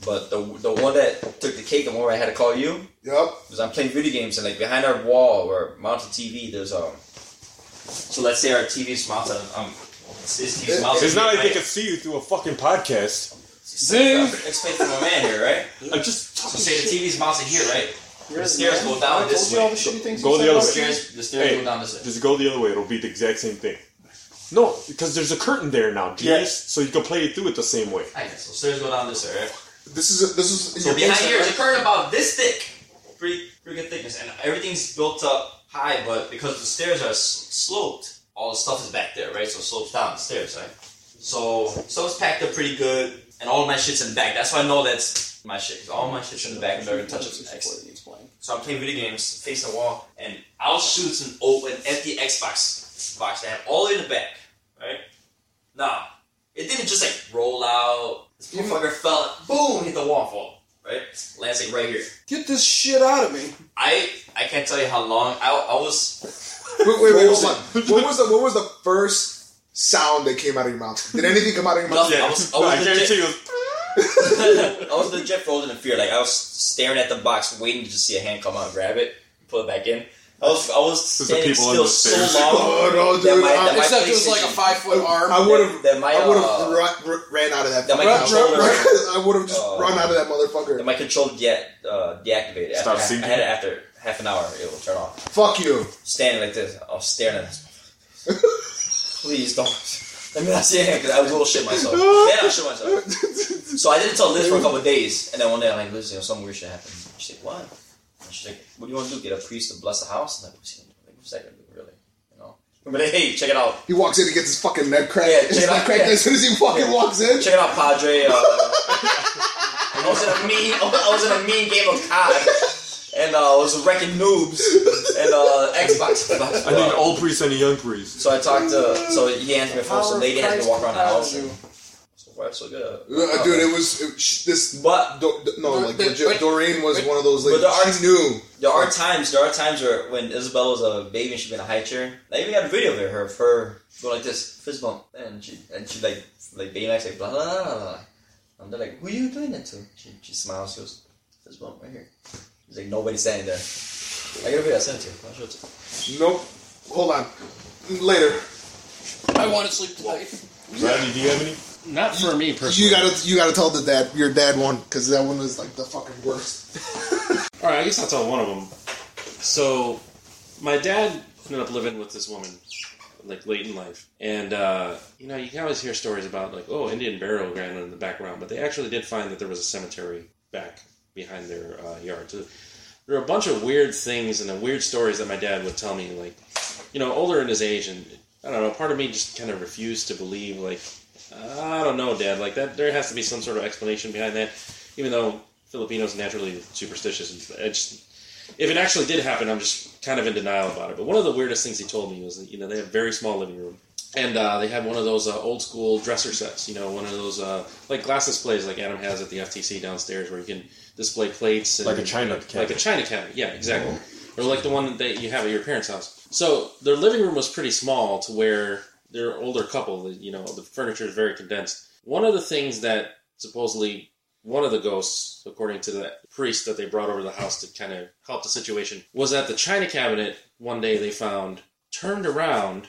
[SPEAKER 7] But the the one that took the cake, the one where I had to call you,
[SPEAKER 3] Yep.
[SPEAKER 7] because I'm playing video games and like behind our wall or mounted TV, there's um. So let's say our TV is mounted. Um, this TV's mounted.
[SPEAKER 2] It's not like
[SPEAKER 7] here,
[SPEAKER 2] they can see you through a fucking podcast.
[SPEAKER 8] Zing!
[SPEAKER 7] right? Explain to my man here, right?
[SPEAKER 2] I'm just
[SPEAKER 7] So
[SPEAKER 2] talking
[SPEAKER 7] say the TV's mounted here, right?
[SPEAKER 8] You're
[SPEAKER 7] The stairs
[SPEAKER 8] man.
[SPEAKER 7] go down
[SPEAKER 8] I
[SPEAKER 7] this
[SPEAKER 8] told you all
[SPEAKER 7] way.
[SPEAKER 8] the shitty things
[SPEAKER 2] Go
[SPEAKER 8] you
[SPEAKER 2] the other
[SPEAKER 8] said
[SPEAKER 7] The
[SPEAKER 8] about
[SPEAKER 2] way.
[SPEAKER 8] me.
[SPEAKER 7] stairs, the stairs
[SPEAKER 2] Hey,
[SPEAKER 7] go down this way.
[SPEAKER 2] just go the other way. It'll be the exact same thing. No, because there's a curtain there now, genius.
[SPEAKER 7] Yeah.
[SPEAKER 2] So you can play it through it the same way.
[SPEAKER 7] I guess so. Stairs go down this way, right?
[SPEAKER 3] This is a, this is in
[SPEAKER 7] So
[SPEAKER 3] your
[SPEAKER 7] behind
[SPEAKER 3] basement,
[SPEAKER 7] here is
[SPEAKER 3] right?
[SPEAKER 7] a curtain about this thick, pretty pretty good thickness, and everything's built up high, but because the stairs are s- sloped, all the stuff is back there, right? So it slopes down the stairs, right? So stuff's packed up pretty good, and all my shit's in the back. That's why I know that's my shit. 'cause all my shit's in the back, and never touch it. Excellent. So I'm playing video games, facing the wall, and I'll shoot an open, empty Xbox box that I have all the way in the back, right? Nah, it didn't just like roll out. This motherfucker fell, boom, hit the wall, and fall, right? Lands like right here.
[SPEAKER 8] Get this shit out of me.
[SPEAKER 7] I I can't tell you how long I, I was.
[SPEAKER 3] Wait, wait, wait, hold on. What was the what was the first sound that came out of your mouth? Did anything come out of your mouth?
[SPEAKER 7] Nothing. I was, I was legit, I was legit frozen in fear. Like I was staring at the box, waiting to just see a hand come out, and grab it, pull it back in. I was I was
[SPEAKER 2] the
[SPEAKER 7] standing
[SPEAKER 2] people on
[SPEAKER 7] still
[SPEAKER 2] the
[SPEAKER 7] so
[SPEAKER 2] stairs.
[SPEAKER 7] long.
[SPEAKER 3] Oh, no,
[SPEAKER 7] that
[SPEAKER 3] dude,
[SPEAKER 7] my, that
[SPEAKER 3] I-
[SPEAKER 7] my
[SPEAKER 8] Except it was like a
[SPEAKER 7] PlayStation-
[SPEAKER 8] five foot arm.
[SPEAKER 3] I would have.
[SPEAKER 7] That my,
[SPEAKER 3] I would have
[SPEAKER 7] uh,
[SPEAKER 3] ru- ru- ran out of that.
[SPEAKER 7] that my
[SPEAKER 3] fucking
[SPEAKER 7] controller-
[SPEAKER 3] house. I would have just
[SPEAKER 7] Uh,
[SPEAKER 3] run out of that
[SPEAKER 7] that
[SPEAKER 3] motherfucker.
[SPEAKER 7] my control de- uh, deactivated.
[SPEAKER 2] Stop
[SPEAKER 7] after,
[SPEAKER 2] syncing.
[SPEAKER 7] half- I had it after half an hour. It will turn off.
[SPEAKER 3] Fuck you.
[SPEAKER 7] Standing like this, I was staring at this. Please don't. Let me not see a hand because I will shit myself. Then I'll shit myself. So I didn't tell Liz for a couple of days, and then one day I'm like, Liz, you know, some weird shit happened. She's like, what? And she's like, what do you want to do? Get a priest to bless the house? And I'm like, what's he gonna do? Like, what's that gonna do, really? You know? But hey, check it out.
[SPEAKER 3] He walks in and gets his fucking neck cracked.
[SPEAKER 7] Yeah,
[SPEAKER 3] his
[SPEAKER 7] check it
[SPEAKER 3] neck
[SPEAKER 7] out.
[SPEAKER 3] cracked as soon as he fucking walks in.
[SPEAKER 7] Check it out, Padre. Uh, I was in a mean, I was in a mean game of COD, and uh, I was wrecking noobs and uh, Xbox. Xbox
[SPEAKER 2] I
[SPEAKER 7] uh,
[SPEAKER 2] need an old priest and a young priest.
[SPEAKER 7] so I talked to. So he hands me a phone. So
[SPEAKER 8] Power
[SPEAKER 7] lady
[SPEAKER 8] of
[SPEAKER 7] has me to
[SPEAKER 8] Oh, Christ
[SPEAKER 7] walk around the house.
[SPEAKER 8] compels
[SPEAKER 7] And,
[SPEAKER 8] you.
[SPEAKER 7] so why so good?
[SPEAKER 3] Uh, dude, it was it, sh- this.
[SPEAKER 7] But
[SPEAKER 3] Do, do- no, like
[SPEAKER 8] but-
[SPEAKER 3] legit.
[SPEAKER 8] but-
[SPEAKER 3] Doreen was one of those ladies.
[SPEAKER 7] but the
[SPEAKER 3] She knew.
[SPEAKER 7] There are times, there are times where when Isabella was a baby and she'd be in a high chair. I even got a video of her, of her going like this, fist bump, and she and she like like baby like blah blah blah. blah, blah. And they're like, "Who are you doing that to?" She, she smiles, she goes, "Fist bump right here." He's like, "Nobody's standing there." I got a video I sent it to you. I'll show it to you.
[SPEAKER 3] Nope. Hold on. Later.
[SPEAKER 8] I want to sleep tonight.
[SPEAKER 2] Randy, do you have any?
[SPEAKER 4] Not for me
[SPEAKER 3] You gotta you gotta tell the dad your dad one because that one was like the fucking worst.
[SPEAKER 1] All right, I guess I'll tell one of them. So, my dad ended up living with this woman, like late in life, and uh, you know you can always hear stories about like oh Indian burial ground in the background, but they actually did find that there was a cemetery back behind their uh, yard. So, there were a bunch of weird things and the weird stories that my dad would tell me, like you know older in his age, and I don't know. Part of me just kind of refused to believe like I don't know, Dad. Like that, there has to be some sort of explanation behind that. Even though Filipinos naturally superstitious, and I just, if it actually did happen, I'm just kind of in denial about it. But one of the weirdest things he told me was that you know they have a very small living room, and uh, they had one of those uh, old school dresser sets. You know, one of those uh, like glass displays like Adam has at the FTC downstairs, where you can display plates and
[SPEAKER 2] Like a china cabinet.
[SPEAKER 1] like a china cabinet. Yeah, exactly. Or like the one that you have at your parents' house. So their living room was pretty small to where their older couple, you know, the furniture is very condensed. One of the things that supposedly one of the ghosts, according to the priest that they brought over to the house to kind of help the situation, was that the china cabinet one day they found turned around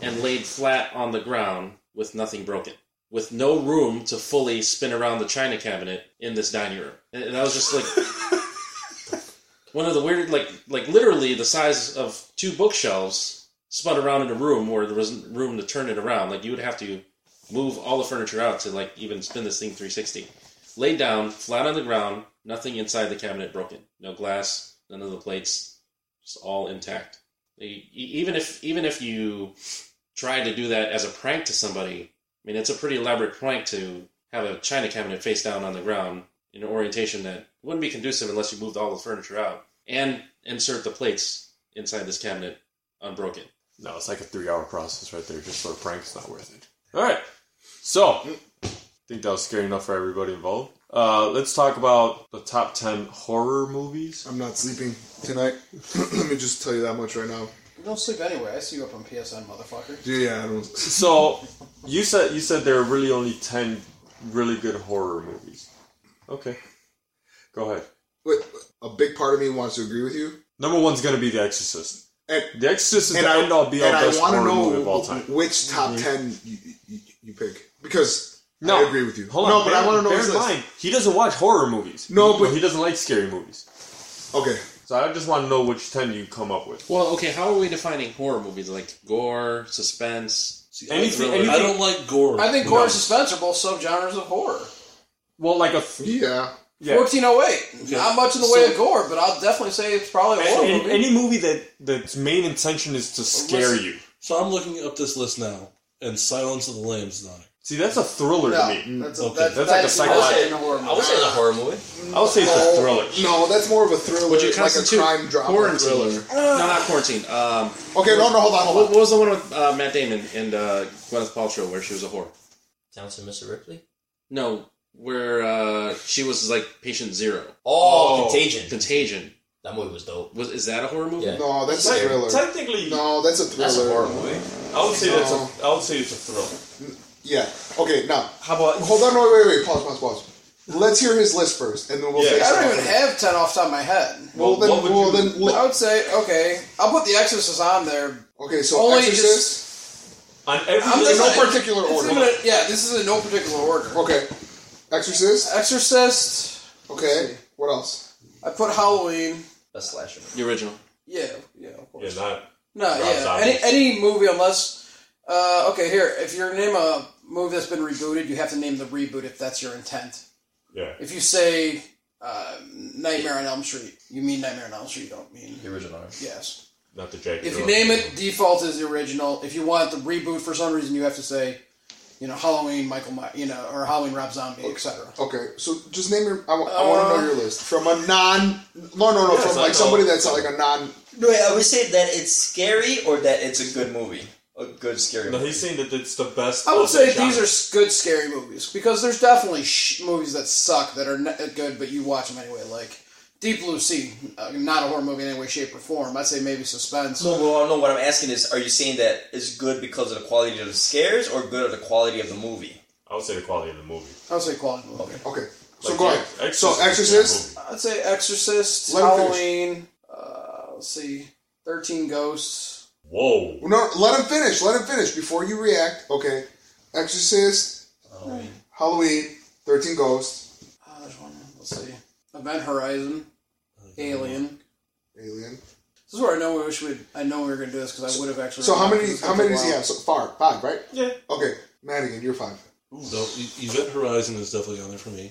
[SPEAKER 1] and laid flat on the ground with nothing broken, with no room to fully spin around the china cabinet in this dining room. And and that was just like one of the weird, like, like literally the size of two bookshelves spun around in a room where there wasn't room to turn it around. Like you would have to move all the furniture out to like even spin this thing 360. Laid down, flat on the ground, nothing inside the cabinet broken, no glass, none of the plates, just all intact. E- e- Even if even if you try to do that as a prank to somebody, I mean, it's a pretty elaborate prank to have a china cabinet face down on the ground in an orientation that wouldn't be conducive unless you moved all the furniture out and insert the plates inside this cabinet unbroken.
[SPEAKER 2] No, it's like a three hour process right there just for a prank. It's not worth it. All right. So, I think that was scary enough for everybody involved. Uh, let's talk about the top 10 horror movies.
[SPEAKER 3] I'm not sleeping tonight. Let me just tell you that much right now.
[SPEAKER 8] You don't sleep anyway. I see you up on PSN, motherfucker.
[SPEAKER 3] Dude, yeah, I don't.
[SPEAKER 2] So, you said you said there are really only 10 really good horror movies. Okay. Go ahead.
[SPEAKER 3] Wait, a big part of me wants to agree with you,
[SPEAKER 2] Number one's going to be The Exorcist.
[SPEAKER 3] and
[SPEAKER 2] The Exorcist is
[SPEAKER 3] and
[SPEAKER 2] the
[SPEAKER 3] I
[SPEAKER 2] end all be all
[SPEAKER 3] and I
[SPEAKER 2] best
[SPEAKER 3] want to
[SPEAKER 2] horror
[SPEAKER 3] know
[SPEAKER 2] movie of all time.
[SPEAKER 3] which top ten you, you, you pick because
[SPEAKER 2] No.
[SPEAKER 3] I agree with you.
[SPEAKER 2] Hold on.
[SPEAKER 3] no, but
[SPEAKER 2] bear-
[SPEAKER 3] I want to know
[SPEAKER 2] bear
[SPEAKER 3] his
[SPEAKER 2] in
[SPEAKER 3] list.
[SPEAKER 2] mind, he doesn't watch horror movies.
[SPEAKER 3] No, but-
[SPEAKER 2] he doesn't like scary movies.
[SPEAKER 3] Okay,
[SPEAKER 2] So I just want to know which 10 you come up with.
[SPEAKER 1] Well, okay, how are we defining horror movies? Like gore, suspense?
[SPEAKER 2] Anything,
[SPEAKER 1] Really?
[SPEAKER 2] anything
[SPEAKER 4] I don't like gore.
[SPEAKER 8] I think
[SPEAKER 2] No.
[SPEAKER 8] horror and suspense are both subgenres of horror.
[SPEAKER 2] Well, like a th-
[SPEAKER 3] yeah,
[SPEAKER 2] Yeah.
[SPEAKER 8] 1408. Not much in the way
[SPEAKER 2] So-
[SPEAKER 8] of gore, but I'll definitely say it's probably a horror
[SPEAKER 2] Any,
[SPEAKER 8] movie.
[SPEAKER 2] any movie that that's main intention is to scare you.
[SPEAKER 4] So I'm looking up this list now, and Silence of the Lambs is on it.
[SPEAKER 2] See, that's a thriller
[SPEAKER 8] no,
[SPEAKER 2] to me. Mm,
[SPEAKER 8] that's, a,
[SPEAKER 4] Okay,
[SPEAKER 8] that's,
[SPEAKER 2] that's like a
[SPEAKER 8] not
[SPEAKER 2] psychological-
[SPEAKER 8] in a horror movie.
[SPEAKER 7] I would say it's a horror movie.
[SPEAKER 2] I would say it's a thriller.
[SPEAKER 3] Oh, No, that's more of a thriller.
[SPEAKER 1] Would you
[SPEAKER 3] like a
[SPEAKER 1] constitute
[SPEAKER 3] crime drama. Ah.
[SPEAKER 1] quarantine? No, not quarantine. Um,
[SPEAKER 3] Okay, no, no, hold
[SPEAKER 1] what,
[SPEAKER 3] on, hold
[SPEAKER 1] what was the one with uh, Matt Damon and uh, Gwyneth Paltrow where she was a whore?
[SPEAKER 7] Sounds to Mr. Ripley.
[SPEAKER 1] No, where uh, she was like patient zero.
[SPEAKER 7] Oh, Contagion.
[SPEAKER 1] Contagion
[SPEAKER 7] That movie was dope.
[SPEAKER 1] was is that a horror movie?
[SPEAKER 7] Yeah.
[SPEAKER 3] on. No, that's a
[SPEAKER 2] Te-
[SPEAKER 3] thriller.
[SPEAKER 2] Technically,
[SPEAKER 3] No, that's a thriller.
[SPEAKER 7] That's a horror movie.
[SPEAKER 2] I would say that's
[SPEAKER 3] No.
[SPEAKER 2] a. I would say it's a thriller.
[SPEAKER 3] Yeah. Okay, now.
[SPEAKER 2] How about?
[SPEAKER 3] Hold on, wait, wait, wait. Pause, pause, pause. Let's hear his list first, and then we'll
[SPEAKER 2] Yeah.
[SPEAKER 3] say
[SPEAKER 8] I don't
[SPEAKER 3] something.
[SPEAKER 8] even have 10 off the top of my head.
[SPEAKER 3] Well, then,
[SPEAKER 2] What would
[SPEAKER 3] well,
[SPEAKER 2] you-
[SPEAKER 3] then,
[SPEAKER 8] I
[SPEAKER 3] well,
[SPEAKER 8] would say, okay, I'll put The Exorcist on there.
[SPEAKER 3] okay, so
[SPEAKER 8] Only
[SPEAKER 3] Exorcist,
[SPEAKER 2] On every
[SPEAKER 8] I'm
[SPEAKER 3] in
[SPEAKER 8] just-
[SPEAKER 3] no particular
[SPEAKER 8] It's
[SPEAKER 3] order.
[SPEAKER 8] even a- yeah, this is in no particular order.
[SPEAKER 3] okay, Exorcist,
[SPEAKER 8] Exorcist.
[SPEAKER 3] okay, what else?
[SPEAKER 8] I put Halloween.
[SPEAKER 7] That's slasher movie.
[SPEAKER 1] The original.
[SPEAKER 8] Yeah, yeah, of course.
[SPEAKER 2] yeah, not
[SPEAKER 8] No,
[SPEAKER 2] Rob
[SPEAKER 8] yeah.
[SPEAKER 2] Zombie.
[SPEAKER 8] Any any movie unless uh, okay, here, if you name a movie that's been rebooted, you have to name the reboot if that's your intent.
[SPEAKER 2] yeah.
[SPEAKER 8] If you say uh, Nightmare on Elm Street, you mean Nightmare on Elm Street, you don't mean
[SPEAKER 7] The original.
[SPEAKER 8] yes.
[SPEAKER 2] Not the Jack.
[SPEAKER 8] If
[SPEAKER 2] Diller.
[SPEAKER 8] you name it default is the original. If you want the reboot for some reason you have to say, you know, Halloween Michael My- you know, or Halloween Rob Zombie, etc.
[SPEAKER 3] Okay, so just name your. I, want to know your list from a non. No, no, no. from
[SPEAKER 2] Uh, I know.
[SPEAKER 3] like somebody that's like a non.
[SPEAKER 7] Wait, I would say that it's scary or that it's a good movie. A good
[SPEAKER 2] No,
[SPEAKER 7] scary movie.
[SPEAKER 2] he's saying that it's the best.
[SPEAKER 8] I would
[SPEAKER 2] of
[SPEAKER 8] say
[SPEAKER 2] the
[SPEAKER 8] these
[SPEAKER 2] genre.
[SPEAKER 8] are s- good scary movies because there's definitely sh- movies that suck that are not good, but you watch them anyway. Like Deep Blue Sea, uh, not a horror movie in any way, shape, or form. I'd say maybe suspense.
[SPEAKER 7] No, well, no. What I'm asking is, are you saying that it's good because of the quality of the scares, or good of the quality of the movie?
[SPEAKER 2] I would say the quality of the movie.
[SPEAKER 8] I'd say quality movie.
[SPEAKER 3] Okay, so
[SPEAKER 2] Like,
[SPEAKER 3] go
[SPEAKER 2] yeah,
[SPEAKER 3] ahead. so
[SPEAKER 2] is a
[SPEAKER 3] Exorcist,
[SPEAKER 2] good movie.
[SPEAKER 8] I'd say Exorcist,
[SPEAKER 3] Let him finish.
[SPEAKER 8] Halloween. Uh, let's see, Thirteen Ghosts.
[SPEAKER 2] Whoa.
[SPEAKER 3] No, let him finish. Let him finish before you react. Okay. Exorcist, Halloween, 13 Ghosts,
[SPEAKER 8] Uh, there's one. Let's see, Event Horizon, Alien.
[SPEAKER 3] Alien.
[SPEAKER 8] This is where I know we wish we. I know we were gonna do this because I would have actually.
[SPEAKER 3] So how many
[SPEAKER 8] This is
[SPEAKER 3] how
[SPEAKER 8] gonna
[SPEAKER 3] many
[SPEAKER 8] take a
[SPEAKER 3] does he
[SPEAKER 8] while.
[SPEAKER 3] have so far? Five, right?
[SPEAKER 2] Yeah.
[SPEAKER 3] Okay. Madigan, you're five.
[SPEAKER 4] So E- Event Horizon is definitely on there for me.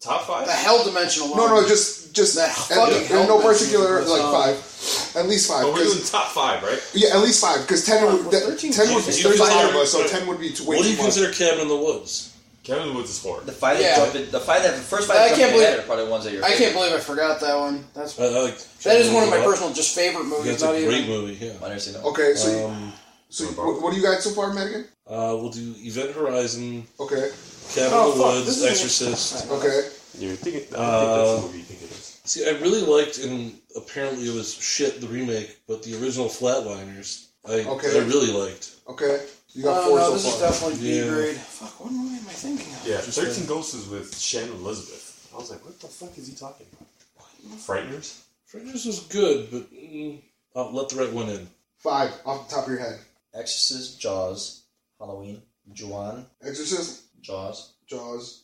[SPEAKER 2] Top five.
[SPEAKER 8] The Hell Dimension alone.
[SPEAKER 3] No, no, just just
[SPEAKER 8] That
[SPEAKER 3] at-
[SPEAKER 8] fucking
[SPEAKER 3] in no
[SPEAKER 8] helmet.
[SPEAKER 3] particular like
[SPEAKER 8] Um,
[SPEAKER 3] five, at least five.
[SPEAKER 2] But we're
[SPEAKER 3] 'cause-
[SPEAKER 2] doing top five, right?
[SPEAKER 3] yeah, at least five because ten would
[SPEAKER 8] was
[SPEAKER 3] that-
[SPEAKER 8] 13?
[SPEAKER 3] ten would
[SPEAKER 2] Do you
[SPEAKER 3] there's five of
[SPEAKER 2] consider-
[SPEAKER 3] us, so ten would be too way
[SPEAKER 4] What do you
[SPEAKER 3] too much.
[SPEAKER 4] consider Cabin in the Woods?
[SPEAKER 2] Cabin in the Woods is horror.
[SPEAKER 7] The five
[SPEAKER 8] Yeah.
[SPEAKER 7] that jumped in, the five that the first five that
[SPEAKER 8] I can't
[SPEAKER 7] jumped in
[SPEAKER 8] believe-
[SPEAKER 7] your head are probably the ones that you're.
[SPEAKER 8] I can't believe I forgot that one. That's
[SPEAKER 4] I, I like
[SPEAKER 8] That is one of my
[SPEAKER 4] Cabin in the Woods.
[SPEAKER 8] personal just favorite movies.
[SPEAKER 4] That's
[SPEAKER 8] Not
[SPEAKER 4] a great
[SPEAKER 8] even.
[SPEAKER 4] movie. Yeah.
[SPEAKER 7] I never seen that.
[SPEAKER 3] Okay, so you-
[SPEAKER 4] Um,
[SPEAKER 3] so you- what, what do you got so far, Madigan?
[SPEAKER 4] uh, we'll do Event Horizon,
[SPEAKER 3] Okay,
[SPEAKER 4] Cabin
[SPEAKER 8] Oh,
[SPEAKER 4] in the
[SPEAKER 8] fuck, this
[SPEAKER 4] Woods,
[SPEAKER 8] is-
[SPEAKER 4] Exorcist.
[SPEAKER 3] okay.
[SPEAKER 2] You're thinking.
[SPEAKER 4] Uh,
[SPEAKER 2] movie you think it is.
[SPEAKER 4] See, I really liked, and apparently it was shit the remake, but the original Flatliners, I
[SPEAKER 3] Okay.
[SPEAKER 4] I really liked.
[SPEAKER 3] Okay. You
[SPEAKER 7] Uh,
[SPEAKER 3] got
[SPEAKER 8] Oh
[SPEAKER 3] four
[SPEAKER 8] no, this
[SPEAKER 3] so
[SPEAKER 8] is
[SPEAKER 3] far.
[SPEAKER 8] definitely B
[SPEAKER 4] Yeah.
[SPEAKER 8] grade. Fuck, what movie am I thinking of?
[SPEAKER 2] Yeah, Thirteen Ghosts is with Shannon Elizabeth. I was like, what the fuck is he talking about? Frighteners.
[SPEAKER 4] Fringes was good, but mm, I'll let the right one in.
[SPEAKER 3] Five off the top of your head.
[SPEAKER 7] Exorcist, Jaws, Halloween, Juan,
[SPEAKER 3] Exorcist,
[SPEAKER 7] Jaws,
[SPEAKER 3] Jaws,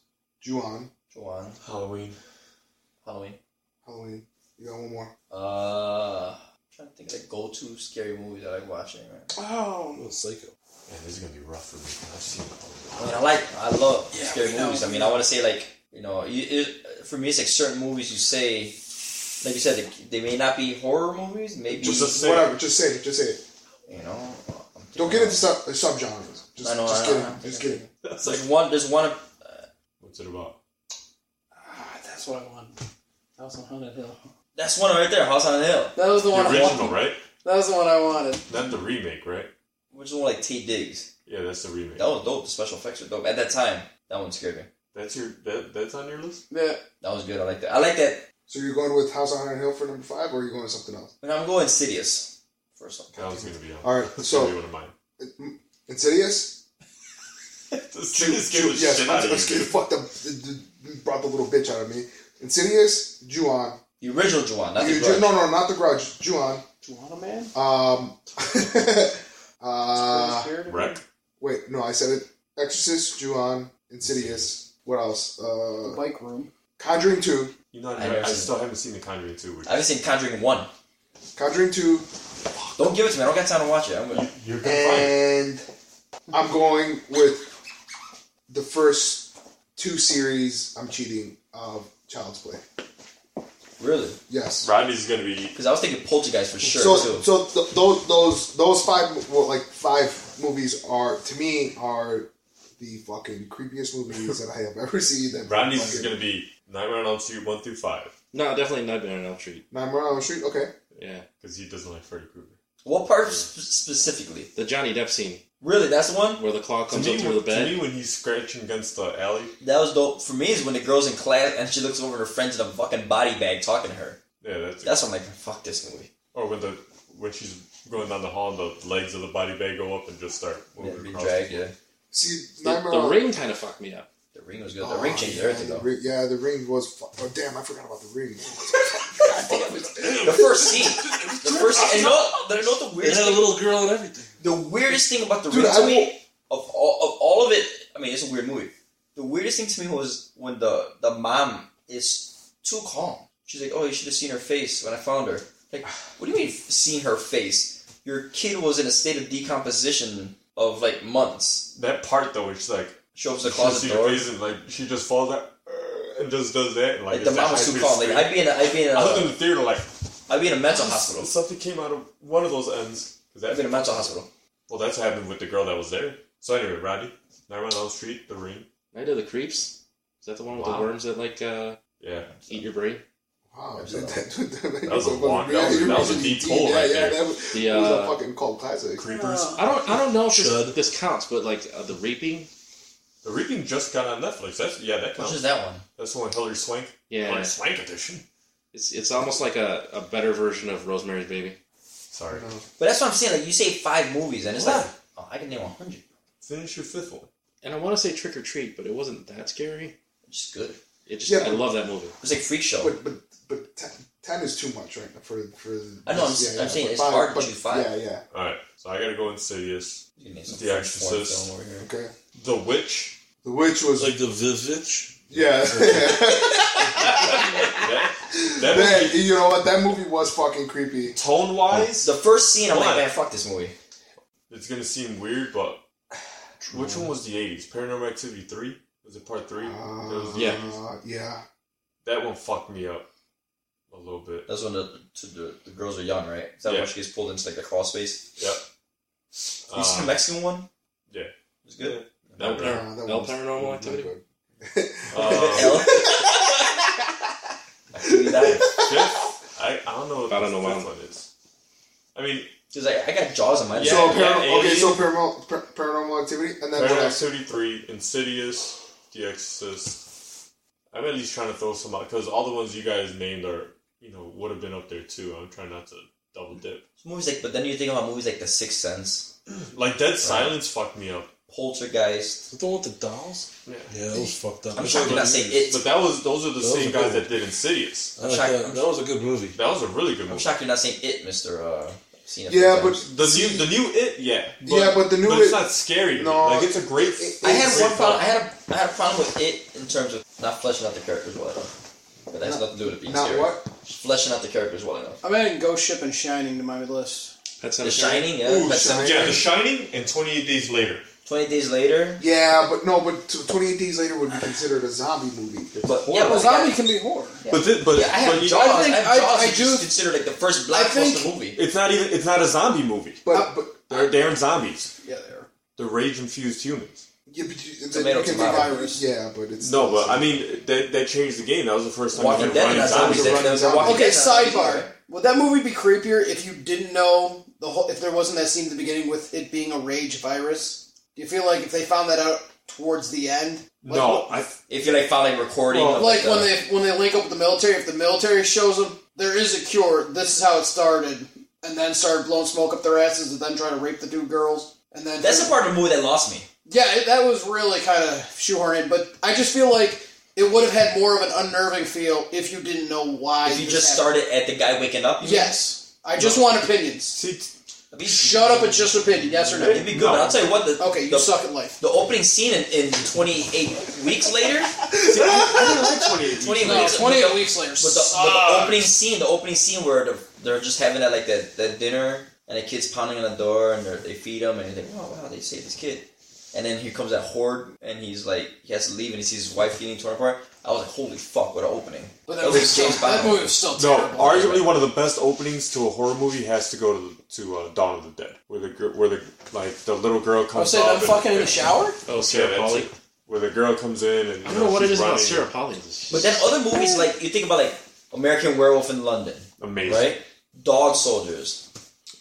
[SPEAKER 3] Juan,
[SPEAKER 7] Juan,
[SPEAKER 2] Halloween.
[SPEAKER 7] Halloween.
[SPEAKER 3] Halloween. You got one more.
[SPEAKER 7] Uh, I'm trying to think of the go-to scary movie that I like watching. Right?
[SPEAKER 8] Oh,
[SPEAKER 4] Oh, Psycho.
[SPEAKER 2] Man, this is gonna be rough for me. I've seen it.
[SPEAKER 7] I mean, I like, I love
[SPEAKER 8] Yeah,
[SPEAKER 7] scary
[SPEAKER 8] we know.
[SPEAKER 7] movies. I mean, I want to say like, you know, you, it, for me, it's like certain movies you say, like you said, they, they may not be horror movies, maybe
[SPEAKER 2] Just a- Say it.
[SPEAKER 3] Whatever. Just say it. Just say it.
[SPEAKER 7] you know. I'm
[SPEAKER 3] Don't get into sub uh, subgenres. Just,
[SPEAKER 7] I know,
[SPEAKER 3] just
[SPEAKER 7] I know,
[SPEAKER 3] kidding.
[SPEAKER 7] I know.
[SPEAKER 3] just kidding.
[SPEAKER 2] That's
[SPEAKER 7] There's
[SPEAKER 2] like,
[SPEAKER 7] one. There's one.
[SPEAKER 2] what's it about?
[SPEAKER 8] ah, that's what I wanted. That was on Haunted Hill.
[SPEAKER 7] That's one right there. House on the Hill.
[SPEAKER 8] That was the one.
[SPEAKER 2] The
[SPEAKER 8] I
[SPEAKER 2] original,
[SPEAKER 8] wanted.
[SPEAKER 2] Oh, right?
[SPEAKER 8] That was the one I wanted.
[SPEAKER 2] Not the remake, right?
[SPEAKER 7] Which is one like T Diggs.
[SPEAKER 2] Yeah, that's the remake.
[SPEAKER 7] That was dope. The special effects were dope at that time. That one scared me.
[SPEAKER 2] That's your that, that's on your list.
[SPEAKER 8] Yeah.
[SPEAKER 7] That was good. I like that. I like that.
[SPEAKER 3] So you're going with House on Haunted Hill for number five, or are you going with something else?
[SPEAKER 7] When I'm going Insidious for something.
[SPEAKER 2] That was gonna be on.
[SPEAKER 3] All right,
[SPEAKER 2] That's
[SPEAKER 3] so-
[SPEAKER 2] gonna be one of mine.
[SPEAKER 3] Insidious.
[SPEAKER 2] This kid is scared the
[SPEAKER 3] yes,
[SPEAKER 2] shit out of
[SPEAKER 3] let's
[SPEAKER 2] you.
[SPEAKER 3] get fucked up. Brought the little bitch out of me. Insidious, Juan.
[SPEAKER 7] The original Juan, not the
[SPEAKER 3] You,
[SPEAKER 7] Grudge.
[SPEAKER 3] no, no, not the Grudge. Juan.
[SPEAKER 8] Juana Man.
[SPEAKER 3] Um. uh,
[SPEAKER 8] Spirit
[SPEAKER 2] Wreck.
[SPEAKER 8] of Man?
[SPEAKER 3] wait, no, I said it. Exorcist, Juan, Insidious. What else?
[SPEAKER 8] The
[SPEAKER 3] Uh,
[SPEAKER 8] Bike Room.
[SPEAKER 3] Conjuring two,
[SPEAKER 2] You know,
[SPEAKER 7] I
[SPEAKER 2] I,
[SPEAKER 7] never seen
[SPEAKER 2] still haven't seen The Conjuring two. Which
[SPEAKER 7] I haven't seen Conjuring one.
[SPEAKER 3] Conjuring two,
[SPEAKER 7] Don't give it to me. I don't got time to watch it. I'm gonna,
[SPEAKER 2] you're gonna find. it.
[SPEAKER 3] and I'm going with the first two series. I'm cheating of Child's Play.
[SPEAKER 7] Really?
[SPEAKER 3] Yes.
[SPEAKER 2] Rodney's gonna be.
[SPEAKER 7] Because I was thinking Poltergeist for sure
[SPEAKER 3] so
[SPEAKER 7] too.
[SPEAKER 3] so th- those those those five mo- well, like five movies are to me are the fucking creepiest movies that I have ever seen. And
[SPEAKER 2] Rodney's is
[SPEAKER 3] fucking-
[SPEAKER 2] gonna be Nightmare on Elm Street one through five
[SPEAKER 1] No, definitely Nightmare on Elm Street.
[SPEAKER 3] Nightmare on Elm Street. Okay.
[SPEAKER 1] Yeah,
[SPEAKER 2] because he doesn't like Freddy Krueger.
[SPEAKER 7] What part sp- specifically?
[SPEAKER 1] the Johnny Depp scene
[SPEAKER 7] Really, that's the one
[SPEAKER 1] where the claw
[SPEAKER 2] To
[SPEAKER 1] comes
[SPEAKER 2] me,
[SPEAKER 1] up through the
[SPEAKER 2] when, to
[SPEAKER 1] bed.
[SPEAKER 2] me, when he's scratching against the alley,
[SPEAKER 7] that was dope. For me, is when the girl's in class and she looks over at her friends in a fucking body bag talking to her.
[SPEAKER 2] yeah, that's.
[SPEAKER 7] That's when I'm like, fuck this movie.
[SPEAKER 2] or when the when she's going down the hall, and the legs of the body bag go up and just start
[SPEAKER 7] Yeah,
[SPEAKER 2] moving
[SPEAKER 7] being
[SPEAKER 2] across.
[SPEAKER 7] dragged, yeah.
[SPEAKER 3] See,
[SPEAKER 1] the,
[SPEAKER 3] Nightmare
[SPEAKER 1] the
[SPEAKER 3] on
[SPEAKER 1] ring kind of fucked me up.
[SPEAKER 7] The ring was good. The ring changed everything
[SPEAKER 3] yeah, Oh, the
[SPEAKER 7] though.
[SPEAKER 3] ring, yeah, the ring was. Fu- oh, damn, I forgot about the ring.
[SPEAKER 7] The first scene. The first scene. And you know, what- you know what the
[SPEAKER 4] It
[SPEAKER 7] weirdest
[SPEAKER 4] had a
[SPEAKER 7] thing
[SPEAKER 4] little girl and everything.
[SPEAKER 7] The weirdest thing about the
[SPEAKER 3] Dude,
[SPEAKER 7] ring
[SPEAKER 3] I
[SPEAKER 7] to me, of all of all of it, I mean, it's a weird movie. The weirdest thing to me was when the the mom is too calm. She's like, "Oh, you should have seen her face when I found her." Like, what do you mean seen her face? Your kid was in a state of decomposition of like months.
[SPEAKER 2] That part though, where she's like,
[SPEAKER 7] She opens the
[SPEAKER 2] she'll
[SPEAKER 7] closet
[SPEAKER 2] see
[SPEAKER 7] door.
[SPEAKER 2] her face and like she just falls out uh, and just does that. And, like,
[SPEAKER 7] Like the
[SPEAKER 2] it's a
[SPEAKER 7] mom was too
[SPEAKER 2] high-pitched
[SPEAKER 7] calm. Like
[SPEAKER 2] scream.
[SPEAKER 7] I'd be in a, I'd be in
[SPEAKER 2] I was in
[SPEAKER 7] a,
[SPEAKER 2] the theater like
[SPEAKER 7] I'd be in a mental hospital.
[SPEAKER 2] something came out of one of those ends. 'Cause
[SPEAKER 7] I'd
[SPEAKER 2] that-
[SPEAKER 7] be in a mental hospital.
[SPEAKER 2] well, that's what happened with the girl that was there. So anyway, Roddy, Nightmare on Elm Street, The Ring.
[SPEAKER 1] Night of the Creeps. Is that the one with
[SPEAKER 2] Wow.
[SPEAKER 1] the worms that like uh,
[SPEAKER 2] Yeah,
[SPEAKER 1] eat your brain?
[SPEAKER 3] Wow,
[SPEAKER 7] That was a-
[SPEAKER 2] that was a long- that was- that was a deep hole
[SPEAKER 3] yeah,
[SPEAKER 2] right
[SPEAKER 3] yeah,
[SPEAKER 2] there.
[SPEAKER 3] That was,
[SPEAKER 1] The,
[SPEAKER 3] it was
[SPEAKER 1] uh,
[SPEAKER 3] a fucking cult classic.
[SPEAKER 2] Creepers.
[SPEAKER 1] I don't. I don't know if
[SPEAKER 4] Should.
[SPEAKER 1] this, this counts, but like uh, the reaping.
[SPEAKER 2] The Reaping just got on Netflix. That's yeah, that
[SPEAKER 7] Which
[SPEAKER 2] counts.
[SPEAKER 7] is that one?
[SPEAKER 2] That's the one with Hilary Swank.
[SPEAKER 1] Yeah.
[SPEAKER 2] Like, Swank edition.
[SPEAKER 1] It's it's almost like a, a better version of Rosemary's Baby.
[SPEAKER 2] Sorry.
[SPEAKER 7] But that's what I'm saying. Like you say five movies, and it's
[SPEAKER 2] Yeah.
[SPEAKER 7] like, oh, I can name hundred.
[SPEAKER 2] Finish your fifth one.
[SPEAKER 1] And I want to say Trick or Treat, but it wasn't that scary.
[SPEAKER 7] Just good.
[SPEAKER 1] It just
[SPEAKER 3] Yeah,
[SPEAKER 1] I
[SPEAKER 3] but-
[SPEAKER 1] love that movie.
[SPEAKER 7] It's like freak show.
[SPEAKER 3] But but but ten, ten is too much right now for for.
[SPEAKER 7] I know, I'm s-
[SPEAKER 3] yeah, yeah,
[SPEAKER 7] I'm saying
[SPEAKER 3] but
[SPEAKER 7] it's hard to
[SPEAKER 3] but-
[SPEAKER 7] choose five.
[SPEAKER 3] Yeah, yeah.
[SPEAKER 2] All right, so I gotta go Insidious,
[SPEAKER 7] You can name some
[SPEAKER 2] The
[SPEAKER 7] foreign
[SPEAKER 2] Exorcist.
[SPEAKER 7] film over here.
[SPEAKER 3] Okay,
[SPEAKER 2] The Witch.
[SPEAKER 3] the witch was
[SPEAKER 4] It's like the Vivitch.
[SPEAKER 3] yeah.
[SPEAKER 2] That, that
[SPEAKER 3] Man,
[SPEAKER 2] movie,
[SPEAKER 3] you know what? That movie was fucking creepy.
[SPEAKER 2] tone wise,
[SPEAKER 7] The first scene, I'm
[SPEAKER 2] Come
[SPEAKER 7] like,
[SPEAKER 2] on.
[SPEAKER 7] man, fuck this movie.
[SPEAKER 2] it's gonna seem weird, but which one was the '80s? Paranormal Activity three. Was it part three? That was the
[SPEAKER 1] yeah.
[SPEAKER 2] 80s?
[SPEAKER 3] Uh, yeah.
[SPEAKER 2] That one fucked me up a little bit.
[SPEAKER 7] That's when the, to the, the girls are young, right? Is that
[SPEAKER 2] Yeah.
[SPEAKER 7] when she gets pulled into like the crawl space?
[SPEAKER 2] Yep.
[SPEAKER 7] You see the
[SPEAKER 2] Um,
[SPEAKER 7] Mexican one?
[SPEAKER 2] yeah.
[SPEAKER 7] It's good.
[SPEAKER 1] El,
[SPEAKER 2] Nightmare.
[SPEAKER 1] Par-
[SPEAKER 3] Yeah, Uh, that
[SPEAKER 1] El
[SPEAKER 3] was-
[SPEAKER 1] Paranormal Activity.
[SPEAKER 2] Um,
[SPEAKER 7] L. I can do that.
[SPEAKER 2] fifth, I, I don't know what
[SPEAKER 1] I don't
[SPEAKER 2] the
[SPEAKER 1] know
[SPEAKER 2] fifth
[SPEAKER 1] mine.
[SPEAKER 2] one is. I mean,
[SPEAKER 7] Because I, I got Jaws in my
[SPEAKER 2] Yeah,
[SPEAKER 3] so
[SPEAKER 2] yeah,
[SPEAKER 3] paranormal, okay,
[SPEAKER 2] Alien.
[SPEAKER 3] so paranormal, par- paranormal activity, and then what
[SPEAKER 2] Paranormal
[SPEAKER 3] else?
[SPEAKER 2] Activity 3, Insidious, The Exorcist. I'm at least trying to throw some out because all the ones you guys named are, you know, would have been up there too. I'm trying not to double dip.
[SPEAKER 7] Movies like, but then you think about movies like The Sixth Sense,
[SPEAKER 2] Like Dead Silence fucked me up,
[SPEAKER 7] Poltergeist.
[SPEAKER 4] The one with the dolls?
[SPEAKER 2] Yeah.
[SPEAKER 4] Yeah, that was fucked up.
[SPEAKER 7] I'm shocked you're not saying it.
[SPEAKER 2] but that was those are the
[SPEAKER 4] Those
[SPEAKER 2] same
[SPEAKER 4] are
[SPEAKER 2] guys
[SPEAKER 4] good.
[SPEAKER 2] that did Insidious.
[SPEAKER 4] I like
[SPEAKER 7] shocked.
[SPEAKER 4] that. That was a good movie.
[SPEAKER 2] That was a really good
[SPEAKER 7] I'm
[SPEAKER 2] movie.
[SPEAKER 7] shocked you're not saying it, Mister. Uh, seen it
[SPEAKER 3] Yeah, but
[SPEAKER 7] four times.
[SPEAKER 2] The new, the new it, yeah,
[SPEAKER 3] Yeah, but the new
[SPEAKER 2] it's
[SPEAKER 3] It-
[SPEAKER 2] not scary.
[SPEAKER 3] No.
[SPEAKER 2] like it's a great.
[SPEAKER 7] I had
[SPEAKER 2] great
[SPEAKER 7] one problem. I
[SPEAKER 2] film.
[SPEAKER 7] had a I had a problem with it in terms of not fleshing out the characters well enough. But that has nothing to do with it being
[SPEAKER 3] Not
[SPEAKER 7] scary.
[SPEAKER 3] what?
[SPEAKER 7] Fleshing out the characters well enough.
[SPEAKER 8] I'm adding Ghost Ship and Shining to my list.
[SPEAKER 1] Pet
[SPEAKER 7] The
[SPEAKER 1] Sematary.
[SPEAKER 7] Shining, yeah.
[SPEAKER 3] Ooh,
[SPEAKER 7] Pet
[SPEAKER 3] Shining.
[SPEAKER 7] Sematary.
[SPEAKER 2] Yeah, The Shining and 28 Days Later.
[SPEAKER 7] Twenty Days Later.
[SPEAKER 3] Yeah, but no, but t- 28 Days Later would be considered a zombie movie.
[SPEAKER 7] But
[SPEAKER 8] Yeah,
[SPEAKER 7] yeah,
[SPEAKER 8] well,
[SPEAKER 7] but
[SPEAKER 8] zombie
[SPEAKER 7] I,
[SPEAKER 8] can be horror.
[SPEAKER 2] But thi- but
[SPEAKER 7] yeah, I have
[SPEAKER 2] but you-
[SPEAKER 7] Jaws. I,
[SPEAKER 8] think-
[SPEAKER 7] have
[SPEAKER 8] I-
[SPEAKER 7] Jaws.
[SPEAKER 8] I
[SPEAKER 7] which
[SPEAKER 8] do-
[SPEAKER 7] is considered like the first
[SPEAKER 8] I think-
[SPEAKER 7] blockbuster movie.
[SPEAKER 2] it's not even it's not a zombie movie.
[SPEAKER 3] But, but,
[SPEAKER 2] They're, they're zombies.
[SPEAKER 8] Yeah, they are.
[SPEAKER 2] They're rage infused humans.
[SPEAKER 3] yeah, but you, then
[SPEAKER 7] Tomato,
[SPEAKER 3] you can
[SPEAKER 7] tomato.
[SPEAKER 3] divide it. Yeah, but it's
[SPEAKER 2] No, but I mean that that changed the game. That was the first time
[SPEAKER 7] Walking
[SPEAKER 2] you
[SPEAKER 7] Dead
[SPEAKER 2] had
[SPEAKER 7] and
[SPEAKER 2] running
[SPEAKER 7] not
[SPEAKER 2] zombies.
[SPEAKER 7] zombies.
[SPEAKER 3] running
[SPEAKER 7] they're- they're
[SPEAKER 3] zombies.
[SPEAKER 7] Walking
[SPEAKER 8] Okay,
[SPEAKER 7] Dead and not zombies,
[SPEAKER 8] sidebar. Would that movie be creepier if you didn't know the whole? If there wasn't that scene at the beginning with it being a rage virus? Do you feel like if they found that out towards the end? Like,
[SPEAKER 2] No, I,
[SPEAKER 7] If you're like finally recording,
[SPEAKER 2] Well,
[SPEAKER 7] of,
[SPEAKER 8] Like
[SPEAKER 7] uh,
[SPEAKER 8] when they when they link up with the military, if the military shows them there is a cure, this is how it started, and then started blowing smoke up their asses, and then trying to rape the two girls, and then
[SPEAKER 7] that's the part of the movie that lost me.
[SPEAKER 8] yeah, it, that was really kind of shoehorned. But I just feel like it would have had more of an unnerving feel if you didn't know why.
[SPEAKER 7] If you
[SPEAKER 8] this
[SPEAKER 7] just
[SPEAKER 8] happened.
[SPEAKER 7] started at the guy waking up, you
[SPEAKER 8] yes, I just want opinions.
[SPEAKER 2] see,
[SPEAKER 7] It'd be-
[SPEAKER 8] Shut up, it's just opinion. Yes or
[SPEAKER 7] It'd
[SPEAKER 8] no?
[SPEAKER 7] be good. But I'll tell you what. The,
[SPEAKER 8] Okay, you
[SPEAKER 7] the,
[SPEAKER 8] suck at life.
[SPEAKER 7] The opening scene in, in 28 weeks later.
[SPEAKER 2] see, I didn't like 28
[SPEAKER 7] 28
[SPEAKER 8] No,
[SPEAKER 7] weeks.
[SPEAKER 8] twenty
[SPEAKER 7] but
[SPEAKER 8] eight
[SPEAKER 7] the-
[SPEAKER 8] weeks later.
[SPEAKER 7] But the, but the opening scene, the opening scene where the, they're just having that like that, that dinner and the kid's pounding on the door and they're- they feed him and you think, oh wow, they saved this kid. And then here comes that horde, and he's like, he has to leave, and he sees his wife getting torn apart. I was like, holy fuck, what an opening!
[SPEAKER 8] But
[SPEAKER 7] That
[SPEAKER 8] that,
[SPEAKER 7] was
[SPEAKER 8] movie was
[SPEAKER 7] like
[SPEAKER 8] still,
[SPEAKER 7] James
[SPEAKER 8] that
[SPEAKER 7] Bond.
[SPEAKER 8] movie was still
[SPEAKER 2] No,
[SPEAKER 8] terrible.
[SPEAKER 2] arguably one of the best openings to a horror movie has to go to the, to uh, Dawn of the Dead, where the gir- where the like the little
[SPEAKER 7] Oh,
[SPEAKER 2] girl
[SPEAKER 8] I was
[SPEAKER 2] comes.
[SPEAKER 8] saying,
[SPEAKER 2] up
[SPEAKER 8] I'm
[SPEAKER 2] and-
[SPEAKER 8] fucking in the shower?
[SPEAKER 1] Oh,
[SPEAKER 2] Yeah,
[SPEAKER 1] Sarah
[SPEAKER 2] that's
[SPEAKER 1] Polly.
[SPEAKER 2] it. Where the girl comes in and
[SPEAKER 1] I don't know what it is about
[SPEAKER 2] running.
[SPEAKER 1] Sarah Polly. It's
[SPEAKER 7] But then other movies, like you think about like American Werewolf in London,
[SPEAKER 2] Amazing.
[SPEAKER 7] right? Dog Soldiers.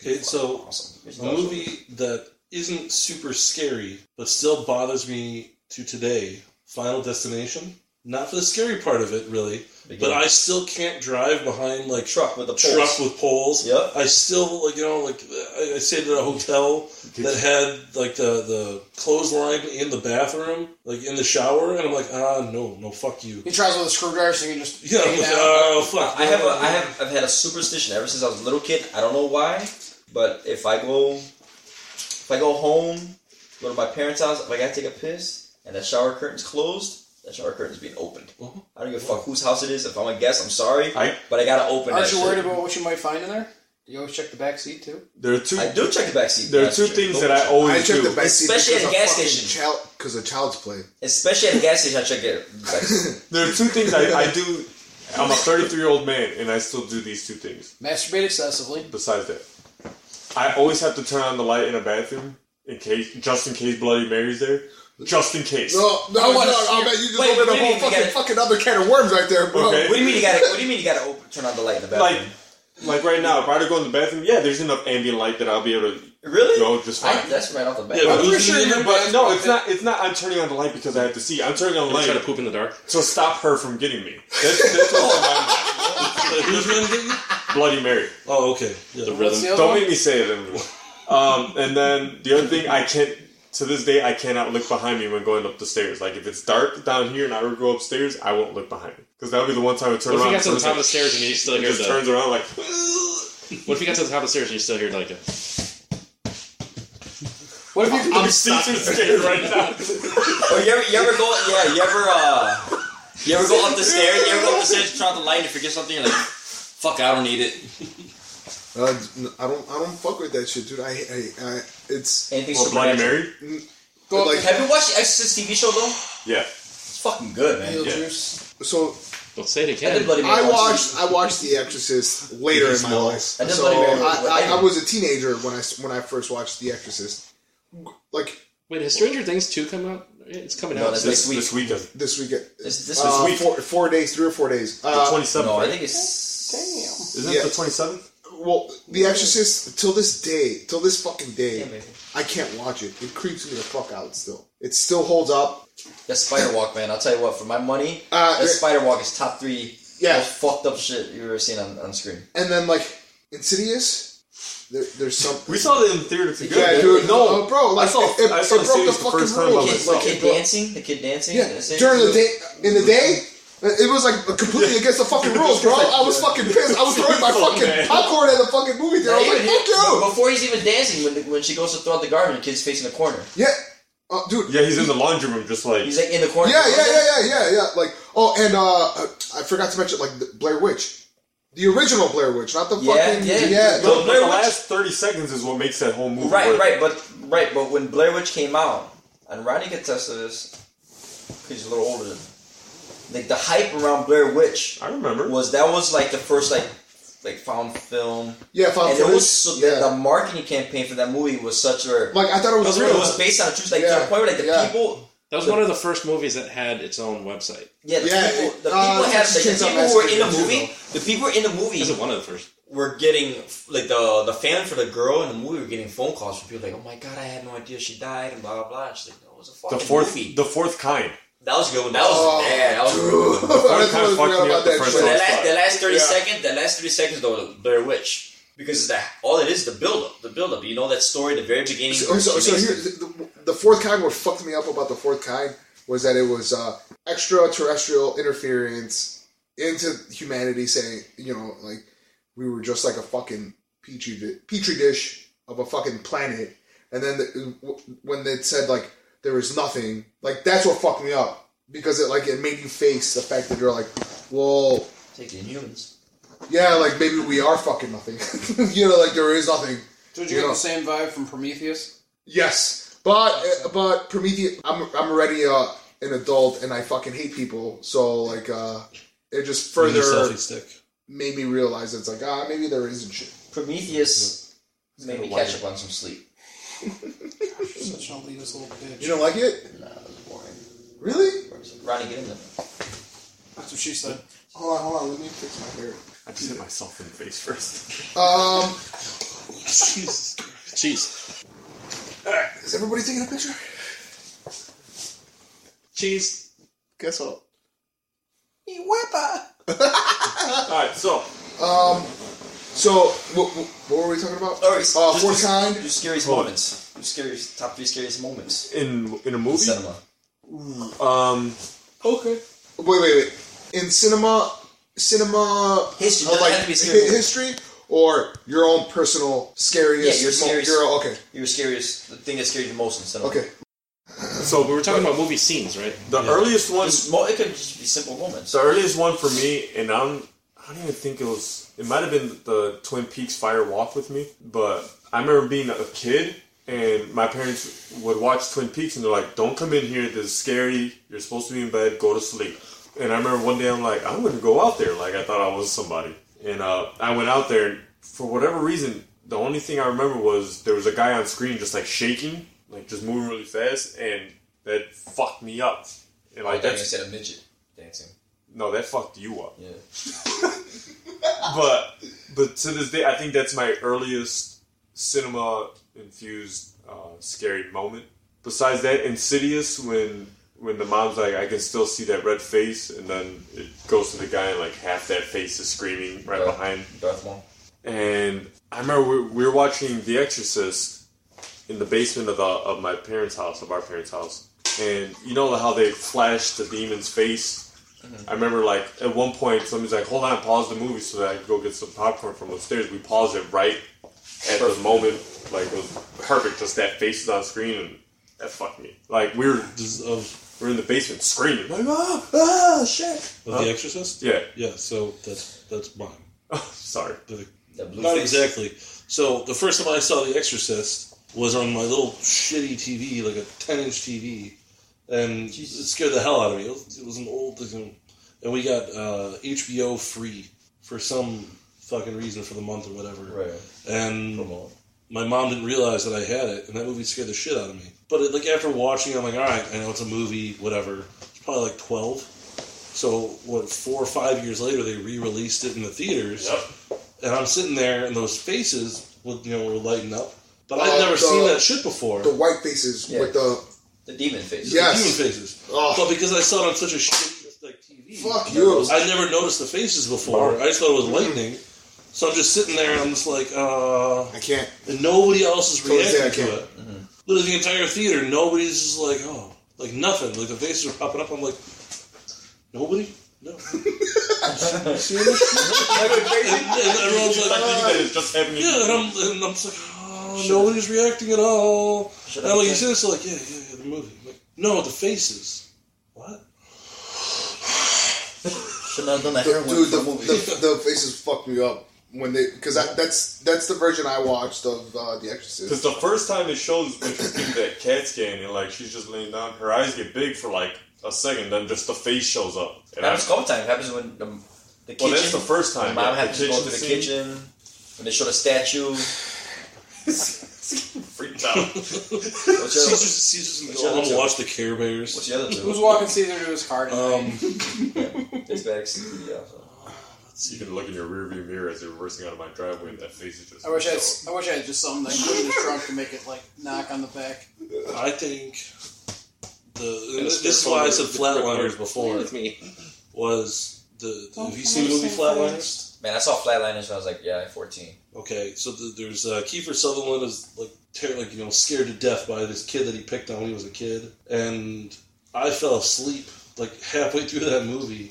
[SPEAKER 4] Okay, so
[SPEAKER 7] Awesome. There's
[SPEAKER 4] a
[SPEAKER 7] Dog Soldiers.
[SPEAKER 4] movie that isn't super scary, but still bothers me to today. Final Destination. Not for the scary part of it, really, but I still can't drive behind like
[SPEAKER 7] truck with the poles.
[SPEAKER 4] truck with poles.
[SPEAKER 7] Yep.
[SPEAKER 4] I still like you know like I, I stayed at a hotel that had like the the clothesline in the bathroom, like in the shower, and I'm like ah no no fuck you.
[SPEAKER 8] He tries with a screwdriver so you can just
[SPEAKER 4] Yeah,
[SPEAKER 8] hang
[SPEAKER 4] I'm
[SPEAKER 8] it
[SPEAKER 4] like,
[SPEAKER 8] down.
[SPEAKER 4] oh fuck.
[SPEAKER 7] I have a,
[SPEAKER 4] no."
[SPEAKER 7] I have I've had a superstition ever since I was a little kid. I don't know why, but if I go if I go home, go to my parents' house, if I gotta take a piss and that shower curtain's closed, that shower curtain's being opened.
[SPEAKER 4] Mhm.
[SPEAKER 7] I don't give a fuck whose house it is. If I'm a guest, I'm sorry,
[SPEAKER 2] Mm-hmm. I-
[SPEAKER 7] but I gotta open.
[SPEAKER 8] Aren't
[SPEAKER 7] that
[SPEAKER 8] you
[SPEAKER 7] shit.
[SPEAKER 8] worried about what you might find in there? Do you always check the back seat too?
[SPEAKER 2] There are two.
[SPEAKER 7] I do check the back seat.
[SPEAKER 2] there are
[SPEAKER 7] that's
[SPEAKER 2] two
[SPEAKER 7] true.
[SPEAKER 2] things
[SPEAKER 7] Don't
[SPEAKER 2] that I
[SPEAKER 7] check-
[SPEAKER 3] I
[SPEAKER 2] always
[SPEAKER 3] checked
[SPEAKER 2] do.
[SPEAKER 3] the back seat
[SPEAKER 7] Especially
[SPEAKER 3] because
[SPEAKER 7] at a
[SPEAKER 3] of
[SPEAKER 7] gas
[SPEAKER 3] fucking
[SPEAKER 7] station.
[SPEAKER 3] child because of child's play.
[SPEAKER 7] especially at the gas station. I check it. Back seat.
[SPEAKER 2] There are two things I, I do. I'm a 33 year old man, and I still do these two things.
[SPEAKER 8] Masturbate excessively.
[SPEAKER 2] Besides that, I always have to turn on the light in a bathroom in case, just in case Bloody Mary's there, just in case.
[SPEAKER 3] No, Oh, no,
[SPEAKER 7] I
[SPEAKER 3] I,
[SPEAKER 7] wanna see-
[SPEAKER 3] I bet you just
[SPEAKER 7] Wait,
[SPEAKER 3] opened
[SPEAKER 7] wait,
[SPEAKER 3] a
[SPEAKER 7] wait,
[SPEAKER 3] whole
[SPEAKER 7] we
[SPEAKER 3] fucking,
[SPEAKER 7] gotta-
[SPEAKER 3] fucking other can of worms right there, bro.
[SPEAKER 2] Okay.
[SPEAKER 7] what do you mean you gotta? What do you mean you gotta open, turn on the light in the
[SPEAKER 2] Like,
[SPEAKER 7] bathroom?
[SPEAKER 2] like right now, if I were to go in the bathroom, yeah, there's enough ambient light that I'll be able to
[SPEAKER 7] really?
[SPEAKER 2] go just fine.
[SPEAKER 7] I, that's right off the bat.
[SPEAKER 4] Yeah, but
[SPEAKER 2] I'm pretty
[SPEAKER 4] who's
[SPEAKER 2] sure
[SPEAKER 4] in
[SPEAKER 2] you
[SPEAKER 4] there?
[SPEAKER 2] but no, it's not. It's not. I'm turning on the light because I have to see. I'm turning on the
[SPEAKER 1] Like, try to
[SPEAKER 2] light
[SPEAKER 1] poop in the dark.
[SPEAKER 2] to stop her from getting me. That's, that's what's in my
[SPEAKER 4] Like, who's gonna get you?
[SPEAKER 2] mind. Bloody Mary.
[SPEAKER 4] Oh okay. Yeah.
[SPEAKER 1] The
[SPEAKER 8] What's
[SPEAKER 1] rhythm.
[SPEAKER 8] the other
[SPEAKER 2] Don't
[SPEAKER 8] one?
[SPEAKER 2] make me say it anymore. Um, and then the other thing, I can't. To this day, I cannot look behind me when going up the stairs. Like if it's dark down here and I were to go upstairs, I won't look behind me because that would be the one time I turn
[SPEAKER 1] What if
[SPEAKER 2] around.
[SPEAKER 1] you got to the
[SPEAKER 2] and
[SPEAKER 1] top of the
[SPEAKER 2] turns
[SPEAKER 1] stairs and you still
[SPEAKER 2] like-
[SPEAKER 1] hear
[SPEAKER 2] just
[SPEAKER 1] the?
[SPEAKER 2] turns around like
[SPEAKER 1] What if you got to the top of the stairs and you still hear like a?
[SPEAKER 8] What if you
[SPEAKER 2] I'm super scared right now.
[SPEAKER 7] Or Oh, you ever, you ever go, yeah, you ever, uh, you ever go up the stairs, you ever go up the stairs, turn on the light, and forget something, you're like, fuck, I don't need it.
[SPEAKER 3] Uh, n- I don't, I don't fuck with that shit, dude. I, I, I it's
[SPEAKER 7] Anything
[SPEAKER 2] Well, Bloody
[SPEAKER 7] supernatural.
[SPEAKER 2] Mary.
[SPEAKER 8] go up
[SPEAKER 3] like-
[SPEAKER 8] to
[SPEAKER 7] Have you watched the Exorcist TV show though?
[SPEAKER 2] Yeah.
[SPEAKER 7] It's fucking good, man.
[SPEAKER 8] Beetlejuice?
[SPEAKER 3] so
[SPEAKER 1] Don't say it
[SPEAKER 7] I did
[SPEAKER 1] again.
[SPEAKER 7] Bloody Mary
[SPEAKER 3] I
[SPEAKER 7] once.
[SPEAKER 3] watched I watched The Exorcist later in my life.
[SPEAKER 7] I just
[SPEAKER 3] So
[SPEAKER 7] let it go.
[SPEAKER 3] I, I, I was a teenager when I when I first watched The Exorcist. Like
[SPEAKER 1] Wait, has Stranger Things two come out? It's coming
[SPEAKER 7] No,
[SPEAKER 1] out.
[SPEAKER 7] that's
[SPEAKER 1] soon.
[SPEAKER 2] This,
[SPEAKER 7] week.
[SPEAKER 2] this weekend.
[SPEAKER 3] this weekend,
[SPEAKER 7] This, this
[SPEAKER 3] uh,
[SPEAKER 7] was,
[SPEAKER 2] week.
[SPEAKER 3] four, four days, three or four days.
[SPEAKER 2] The
[SPEAKER 3] Uh,
[SPEAKER 2] twenty seventh.
[SPEAKER 7] no, I think it's.
[SPEAKER 2] Isn't
[SPEAKER 3] Yeah.
[SPEAKER 2] it the twenty seventh?
[SPEAKER 3] well, The Exorcist till this day, till this fucking day,
[SPEAKER 7] maybe.
[SPEAKER 3] I can't watch it. It creeps me the fuck out. Still, it still holds up.
[SPEAKER 7] That spider walk, man. I'll tell you what. For my money,
[SPEAKER 3] Uh,
[SPEAKER 7] that spider walk is top three
[SPEAKER 3] Yeah.
[SPEAKER 7] most fucked up shit you've ever seen on, on screen.
[SPEAKER 3] And then like Insidious, there, there's some.
[SPEAKER 2] We saw it in theater together.
[SPEAKER 3] Yeah, dude. No, bro. Like,
[SPEAKER 2] I saw.
[SPEAKER 3] it,
[SPEAKER 2] I saw
[SPEAKER 3] it
[SPEAKER 2] the
[SPEAKER 3] broke the
[SPEAKER 2] series the
[SPEAKER 3] fucking
[SPEAKER 2] first time by
[SPEAKER 3] rules.
[SPEAKER 7] Kid,
[SPEAKER 2] myself.
[SPEAKER 7] the
[SPEAKER 3] Well,
[SPEAKER 7] kid
[SPEAKER 3] bro.
[SPEAKER 7] dancing, the kid dancing.
[SPEAKER 3] Yeah,
[SPEAKER 7] that's it.
[SPEAKER 3] during the day, in the day, it was like completely against the fucking rules, bro. I was fucking pissed. I was throwing my
[SPEAKER 2] Oh,
[SPEAKER 3] fucking popcorn at the fucking movie theater. I
[SPEAKER 7] Not
[SPEAKER 3] was like,
[SPEAKER 7] even
[SPEAKER 3] fuck you!
[SPEAKER 7] Before he's even dancing, when, the- when she goes to throw out the garbage, the kid's facing the corner.
[SPEAKER 3] Yeah, uh, dude.
[SPEAKER 2] Yeah, he's in the laundry room, just like
[SPEAKER 7] He's like in the corner.
[SPEAKER 3] Yeah, yeah, yeah, yeah, yeah, yeah. Like, oh, and uh, I forgot to mention, like, the Blair Witch, the original Blair Witch, not the
[SPEAKER 7] Yeah,
[SPEAKER 3] fucking
[SPEAKER 7] yeah,
[SPEAKER 3] yeah.
[SPEAKER 7] the-
[SPEAKER 2] the,
[SPEAKER 3] no.
[SPEAKER 2] the
[SPEAKER 7] Blair Witch-
[SPEAKER 2] last thirty seconds is what makes that whole movie.
[SPEAKER 7] Right,
[SPEAKER 2] work.
[SPEAKER 7] right, but right, but when Blair Witch came out, and Ronnie could test this, 'cause he's a little older than. Like the hype around Blair Witch
[SPEAKER 2] I remember.
[SPEAKER 7] was that was like the first like like found film,
[SPEAKER 3] yeah, found
[SPEAKER 7] and it was
[SPEAKER 3] footage.
[SPEAKER 7] so,
[SPEAKER 3] yeah.
[SPEAKER 7] the, the marketing campaign for that movie was such a
[SPEAKER 3] like I thought it was
[SPEAKER 7] it
[SPEAKER 3] real.
[SPEAKER 7] was based on truth, like to
[SPEAKER 3] Yeah,
[SPEAKER 7] the point where like the
[SPEAKER 3] yeah.
[SPEAKER 7] people.
[SPEAKER 1] That was one of the first movies that had its own website.
[SPEAKER 7] Yeah, the
[SPEAKER 3] Yeah,
[SPEAKER 7] people, the
[SPEAKER 3] it- uh,
[SPEAKER 7] people had like, the
[SPEAKER 3] Kids Don't
[SPEAKER 7] people who were in the
[SPEAKER 3] Ask Kids,
[SPEAKER 7] movie. The people who were in the movie
[SPEAKER 1] Is it one of the first?
[SPEAKER 7] were getting like the the fan for the girl in the movie were getting phone calls from people like, oh my god, I had no idea she died and blah blah blah. And she's like, no, it was a fucking
[SPEAKER 2] the fourth,
[SPEAKER 7] movie.
[SPEAKER 2] the fourth kind.
[SPEAKER 7] that was a good. one. That was
[SPEAKER 3] Oh,
[SPEAKER 7] bad. That was a good. one.
[SPEAKER 3] Dude, I
[SPEAKER 2] kind
[SPEAKER 3] totally
[SPEAKER 2] of fucked
[SPEAKER 3] forgot
[SPEAKER 2] me
[SPEAKER 3] about
[SPEAKER 2] up the
[SPEAKER 3] that
[SPEAKER 2] first
[SPEAKER 7] But
[SPEAKER 3] shit.
[SPEAKER 2] time.
[SPEAKER 7] the last the last thirty
[SPEAKER 3] Yeah.
[SPEAKER 7] seconds, the last thirty seconds though, Blair Witch. Because that all it is the build up, the build up. You know that story, the very beginning.
[SPEAKER 3] So,
[SPEAKER 7] where
[SPEAKER 3] so,
[SPEAKER 7] she
[SPEAKER 3] so
[SPEAKER 7] makes
[SPEAKER 3] here,
[SPEAKER 7] it-
[SPEAKER 3] the, the fourth kind. What fucked me up about the fourth kind was that it was uh, extraterrestrial interference into humanity, saying you know like we were just like a fucking petri di- petri dish of a fucking planet, and then the, when they said like there was nothing, like that's what fucked me up because it like it made you face the fact that you're like, well,
[SPEAKER 7] take the Inhumans.
[SPEAKER 3] yeah, like maybe we are fucking nothing, you know, like there is nothing.
[SPEAKER 8] Did
[SPEAKER 3] You
[SPEAKER 8] you get
[SPEAKER 3] know-
[SPEAKER 8] the same vibe from Prometheus?
[SPEAKER 3] Yes, But uh, but Prometheus, I'm I'm already uh, an adult and I fucking hate people. So like uh, it just
[SPEAKER 4] Further
[SPEAKER 3] further
[SPEAKER 4] selfie stick.
[SPEAKER 3] made me realize it's like ah maybe there isn't shit.
[SPEAKER 7] Prometheus made me catch up on some sleep.
[SPEAKER 8] Such an elitist little bitch.
[SPEAKER 3] You don't like it?
[SPEAKER 7] Nah, it was boring.
[SPEAKER 3] Really?
[SPEAKER 7] Ronnie, get in there.
[SPEAKER 8] That's what she said.
[SPEAKER 3] Hold on, hold on. Let me fix my hair.
[SPEAKER 2] I just hit myself in the face first.
[SPEAKER 3] Um,
[SPEAKER 4] Jesus Christ. Jeez.
[SPEAKER 3] is everybody taking a picture?
[SPEAKER 1] Cheese.
[SPEAKER 3] Guess what?
[SPEAKER 2] All right, so
[SPEAKER 3] So what, what, what were we talking about?
[SPEAKER 7] All
[SPEAKER 3] uh,
[SPEAKER 7] right, just-
[SPEAKER 3] fourth kind.
[SPEAKER 7] Your scariest
[SPEAKER 2] Hold on.
[SPEAKER 7] moments. Your scariest top three scariest moments.
[SPEAKER 2] in in a movie,
[SPEAKER 7] Cinema.
[SPEAKER 2] um,
[SPEAKER 8] Okay.
[SPEAKER 3] Wait, wait, wait. In cinema, cinema
[SPEAKER 7] History,
[SPEAKER 3] uh,
[SPEAKER 7] doesn't
[SPEAKER 3] like
[SPEAKER 7] have to be
[SPEAKER 3] hi-
[SPEAKER 7] scary.
[SPEAKER 3] history or your own personal scariest.
[SPEAKER 7] Yeah, your
[SPEAKER 3] mo-
[SPEAKER 7] scariest-
[SPEAKER 3] your- okay,
[SPEAKER 7] Your scariest, the thing that scared you the most in cinema.
[SPEAKER 3] okay.
[SPEAKER 2] so we
[SPEAKER 1] We're talking about movie scenes, right?
[SPEAKER 2] the earliest one.
[SPEAKER 7] Just mo- it could just be simple moments.
[SPEAKER 2] The earliest one for me, and I'm, I don't even think it was. It might have been the Twin Peaks Fire Walk with me, but I remember being a kid, and my parents would watch Twin Peaks, and they're like, "Don't come in here. This is scary. You're supposed to be in bed. Go to sleep." And I remember one day I'm like, "I'm gonna go out there." Like I thought I was somebody, and uh, I went out there. And for whatever reason, the only thing I remember was there was a guy on screen just like shaking, like just moving really fast, and that fucked me up. And
[SPEAKER 7] I
[SPEAKER 2] like
[SPEAKER 7] thought you
[SPEAKER 2] that's
[SPEAKER 7] said a midget dancing.
[SPEAKER 2] no, that fucked you up
[SPEAKER 7] Yeah.
[SPEAKER 2] but but to this day, I think that's my earliest cinema infused uh, scary moment. Besides that, Insidious when when the mom's like, I can still see that red face, and then it goes to the guy and like half that face is screaming right
[SPEAKER 7] Right.
[SPEAKER 2] behind.
[SPEAKER 7] Darth Maul.
[SPEAKER 2] And I remember we, we were watching The Exorcist in the basement of the of my parents' house, of our parents' house, and you know how they flash the demon's face. I remember like at one point somebody's like, "Hold on, pause the movie so that I can go get some popcorn from upstairs." We paused it right at the moment, like it was perfect. Just that face is on screen, and that fucked me. Like we were
[SPEAKER 4] This is of,
[SPEAKER 2] we are in the basement screaming, like, "Ah, ah, shit!"
[SPEAKER 4] of The Exorcist?
[SPEAKER 2] Yeah,
[SPEAKER 4] Yeah, so that's that's mine.
[SPEAKER 2] sorry.
[SPEAKER 4] The-
[SPEAKER 7] That blue
[SPEAKER 4] Not
[SPEAKER 7] face.
[SPEAKER 4] exactly. So the first time I saw The Exorcist was on my little shitty TV, like a ten-inch TV, and it scared the hell out of me. It was, it was an old, thing. and we got uh, HBO free for some fucking reason for the month or whatever.
[SPEAKER 7] Right.
[SPEAKER 4] And
[SPEAKER 7] Promo.
[SPEAKER 4] my mom didn't realize that I had it, and that movie scared the shit out of me. But it, like after watching, it, I'm like, all right, I know it's a movie, whatever. It's probably like 12. So what, four or five years later, they re-released it in the theaters, and I'm sitting there, and those faces would you know were lighting up, but I'd
[SPEAKER 3] Oh,
[SPEAKER 4] never
[SPEAKER 3] the-
[SPEAKER 4] seen that shit before.
[SPEAKER 3] The white faces
[SPEAKER 7] Yeah.
[SPEAKER 3] with the
[SPEAKER 7] The demon face.
[SPEAKER 3] Yeah. yes.
[SPEAKER 4] Human faces.
[SPEAKER 3] Oh.
[SPEAKER 4] But because I saw it on such a shitty like TV,
[SPEAKER 3] fuck Mm-hmm. you.
[SPEAKER 4] I never noticed the faces before. I just thought it was lightning. So I'm just sitting there, and I'm just like, uh.
[SPEAKER 3] I can't.
[SPEAKER 4] and nobody else is
[SPEAKER 3] Totally
[SPEAKER 4] reacting
[SPEAKER 3] say I
[SPEAKER 4] to
[SPEAKER 3] can't.
[SPEAKER 4] it. Literally, the entire theater, nobody's just like, oh, like nothing. Like the faces are popping up. I'm like, nobody. No. and, and everyone's like,
[SPEAKER 2] that is just happening.
[SPEAKER 4] yeah, and I'm, and I'm just like, oh, nobody's reacting at all.
[SPEAKER 7] Should
[SPEAKER 4] And
[SPEAKER 7] I
[SPEAKER 4] I'm like,
[SPEAKER 7] be
[SPEAKER 4] you see this? They're Like, yeah, yeah, yeah, the movie. I'm like, no, the faces. What?
[SPEAKER 7] Should not have done that
[SPEAKER 3] The,
[SPEAKER 7] heroin
[SPEAKER 3] dude,
[SPEAKER 7] for
[SPEAKER 3] the,
[SPEAKER 7] a movie.
[SPEAKER 3] the, the faces fucked me up when they because that's that's the version I watched of uh, The
[SPEAKER 2] Because
[SPEAKER 3] Exorcist.
[SPEAKER 2] the first time it shows when she's getting that CAT scan and like she's just laying down, her eyes get big for like a second, then just the face shows up. And I,
[SPEAKER 7] happens a couple times. It happens when the, the kitchen.
[SPEAKER 2] well, that's the first
[SPEAKER 7] My
[SPEAKER 2] time.
[SPEAKER 7] mom
[SPEAKER 2] yeah,
[SPEAKER 7] had to go to the
[SPEAKER 2] scene
[SPEAKER 7] kitchen. When they showed a statue. What's
[SPEAKER 2] Freaked out.
[SPEAKER 7] your,
[SPEAKER 4] Caesar's, Caesar's and
[SPEAKER 7] What's the other
[SPEAKER 4] Gollum
[SPEAKER 7] two?
[SPEAKER 4] watch the Care
[SPEAKER 7] what's
[SPEAKER 4] Bears.
[SPEAKER 7] the other
[SPEAKER 8] Who's
[SPEAKER 7] two?
[SPEAKER 8] walking Caesar to his car tonight?
[SPEAKER 4] Um,
[SPEAKER 7] It's back. Yeah, so.
[SPEAKER 2] you can look in your rearview mirror as you're reversing out of my driveway, and that face is just.
[SPEAKER 8] I wish I had,
[SPEAKER 2] so-
[SPEAKER 8] I wish I had just something that could in his trunk to make it like knock on the back.
[SPEAKER 4] I think the
[SPEAKER 2] And
[SPEAKER 4] this
[SPEAKER 2] the
[SPEAKER 4] is why I said
[SPEAKER 2] Spitfire-
[SPEAKER 4] Flatliners
[SPEAKER 2] Spitfire.
[SPEAKER 4] before
[SPEAKER 1] With me.
[SPEAKER 4] was the.
[SPEAKER 8] Don't
[SPEAKER 4] Have you seen the movie
[SPEAKER 8] say
[SPEAKER 4] Flatliners?
[SPEAKER 7] Man, I saw Flatliners when I was like, yeah, 14.
[SPEAKER 4] Okay, so th there's uh, Kiefer Sutherland is like ter- like you know scared to death by this kid that he picked on when he was a kid, and I fell asleep like halfway through that movie,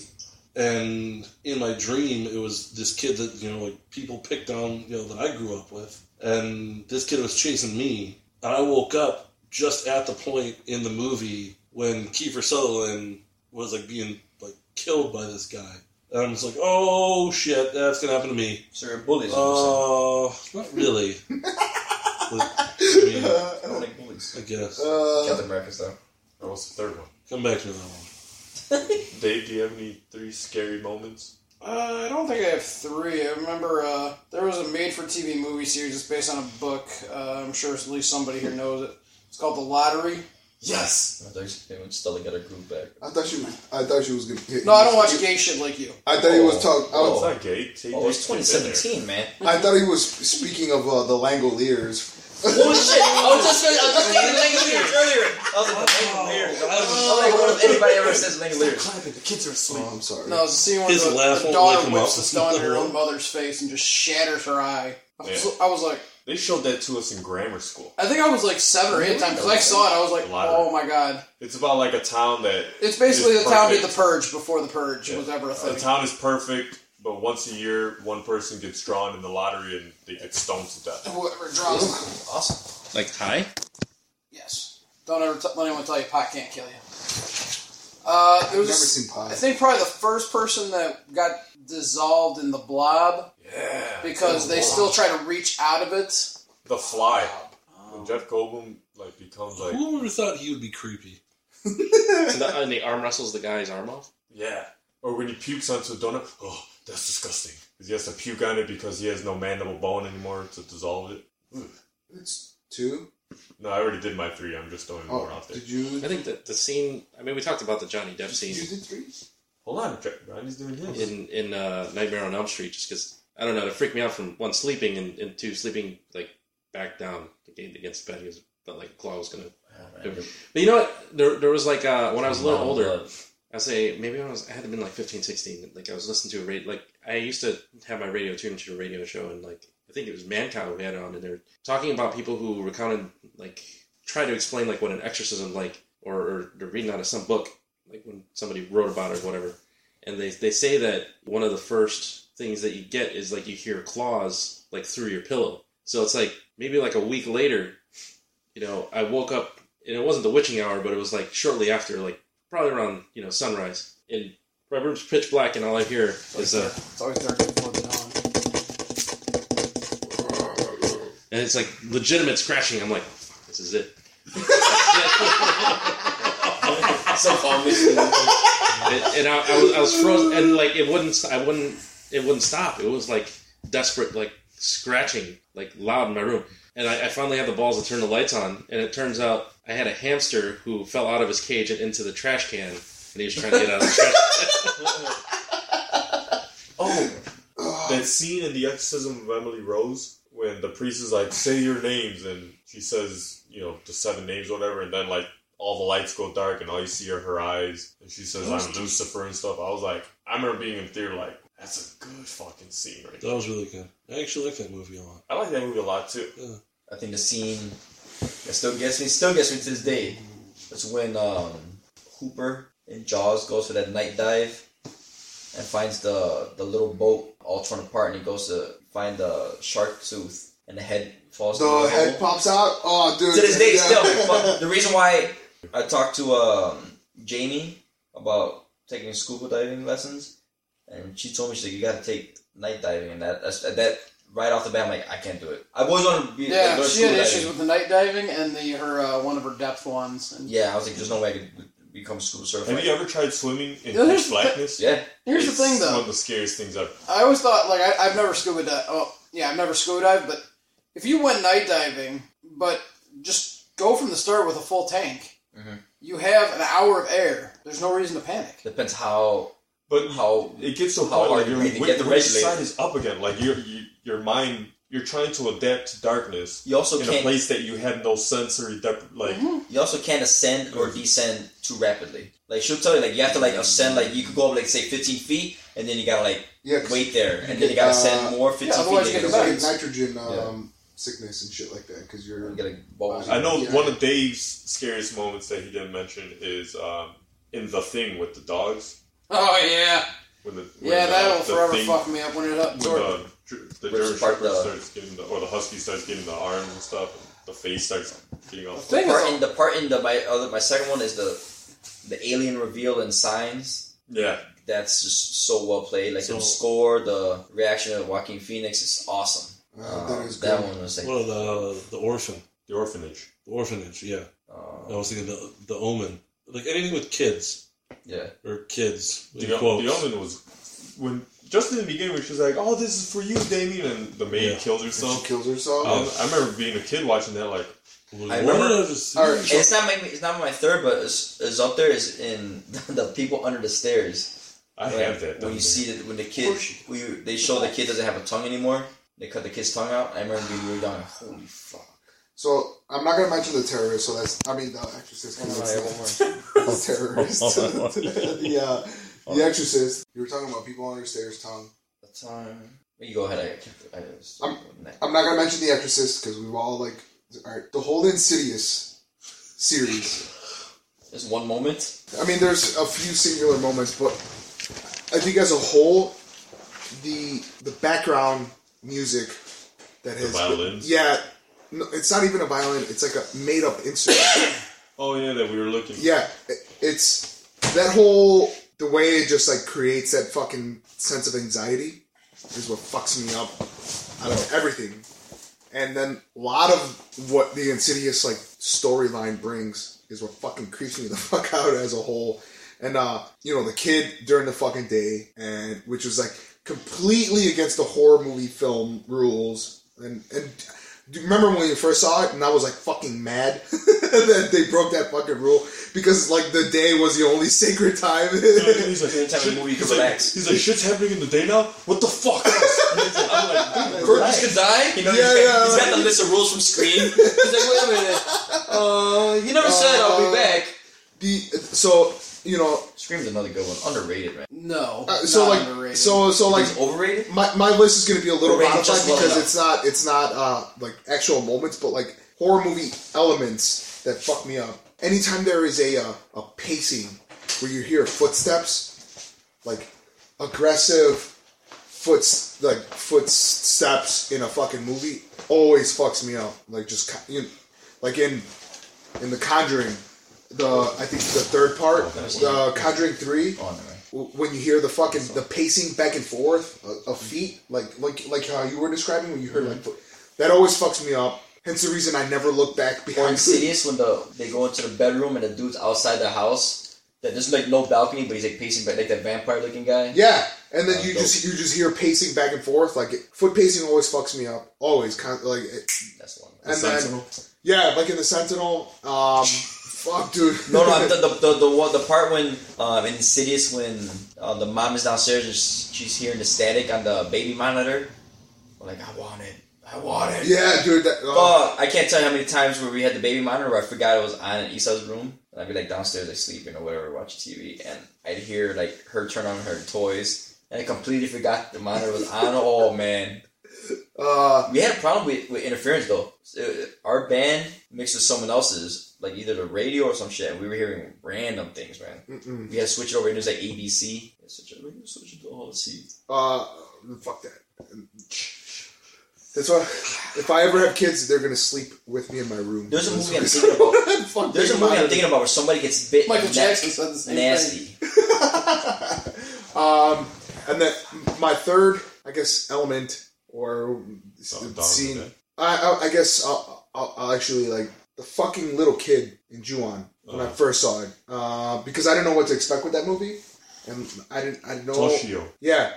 [SPEAKER 4] and in my dream it was this kid that you know like people picked on you know that I grew up with, and this kid was chasing me, and I woke up just at the point in the movie when Kiefer Sutherland was like being like killed by this guy, and I'm just like, oh shit, that's gonna happen to me.
[SPEAKER 7] So you're bullies. Uh,
[SPEAKER 4] Uh, not really. Like, I mean,
[SPEAKER 7] I don't like bullies. movies.
[SPEAKER 4] I guess.
[SPEAKER 3] Uh,
[SPEAKER 7] Captain America stuff.
[SPEAKER 2] Or what's the third one?
[SPEAKER 4] Come back to that one.
[SPEAKER 2] Dave, do you have any three scary moments?
[SPEAKER 8] Uh, I don't think I have three. I remember uh, there was a made-for-TV movie series that's based on a book. Uh, I'm sure at least somebody here knows it. It's called The Lottery.
[SPEAKER 7] Yes. I thought they were still got a group back.
[SPEAKER 3] I thought she was. I thought she was gonna. hit
[SPEAKER 8] No, I don't
[SPEAKER 3] you.
[SPEAKER 8] watch gay shit like you.
[SPEAKER 3] I thought he was talking.
[SPEAKER 2] It's
[SPEAKER 3] I, was,
[SPEAKER 7] Oh.
[SPEAKER 2] not gay. Take
[SPEAKER 7] Oh, it's
[SPEAKER 2] Dick's been there.
[SPEAKER 7] 2017, man.
[SPEAKER 3] I thought he was speaking of uh, the Langoliers.
[SPEAKER 7] Oh shit! I was just I was just thinking Langoliers earlier. I was like, Langoliers.
[SPEAKER 4] Oh,
[SPEAKER 7] I was like, what if anybody ever says Langoliers?
[SPEAKER 3] Clapping. The kids are asleep. Oh, I'm sorry.
[SPEAKER 8] No, it's the scene where
[SPEAKER 4] His
[SPEAKER 8] the,
[SPEAKER 4] laugh
[SPEAKER 8] the
[SPEAKER 4] won't wake
[SPEAKER 8] daughter
[SPEAKER 4] him up.
[SPEAKER 8] whips the stone in her own mother's face and just shatters her eye. I was,
[SPEAKER 2] Yeah.
[SPEAKER 8] I was like,
[SPEAKER 2] They showed that to us in grammar school.
[SPEAKER 8] I think I was like seven or eight times because I saw it. I was like,
[SPEAKER 2] Lottery.
[SPEAKER 8] oh my god!
[SPEAKER 2] It's about like a town that
[SPEAKER 8] It's basically
[SPEAKER 2] is
[SPEAKER 8] the town did the
[SPEAKER 2] perfect.
[SPEAKER 8] purge before the purge was ever a
[SPEAKER 2] The
[SPEAKER 8] thing.
[SPEAKER 2] town is perfect, but once a year, one person gets drawn in the lottery and they get stoned to death.
[SPEAKER 8] Whoever draws,
[SPEAKER 7] Awesome.
[SPEAKER 1] Like high?
[SPEAKER 8] yes. Don't ever t- let anyone tell you pot can't kill you. Uh, it was.
[SPEAKER 3] Never seen Pi.
[SPEAKER 8] I think probably the first person that got dissolved in the blob
[SPEAKER 2] Yeah.
[SPEAKER 8] because they still try to reach out of it.
[SPEAKER 2] The Fly. When Jeff Goldblum like becomes like
[SPEAKER 4] Who ever thought he would be creepy?
[SPEAKER 1] and, the, and the arm wrestles the guy's arm off?
[SPEAKER 2] yeah, or when he pukes onto a donut. Oh, that's disgusting. 'Cause he has to puke on it because he has no mandible bone anymore to dissolve it.
[SPEAKER 3] It's two.
[SPEAKER 2] No, I already did my three. I'm just throwing more
[SPEAKER 3] Oh,
[SPEAKER 2] out there.
[SPEAKER 3] did you?
[SPEAKER 1] I think that the scene. I mean, we talked about the Johnny Depp
[SPEAKER 3] You
[SPEAKER 1] scene
[SPEAKER 3] did three.
[SPEAKER 2] Hold on, Jack- Ronnie's doing his.
[SPEAKER 1] in in uh, Nightmare on Elm Street, just because I don't know, it freaked me out from one sleeping and, and two sleeping like back down like, against the bed because felt like a claw was gonna. But you know what? There, there was like uh, when I was a little older, I say maybe I was I had to been like 15, 16. Like I was listening to a radio. Like I used to have my radio tuned to a radio show, and like I think it was Mancow who had it on, and they're talking about people who recounted like try to explain like what an exorcism like, or, or they're reading out of some book, like when somebody wrote about it or whatever. And they they say that one of the first things that you get is like you hear claws like through your pillow. So it's like maybe like a week later, you know, I woke up and it wasn't the witching hour, but it was like shortly after, like probably around you know sunrise, and my room's pitch black, and all I hear is uh, a,
[SPEAKER 8] It's always dark before the dawn.
[SPEAKER 1] and it's like legitimate scratching. I'm like, "Fuck, this is it.
[SPEAKER 7] So calmly.
[SPEAKER 1] and, and I, I, was, I was frozen, and like it wouldn't, I wouldn't, it wouldn't stop. It was like desperate, like scratching, like loud in my room. And I, I finally had the balls to turn the lights on, and it turns out I had a hamster who fell out of his cage and into the trash can, and he was trying to get out of the trash. can.
[SPEAKER 2] Oh, that scene in The Exorcism of Emily Rose when the priest is like, "Say your names," and she says, you know, the seven names, or whatever, and then like all the lights go dark and all you see are her eyes, and she says, "I'm Lucifer" and stuff. I was like, I remember being in theater like, that's a good fucking scene right there.
[SPEAKER 4] That was really good. I actually like that movie a lot.
[SPEAKER 2] I like that movie a lot too.
[SPEAKER 7] I think the scene that still gets me, still gets me to this day. It's when um, Hooper in Jaws goes for that night dive and finds the the little boat all torn apart, and he goes to find the shark tooth, and the head falls. through
[SPEAKER 3] The head
[SPEAKER 7] hole.
[SPEAKER 3] pops out. Oh, dude.
[SPEAKER 7] to this day
[SPEAKER 3] Yeah.
[SPEAKER 7] still. But the reason why I talked to um, Jamie about taking scuba diving lessons, and she told me she's like, you got to take night diving, and that that's, that right off the bat, I'm like, I can't do it. I was on be
[SPEAKER 8] Yeah,
[SPEAKER 7] go to
[SPEAKER 8] she had
[SPEAKER 7] scuba
[SPEAKER 8] issues
[SPEAKER 7] diving.
[SPEAKER 8] with the night diving and the her uh, one of her depth ones. And
[SPEAKER 7] Yeah, I was like, there's no way I could become scuba
[SPEAKER 2] Have
[SPEAKER 7] certified.
[SPEAKER 2] you ever tried swimming in
[SPEAKER 8] Yeah, there's-
[SPEAKER 2] pitch blackness?
[SPEAKER 7] yeah,
[SPEAKER 8] here's the
[SPEAKER 2] It's one
[SPEAKER 8] thing, though.
[SPEAKER 2] of the scariest things ever.
[SPEAKER 8] I always thought like I, I've never scuba dive. Oh yeah, I've never scuba dived. But if you went night diving, but just go from the start with a full tank,
[SPEAKER 7] Mhm.
[SPEAKER 8] you have an hour of air. There's no reason to panic.
[SPEAKER 7] depends how
[SPEAKER 2] But
[SPEAKER 7] how
[SPEAKER 2] it gets so
[SPEAKER 7] How
[SPEAKER 2] hard. Like
[SPEAKER 7] hard
[SPEAKER 2] your,
[SPEAKER 7] you need to
[SPEAKER 2] which,
[SPEAKER 7] get the
[SPEAKER 2] which
[SPEAKER 7] regulator.
[SPEAKER 2] side is up again? Like your you, your mind, you're trying to adapt to darkness.
[SPEAKER 7] you also
[SPEAKER 2] in a
[SPEAKER 7] can't
[SPEAKER 2] place that you had no sensory depth. Like,
[SPEAKER 7] you also can't ascend or descend too rapidly. Like she'll tell you, like you have to like ascend, like you could go up like say 15 feet, and then you gotta like
[SPEAKER 3] Yeah, 'cause
[SPEAKER 7] wait there, and then
[SPEAKER 3] get,
[SPEAKER 7] you gotta
[SPEAKER 3] uh,
[SPEAKER 7] ascend more 15
[SPEAKER 8] yeah, otherwise
[SPEAKER 7] feet.
[SPEAKER 8] you
[SPEAKER 7] then
[SPEAKER 3] It's
[SPEAKER 8] get
[SPEAKER 7] you
[SPEAKER 3] like
[SPEAKER 8] Nice.
[SPEAKER 3] nitrogen um, sickness and shit like that because you're.
[SPEAKER 7] gotta bulge.
[SPEAKER 2] I know
[SPEAKER 3] Yeah.
[SPEAKER 2] one of Dave's scariest moments that he didn't mention is um, in the thing with the dogs.
[SPEAKER 8] Oh yeah,
[SPEAKER 2] When the when
[SPEAKER 3] uh,
[SPEAKER 8] yeah.
[SPEAKER 2] the,
[SPEAKER 8] That'll
[SPEAKER 2] the
[SPEAKER 8] forever
[SPEAKER 2] thing-
[SPEAKER 8] fuck me up when it
[SPEAKER 2] when
[SPEAKER 8] up.
[SPEAKER 2] the dr- the
[SPEAKER 7] Rips
[SPEAKER 2] German
[SPEAKER 7] apart
[SPEAKER 2] Shepherd
[SPEAKER 7] the-
[SPEAKER 2] starts getting the or the husky starts getting the arms and stuff. And the face starts getting off.
[SPEAKER 8] thing
[SPEAKER 7] part
[SPEAKER 8] is,
[SPEAKER 7] in the part in the my other my second one is the the alien reveal in signs.
[SPEAKER 2] yeah,
[SPEAKER 7] That's just so well played. Like the
[SPEAKER 4] So-
[SPEAKER 7] score, the reaction of Joaquin Phoenix is awesome.
[SPEAKER 3] Uh, that is
[SPEAKER 7] that
[SPEAKER 3] good.
[SPEAKER 7] one was like
[SPEAKER 4] Well, the the orphan.
[SPEAKER 2] the orphanage.
[SPEAKER 4] The orphanage, yeah. I was thinking the, the Omen, like anything with kids
[SPEAKER 7] Yeah.
[SPEAKER 4] or kids.
[SPEAKER 2] The,
[SPEAKER 4] in quotes.
[SPEAKER 2] the oven was when just in the beginning when she was like, "Oh, this is for you, Damien," and the maid
[SPEAKER 4] Yeah.
[SPEAKER 2] kills
[SPEAKER 3] She
[SPEAKER 2] herself.
[SPEAKER 3] kills herself.
[SPEAKER 7] Oh.
[SPEAKER 2] Um, I remember being a kid watching that, like,
[SPEAKER 4] Like,
[SPEAKER 7] I
[SPEAKER 4] where
[SPEAKER 7] remember-
[SPEAKER 4] did I just see
[SPEAKER 3] All right,
[SPEAKER 4] that?
[SPEAKER 3] so-
[SPEAKER 7] it's not my it's not my third, but it's, it's up there. Is in the people under the stairs.
[SPEAKER 2] I
[SPEAKER 7] When-
[SPEAKER 2] have that.
[SPEAKER 7] When you see that when the kid, when you, they show the kid doesn't have a tongue anymore. They cut the kid's tongue out. I remember being really down. Holy fuck!
[SPEAKER 3] So I'm not gonna mention the terrorist. So that's I mean the Exorcist. 'cause it's not- the terrorist. yeah, the Exorcist. You were talking about people under stairs, Tom.
[SPEAKER 7] The time. You go ahead. I kept. I was.
[SPEAKER 3] I'm not gonna mention the Exorcist because we've all like all right. The whole Insidious series.
[SPEAKER 7] Just one moment.
[SPEAKER 3] I mean, there's a few singular moments, but I think as a whole, the the background music that has
[SPEAKER 2] violins?
[SPEAKER 3] yeah. No, it's not even a violin. It's like a made-up instrument.
[SPEAKER 2] Oh yeah, that we were looking.
[SPEAKER 3] yeah, it- it's that whole the way it just like creates that fucking sense of anxiety is what fucks me up out of everything. And then a lot of what the insidious like storyline brings is what fucking creeps me the fuck out as a whole. And uh, you know, the kid during the fucking day and which was like completely against the horror movie film rules and and do you remember when you first saw it and I was like fucking mad that they broke that fucking rule because like the day was the only sacred time.
[SPEAKER 2] He's like,
[SPEAKER 7] Anytime in a
[SPEAKER 2] "Shit,"
[SPEAKER 7] movie you can
[SPEAKER 2] he's like,
[SPEAKER 7] relax.
[SPEAKER 2] he's like, shit's happening in the day now. What the fuck? I'm like, dude,
[SPEAKER 9] This could die. You know,
[SPEAKER 3] Yeah,
[SPEAKER 9] he's,
[SPEAKER 3] yeah,
[SPEAKER 9] got, he's got
[SPEAKER 3] like-
[SPEAKER 9] the list of rules from Scream. He's like, wait a minute. Uh, he never said I'll
[SPEAKER 3] Uh,
[SPEAKER 9] be back.
[SPEAKER 3] the so you know
[SPEAKER 7] Scream's another good one. Underrated, man.
[SPEAKER 8] No.
[SPEAKER 3] uh, so
[SPEAKER 8] not
[SPEAKER 3] like
[SPEAKER 8] underrated.
[SPEAKER 3] so uh, so like
[SPEAKER 7] It's overrated.
[SPEAKER 3] my, my list is going to be a little
[SPEAKER 7] Rated
[SPEAKER 3] modified
[SPEAKER 7] just well
[SPEAKER 3] because
[SPEAKER 7] enough.
[SPEAKER 3] it's not it's not uh, like actual moments, but like horror movie elements that fuck me up. Anytime there is a uh, a pacing where you hear footsteps, like aggressive foot like footsteps in a fucking movie, always fucks me up. Like just co- you know, like in in the Conjuring, the I think the third part, the Conjuring three
[SPEAKER 7] Oh, never mind.
[SPEAKER 3] when you hear the fucking the pacing back and forth of, of feet, like like like how you were describing when you heard like foot- that always fucks me up. Hence the reason I never look back
[SPEAKER 7] Or
[SPEAKER 3] behind.
[SPEAKER 7] Insidious when the they go into the bedroom and the dude's outside the house. That there's like no balcony, but he's like pacing back, like that vampire looking guy.
[SPEAKER 3] Yeah, and then you
[SPEAKER 7] dope.
[SPEAKER 3] just you just hear pacing back and forth. Like it- foot pacing always fucks me up. Always, con- like it,
[SPEAKER 7] That's one.
[SPEAKER 3] and then yeah, like in the Sentinel. Um, fuck, dude.
[SPEAKER 7] No, no, the the the, the, one, the part when um, in Insidious when uh, the mom is downstairs and s- she's hearing the static on the baby monitor. I'm like, I want it. I want it.
[SPEAKER 3] yeah, dude. That, oh,
[SPEAKER 7] Oh, I can't tell you how many times where we had the baby monitor where I forgot it was on in Isa's room. And I'd be like downstairs, like sleeping or whatever, watching TV. And I'd hear like her turn on her toys. And I completely forgot the monitor was on. Oh, man.
[SPEAKER 3] uh,
[SPEAKER 7] We had a problem with, with interference, though. Uh, Our band mixed with someone else's, like either the radio or some shit. And we were hearing random things, man.
[SPEAKER 3] mm-mm.
[SPEAKER 7] We had to switch it over. And it was like ABC. Yeah, Switch it over. Switch it to all see.
[SPEAKER 3] uh, fuck that. That's why, if I ever have kids, they're gonna sleep with me in my room.
[SPEAKER 7] There's a
[SPEAKER 3] That's
[SPEAKER 7] movie I'm
[SPEAKER 3] what-
[SPEAKER 7] thinking about.
[SPEAKER 3] Fuck,
[SPEAKER 7] There's a
[SPEAKER 3] baby
[SPEAKER 7] movie I'm
[SPEAKER 3] monitor.
[SPEAKER 7] thinking about where somebody gets bit.
[SPEAKER 8] Michael
[SPEAKER 7] and
[SPEAKER 8] Jackson
[SPEAKER 7] that's
[SPEAKER 8] said the same
[SPEAKER 7] Nasty.
[SPEAKER 8] thing.
[SPEAKER 3] um, and then my third, I guess, element or
[SPEAKER 2] Dawn of the
[SPEAKER 3] scene.
[SPEAKER 2] Dead.
[SPEAKER 3] I, I, I guess I'll, I'll, I'll actually like the fucking little kid in Juon when I
[SPEAKER 2] Oh.
[SPEAKER 3] first saw it uh, because I didn't know what to expect with that movie, and I didn't. I know.
[SPEAKER 2] Toshio.
[SPEAKER 3] Yeah,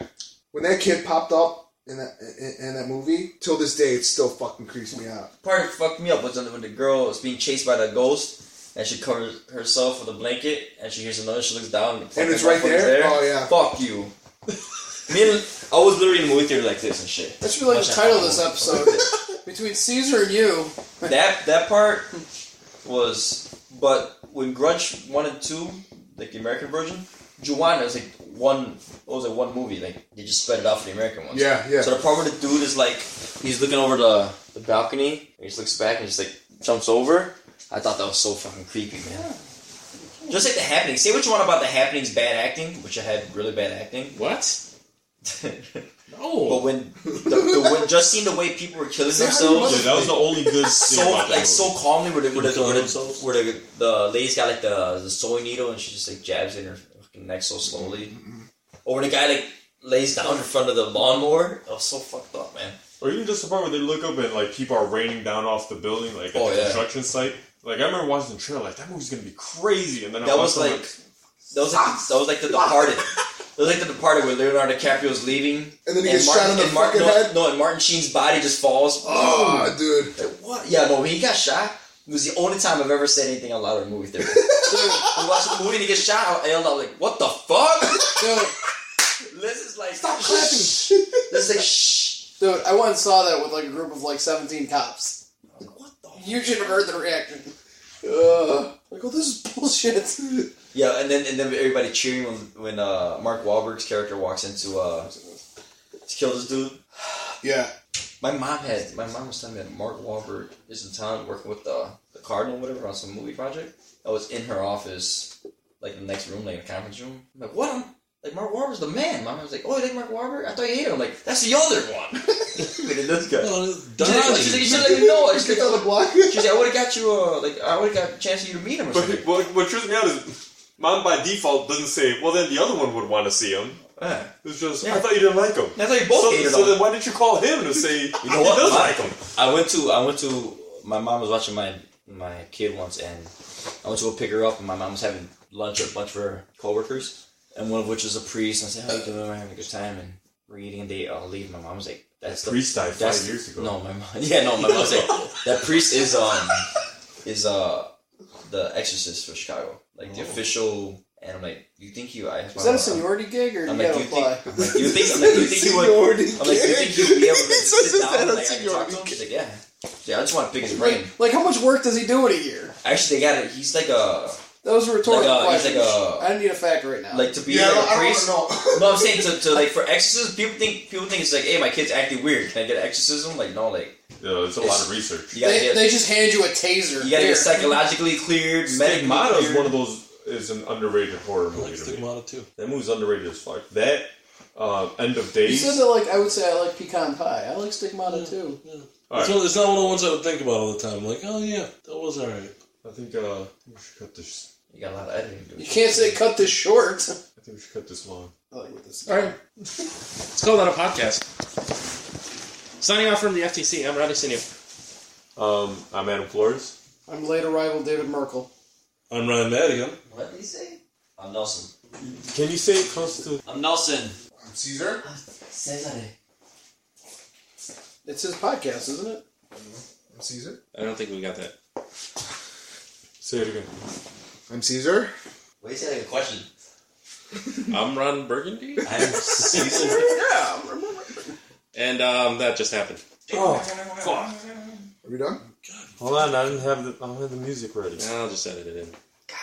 [SPEAKER 3] when that kid popped up in that in, in that movie, till this day, it still fucking creeps me out.
[SPEAKER 7] part that fucked me up was when the girl was being chased by the ghost and she covers herself with a blanket and she hears another. She looks down and,
[SPEAKER 3] And it's
[SPEAKER 7] fucking
[SPEAKER 3] right
[SPEAKER 7] motherfucker's
[SPEAKER 3] there? Oh, yeah.
[SPEAKER 7] Fuck you. Me and I was literally in the movie theater like this and shit.
[SPEAKER 8] That should be like the
[SPEAKER 7] Watch
[SPEAKER 8] title of
[SPEAKER 7] that.
[SPEAKER 8] this episode. Between Caesar and you,
[SPEAKER 7] That that part was, but when Grudge one and two, like the American version, Juwan was like one. What was it? One movie. Like they just spread it out for the American ones.
[SPEAKER 3] Yeah, yeah.
[SPEAKER 7] So the part where the dude is like, he's looking over the, the balcony, and he just looks back and just like jumps over. I thought that was so fucking creepy, man. Just like the happening. Say what you want about the happening's bad acting, which I had really bad acting.
[SPEAKER 1] What?
[SPEAKER 7] but
[SPEAKER 1] No.
[SPEAKER 7] when the, the when, just seeing the way people were killing
[SPEAKER 3] See, how you
[SPEAKER 7] themselves,
[SPEAKER 2] Yeah, that was the only good scene.
[SPEAKER 7] so
[SPEAKER 2] about that
[SPEAKER 7] like so calmly where the where the,
[SPEAKER 4] Killing
[SPEAKER 7] where the,
[SPEAKER 4] themselves?
[SPEAKER 7] where the, the lady's got like the the sewing needle and she just like jabs it in her fucking neck so slowly. Or when the guy like lays down in front of the lawnmower, I was so fucked up, man.
[SPEAKER 2] Or even just the part where they look up and like people are raining down off the building, like at
[SPEAKER 7] Oh,
[SPEAKER 2] the
[SPEAKER 7] yeah.
[SPEAKER 2] construction site. Like I remember watching the trailer, like that movie's gonna be crazy, and then I
[SPEAKER 7] That was
[SPEAKER 2] watched it,
[SPEAKER 7] like that was like that was like the Departed. That was like the Departed where Leonardo DiCaprio's leaving,
[SPEAKER 3] And then he gets shot in the
[SPEAKER 7] and Martin-
[SPEAKER 3] fucking
[SPEAKER 7] no,
[SPEAKER 3] head?
[SPEAKER 7] No, and Martin Sheen's body just falls.
[SPEAKER 3] Oh, dude.
[SPEAKER 7] Like, what? Yeah, no, when he got shot, it was the only time I've ever said anything out loud in a movie theater. Dude, we watched the movie and he gets shot, I yelled out like, "What the fuck?"
[SPEAKER 8] Dude,
[SPEAKER 7] Liz is like, "Stop clapping!" Liz is like, "Shh."
[SPEAKER 8] dude, I went and saw that with like a group of like 17 cops.
[SPEAKER 7] What the?
[SPEAKER 8] You should have heard the reaction. Ugh. Like, oh, this is bullshit.
[SPEAKER 7] Yeah, and then and then everybody cheering when when uh, Mark Wahlberg's character walks into uh, to kill this dude.
[SPEAKER 3] Yeah.
[SPEAKER 7] My mom had my mom was telling me that Mark Wahlberg is in town working with the, the Cardinal whatever on some movie project. I was in her office, like in the next room, like in the conference room. I'm like, what? I'm- like Mark Wahlberg's the man. My mom was like, oh, you like Mark Wahlberg? I thought you hated him. I'm like, that's the other one. Look at this guy.
[SPEAKER 4] Oh,
[SPEAKER 7] She's like, she's like,
[SPEAKER 4] Donnie.
[SPEAKER 7] she's like, "You know," she's like,
[SPEAKER 3] Got the block.
[SPEAKER 7] she's like, I would have got you, uh, like, I would have got a chance for you to meet him or something.
[SPEAKER 2] But what, what trips me out is mom by default doesn't say, well, then the other one would want to see him.
[SPEAKER 7] Yeah.
[SPEAKER 2] It's just,
[SPEAKER 7] Yeah.
[SPEAKER 2] I thought you didn't like him.
[SPEAKER 7] I thought you both
[SPEAKER 2] so,
[SPEAKER 7] hated
[SPEAKER 2] so
[SPEAKER 7] him.
[SPEAKER 2] then why didn't you call him to say, you
[SPEAKER 7] You know what?
[SPEAKER 2] he does
[SPEAKER 7] My-
[SPEAKER 2] like him?
[SPEAKER 7] I went to I went to my mom was watching my my kid once, and I went to go pick her up, and my mom was having lunch with a bunch of her coworkers, and one of which was a priest. And I said, "How you doing? We're having a good time." And we're eating, and they all leave. My mom was like, "That's the
[SPEAKER 2] Priest died
[SPEAKER 7] that's-
[SPEAKER 2] five years ago.
[SPEAKER 7] No, my mom. Yeah, no, my mom was like, "That priest is um is uh the Exorcist for Chicago, like
[SPEAKER 2] Oh.
[SPEAKER 7] the official." And I'm like, "You think you?" I
[SPEAKER 8] Is that a seniority gig or do
[SPEAKER 7] I'm
[SPEAKER 8] you
[SPEAKER 7] like,
[SPEAKER 8] gotta
[SPEAKER 7] you think,
[SPEAKER 8] apply?
[SPEAKER 7] I'm like, you think, I'm like, you think you would, I'm like, you think you'd be able to
[SPEAKER 3] So
[SPEAKER 7] sit
[SPEAKER 3] is
[SPEAKER 7] down
[SPEAKER 3] that
[SPEAKER 7] and
[SPEAKER 3] a
[SPEAKER 7] like, I can talk to him?
[SPEAKER 3] seniority
[SPEAKER 7] She's like, yeah. Yeah, I just want to pick his brain.
[SPEAKER 8] Like, like, how much work does he do in a year?
[SPEAKER 7] Actually, they got it. He's like a,
[SPEAKER 8] That was a
[SPEAKER 7] Like,
[SPEAKER 8] rhetorical
[SPEAKER 7] uh, he's
[SPEAKER 8] question.
[SPEAKER 7] like a-
[SPEAKER 8] I didn't need a fact right now.
[SPEAKER 7] like to be
[SPEAKER 3] Yeah, I
[SPEAKER 7] like
[SPEAKER 3] don't-
[SPEAKER 7] a
[SPEAKER 3] I
[SPEAKER 7] priest.
[SPEAKER 3] don't know.
[SPEAKER 7] No, I'm saying to, to like for exorcism, people think people think it's like, hey, my kid's acting weird. Can I get an exorcism? Like, no, like
[SPEAKER 2] Yeah, it's a lot of research.
[SPEAKER 7] you gotta
[SPEAKER 8] they,
[SPEAKER 7] get
[SPEAKER 8] they just hand you a taser.
[SPEAKER 7] you gotta
[SPEAKER 8] Here.
[SPEAKER 7] get psychologically cleared.
[SPEAKER 2] Stigmata
[SPEAKER 7] medically
[SPEAKER 2] is
[SPEAKER 7] cleared.
[SPEAKER 2] one of those, is an underrated horror
[SPEAKER 4] I like
[SPEAKER 2] movie to me.
[SPEAKER 4] Stigmata too.
[SPEAKER 2] That movie's underrated as fuck. That, um, End of Days.
[SPEAKER 8] You said that like I would say I like pecan pie. I like stigmata too.
[SPEAKER 2] All
[SPEAKER 4] It's,
[SPEAKER 2] right.
[SPEAKER 4] one- it's not one of the ones I would think about all the time. Like, oh yeah, that was all right.
[SPEAKER 2] I think, uh, I think we should cut this.
[SPEAKER 7] You got a lot of editing. to do.
[SPEAKER 8] You can't say cut this short.
[SPEAKER 2] I think we should cut this long.
[SPEAKER 1] All right. Let's call that a podcast. Signing off from the FTC, I'm Rodney Sinio.
[SPEAKER 2] Um, I'm Adam Flores.
[SPEAKER 8] I'm late arrival David Merkel.
[SPEAKER 4] I'm Ryan Madigan.
[SPEAKER 7] What did he say? I'm Nelson.
[SPEAKER 2] Can you say it close to
[SPEAKER 9] I'm Nelson.
[SPEAKER 3] Caesar?
[SPEAKER 7] Cesare.
[SPEAKER 8] It's his podcast, isn't it?
[SPEAKER 3] I'm Caesar.
[SPEAKER 1] I don't think we got that.
[SPEAKER 2] Say it again.
[SPEAKER 3] I'm Caesar.
[SPEAKER 7] Why do you say like a question?
[SPEAKER 1] I'm Ron Burgundy,
[SPEAKER 7] I'm Caesar.
[SPEAKER 1] and um, that just happened.
[SPEAKER 3] Are we done?
[SPEAKER 2] Hold on, I didn't have the I don't have the music ready.
[SPEAKER 1] I'll just edit it in.
[SPEAKER 7] God,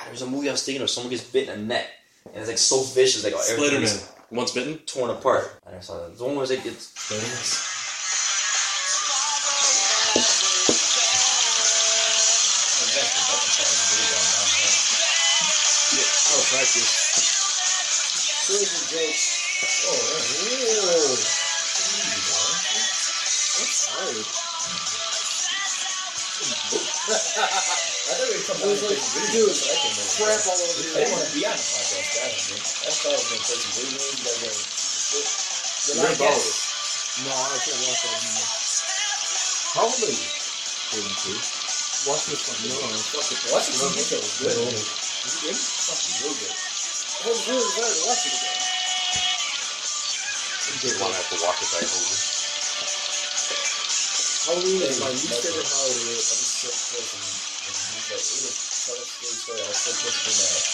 [SPEAKER 7] there's a movie I was thinking of. Someone gets bit in a net, and it's like so vicious, like oh,
[SPEAKER 4] Spider
[SPEAKER 7] everything's
[SPEAKER 4] Man.
[SPEAKER 1] Once bitten,
[SPEAKER 7] torn apart. I never saw that. The one was like it's.
[SPEAKER 8] Crap all over you.
[SPEAKER 7] want to be on the podcast, guys. That's why I was going to play some video games. You guys are
[SPEAKER 2] You're involved.
[SPEAKER 3] No, I can't watch that anymore.
[SPEAKER 2] Probably. Wouldn't you?
[SPEAKER 3] Watch this one. No, fuck it.
[SPEAKER 7] Watch the movie. It was
[SPEAKER 3] Is
[SPEAKER 7] good.
[SPEAKER 3] it good?
[SPEAKER 7] Fucking real good.
[SPEAKER 8] I was really glad to watch it again.
[SPEAKER 2] You'd want to have to walk it back over.
[SPEAKER 3] Halloween is my least favorite holiday.
[SPEAKER 7] I was so close. And and he was like, it was such a scary story. I was so close to being mad.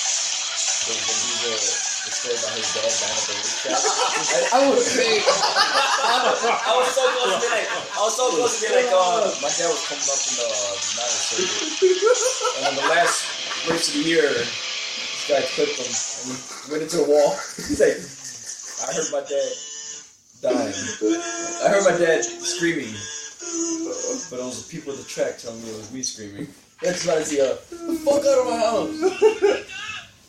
[SPEAKER 7] When when he was uh, the story about his dad dying at the roof shack.
[SPEAKER 8] I would say
[SPEAKER 7] I was so close to be like, I was so close to be like, uh, my dad was coming up in the uh, United Circuit. And on the last race of the year, this guy clipped him and he went into the wall. He's like, I heard my dad dying. I heard my dad screaming. But it was the people at the track telling me it was me screaming. That's why I see, uh, the fuck out of my house.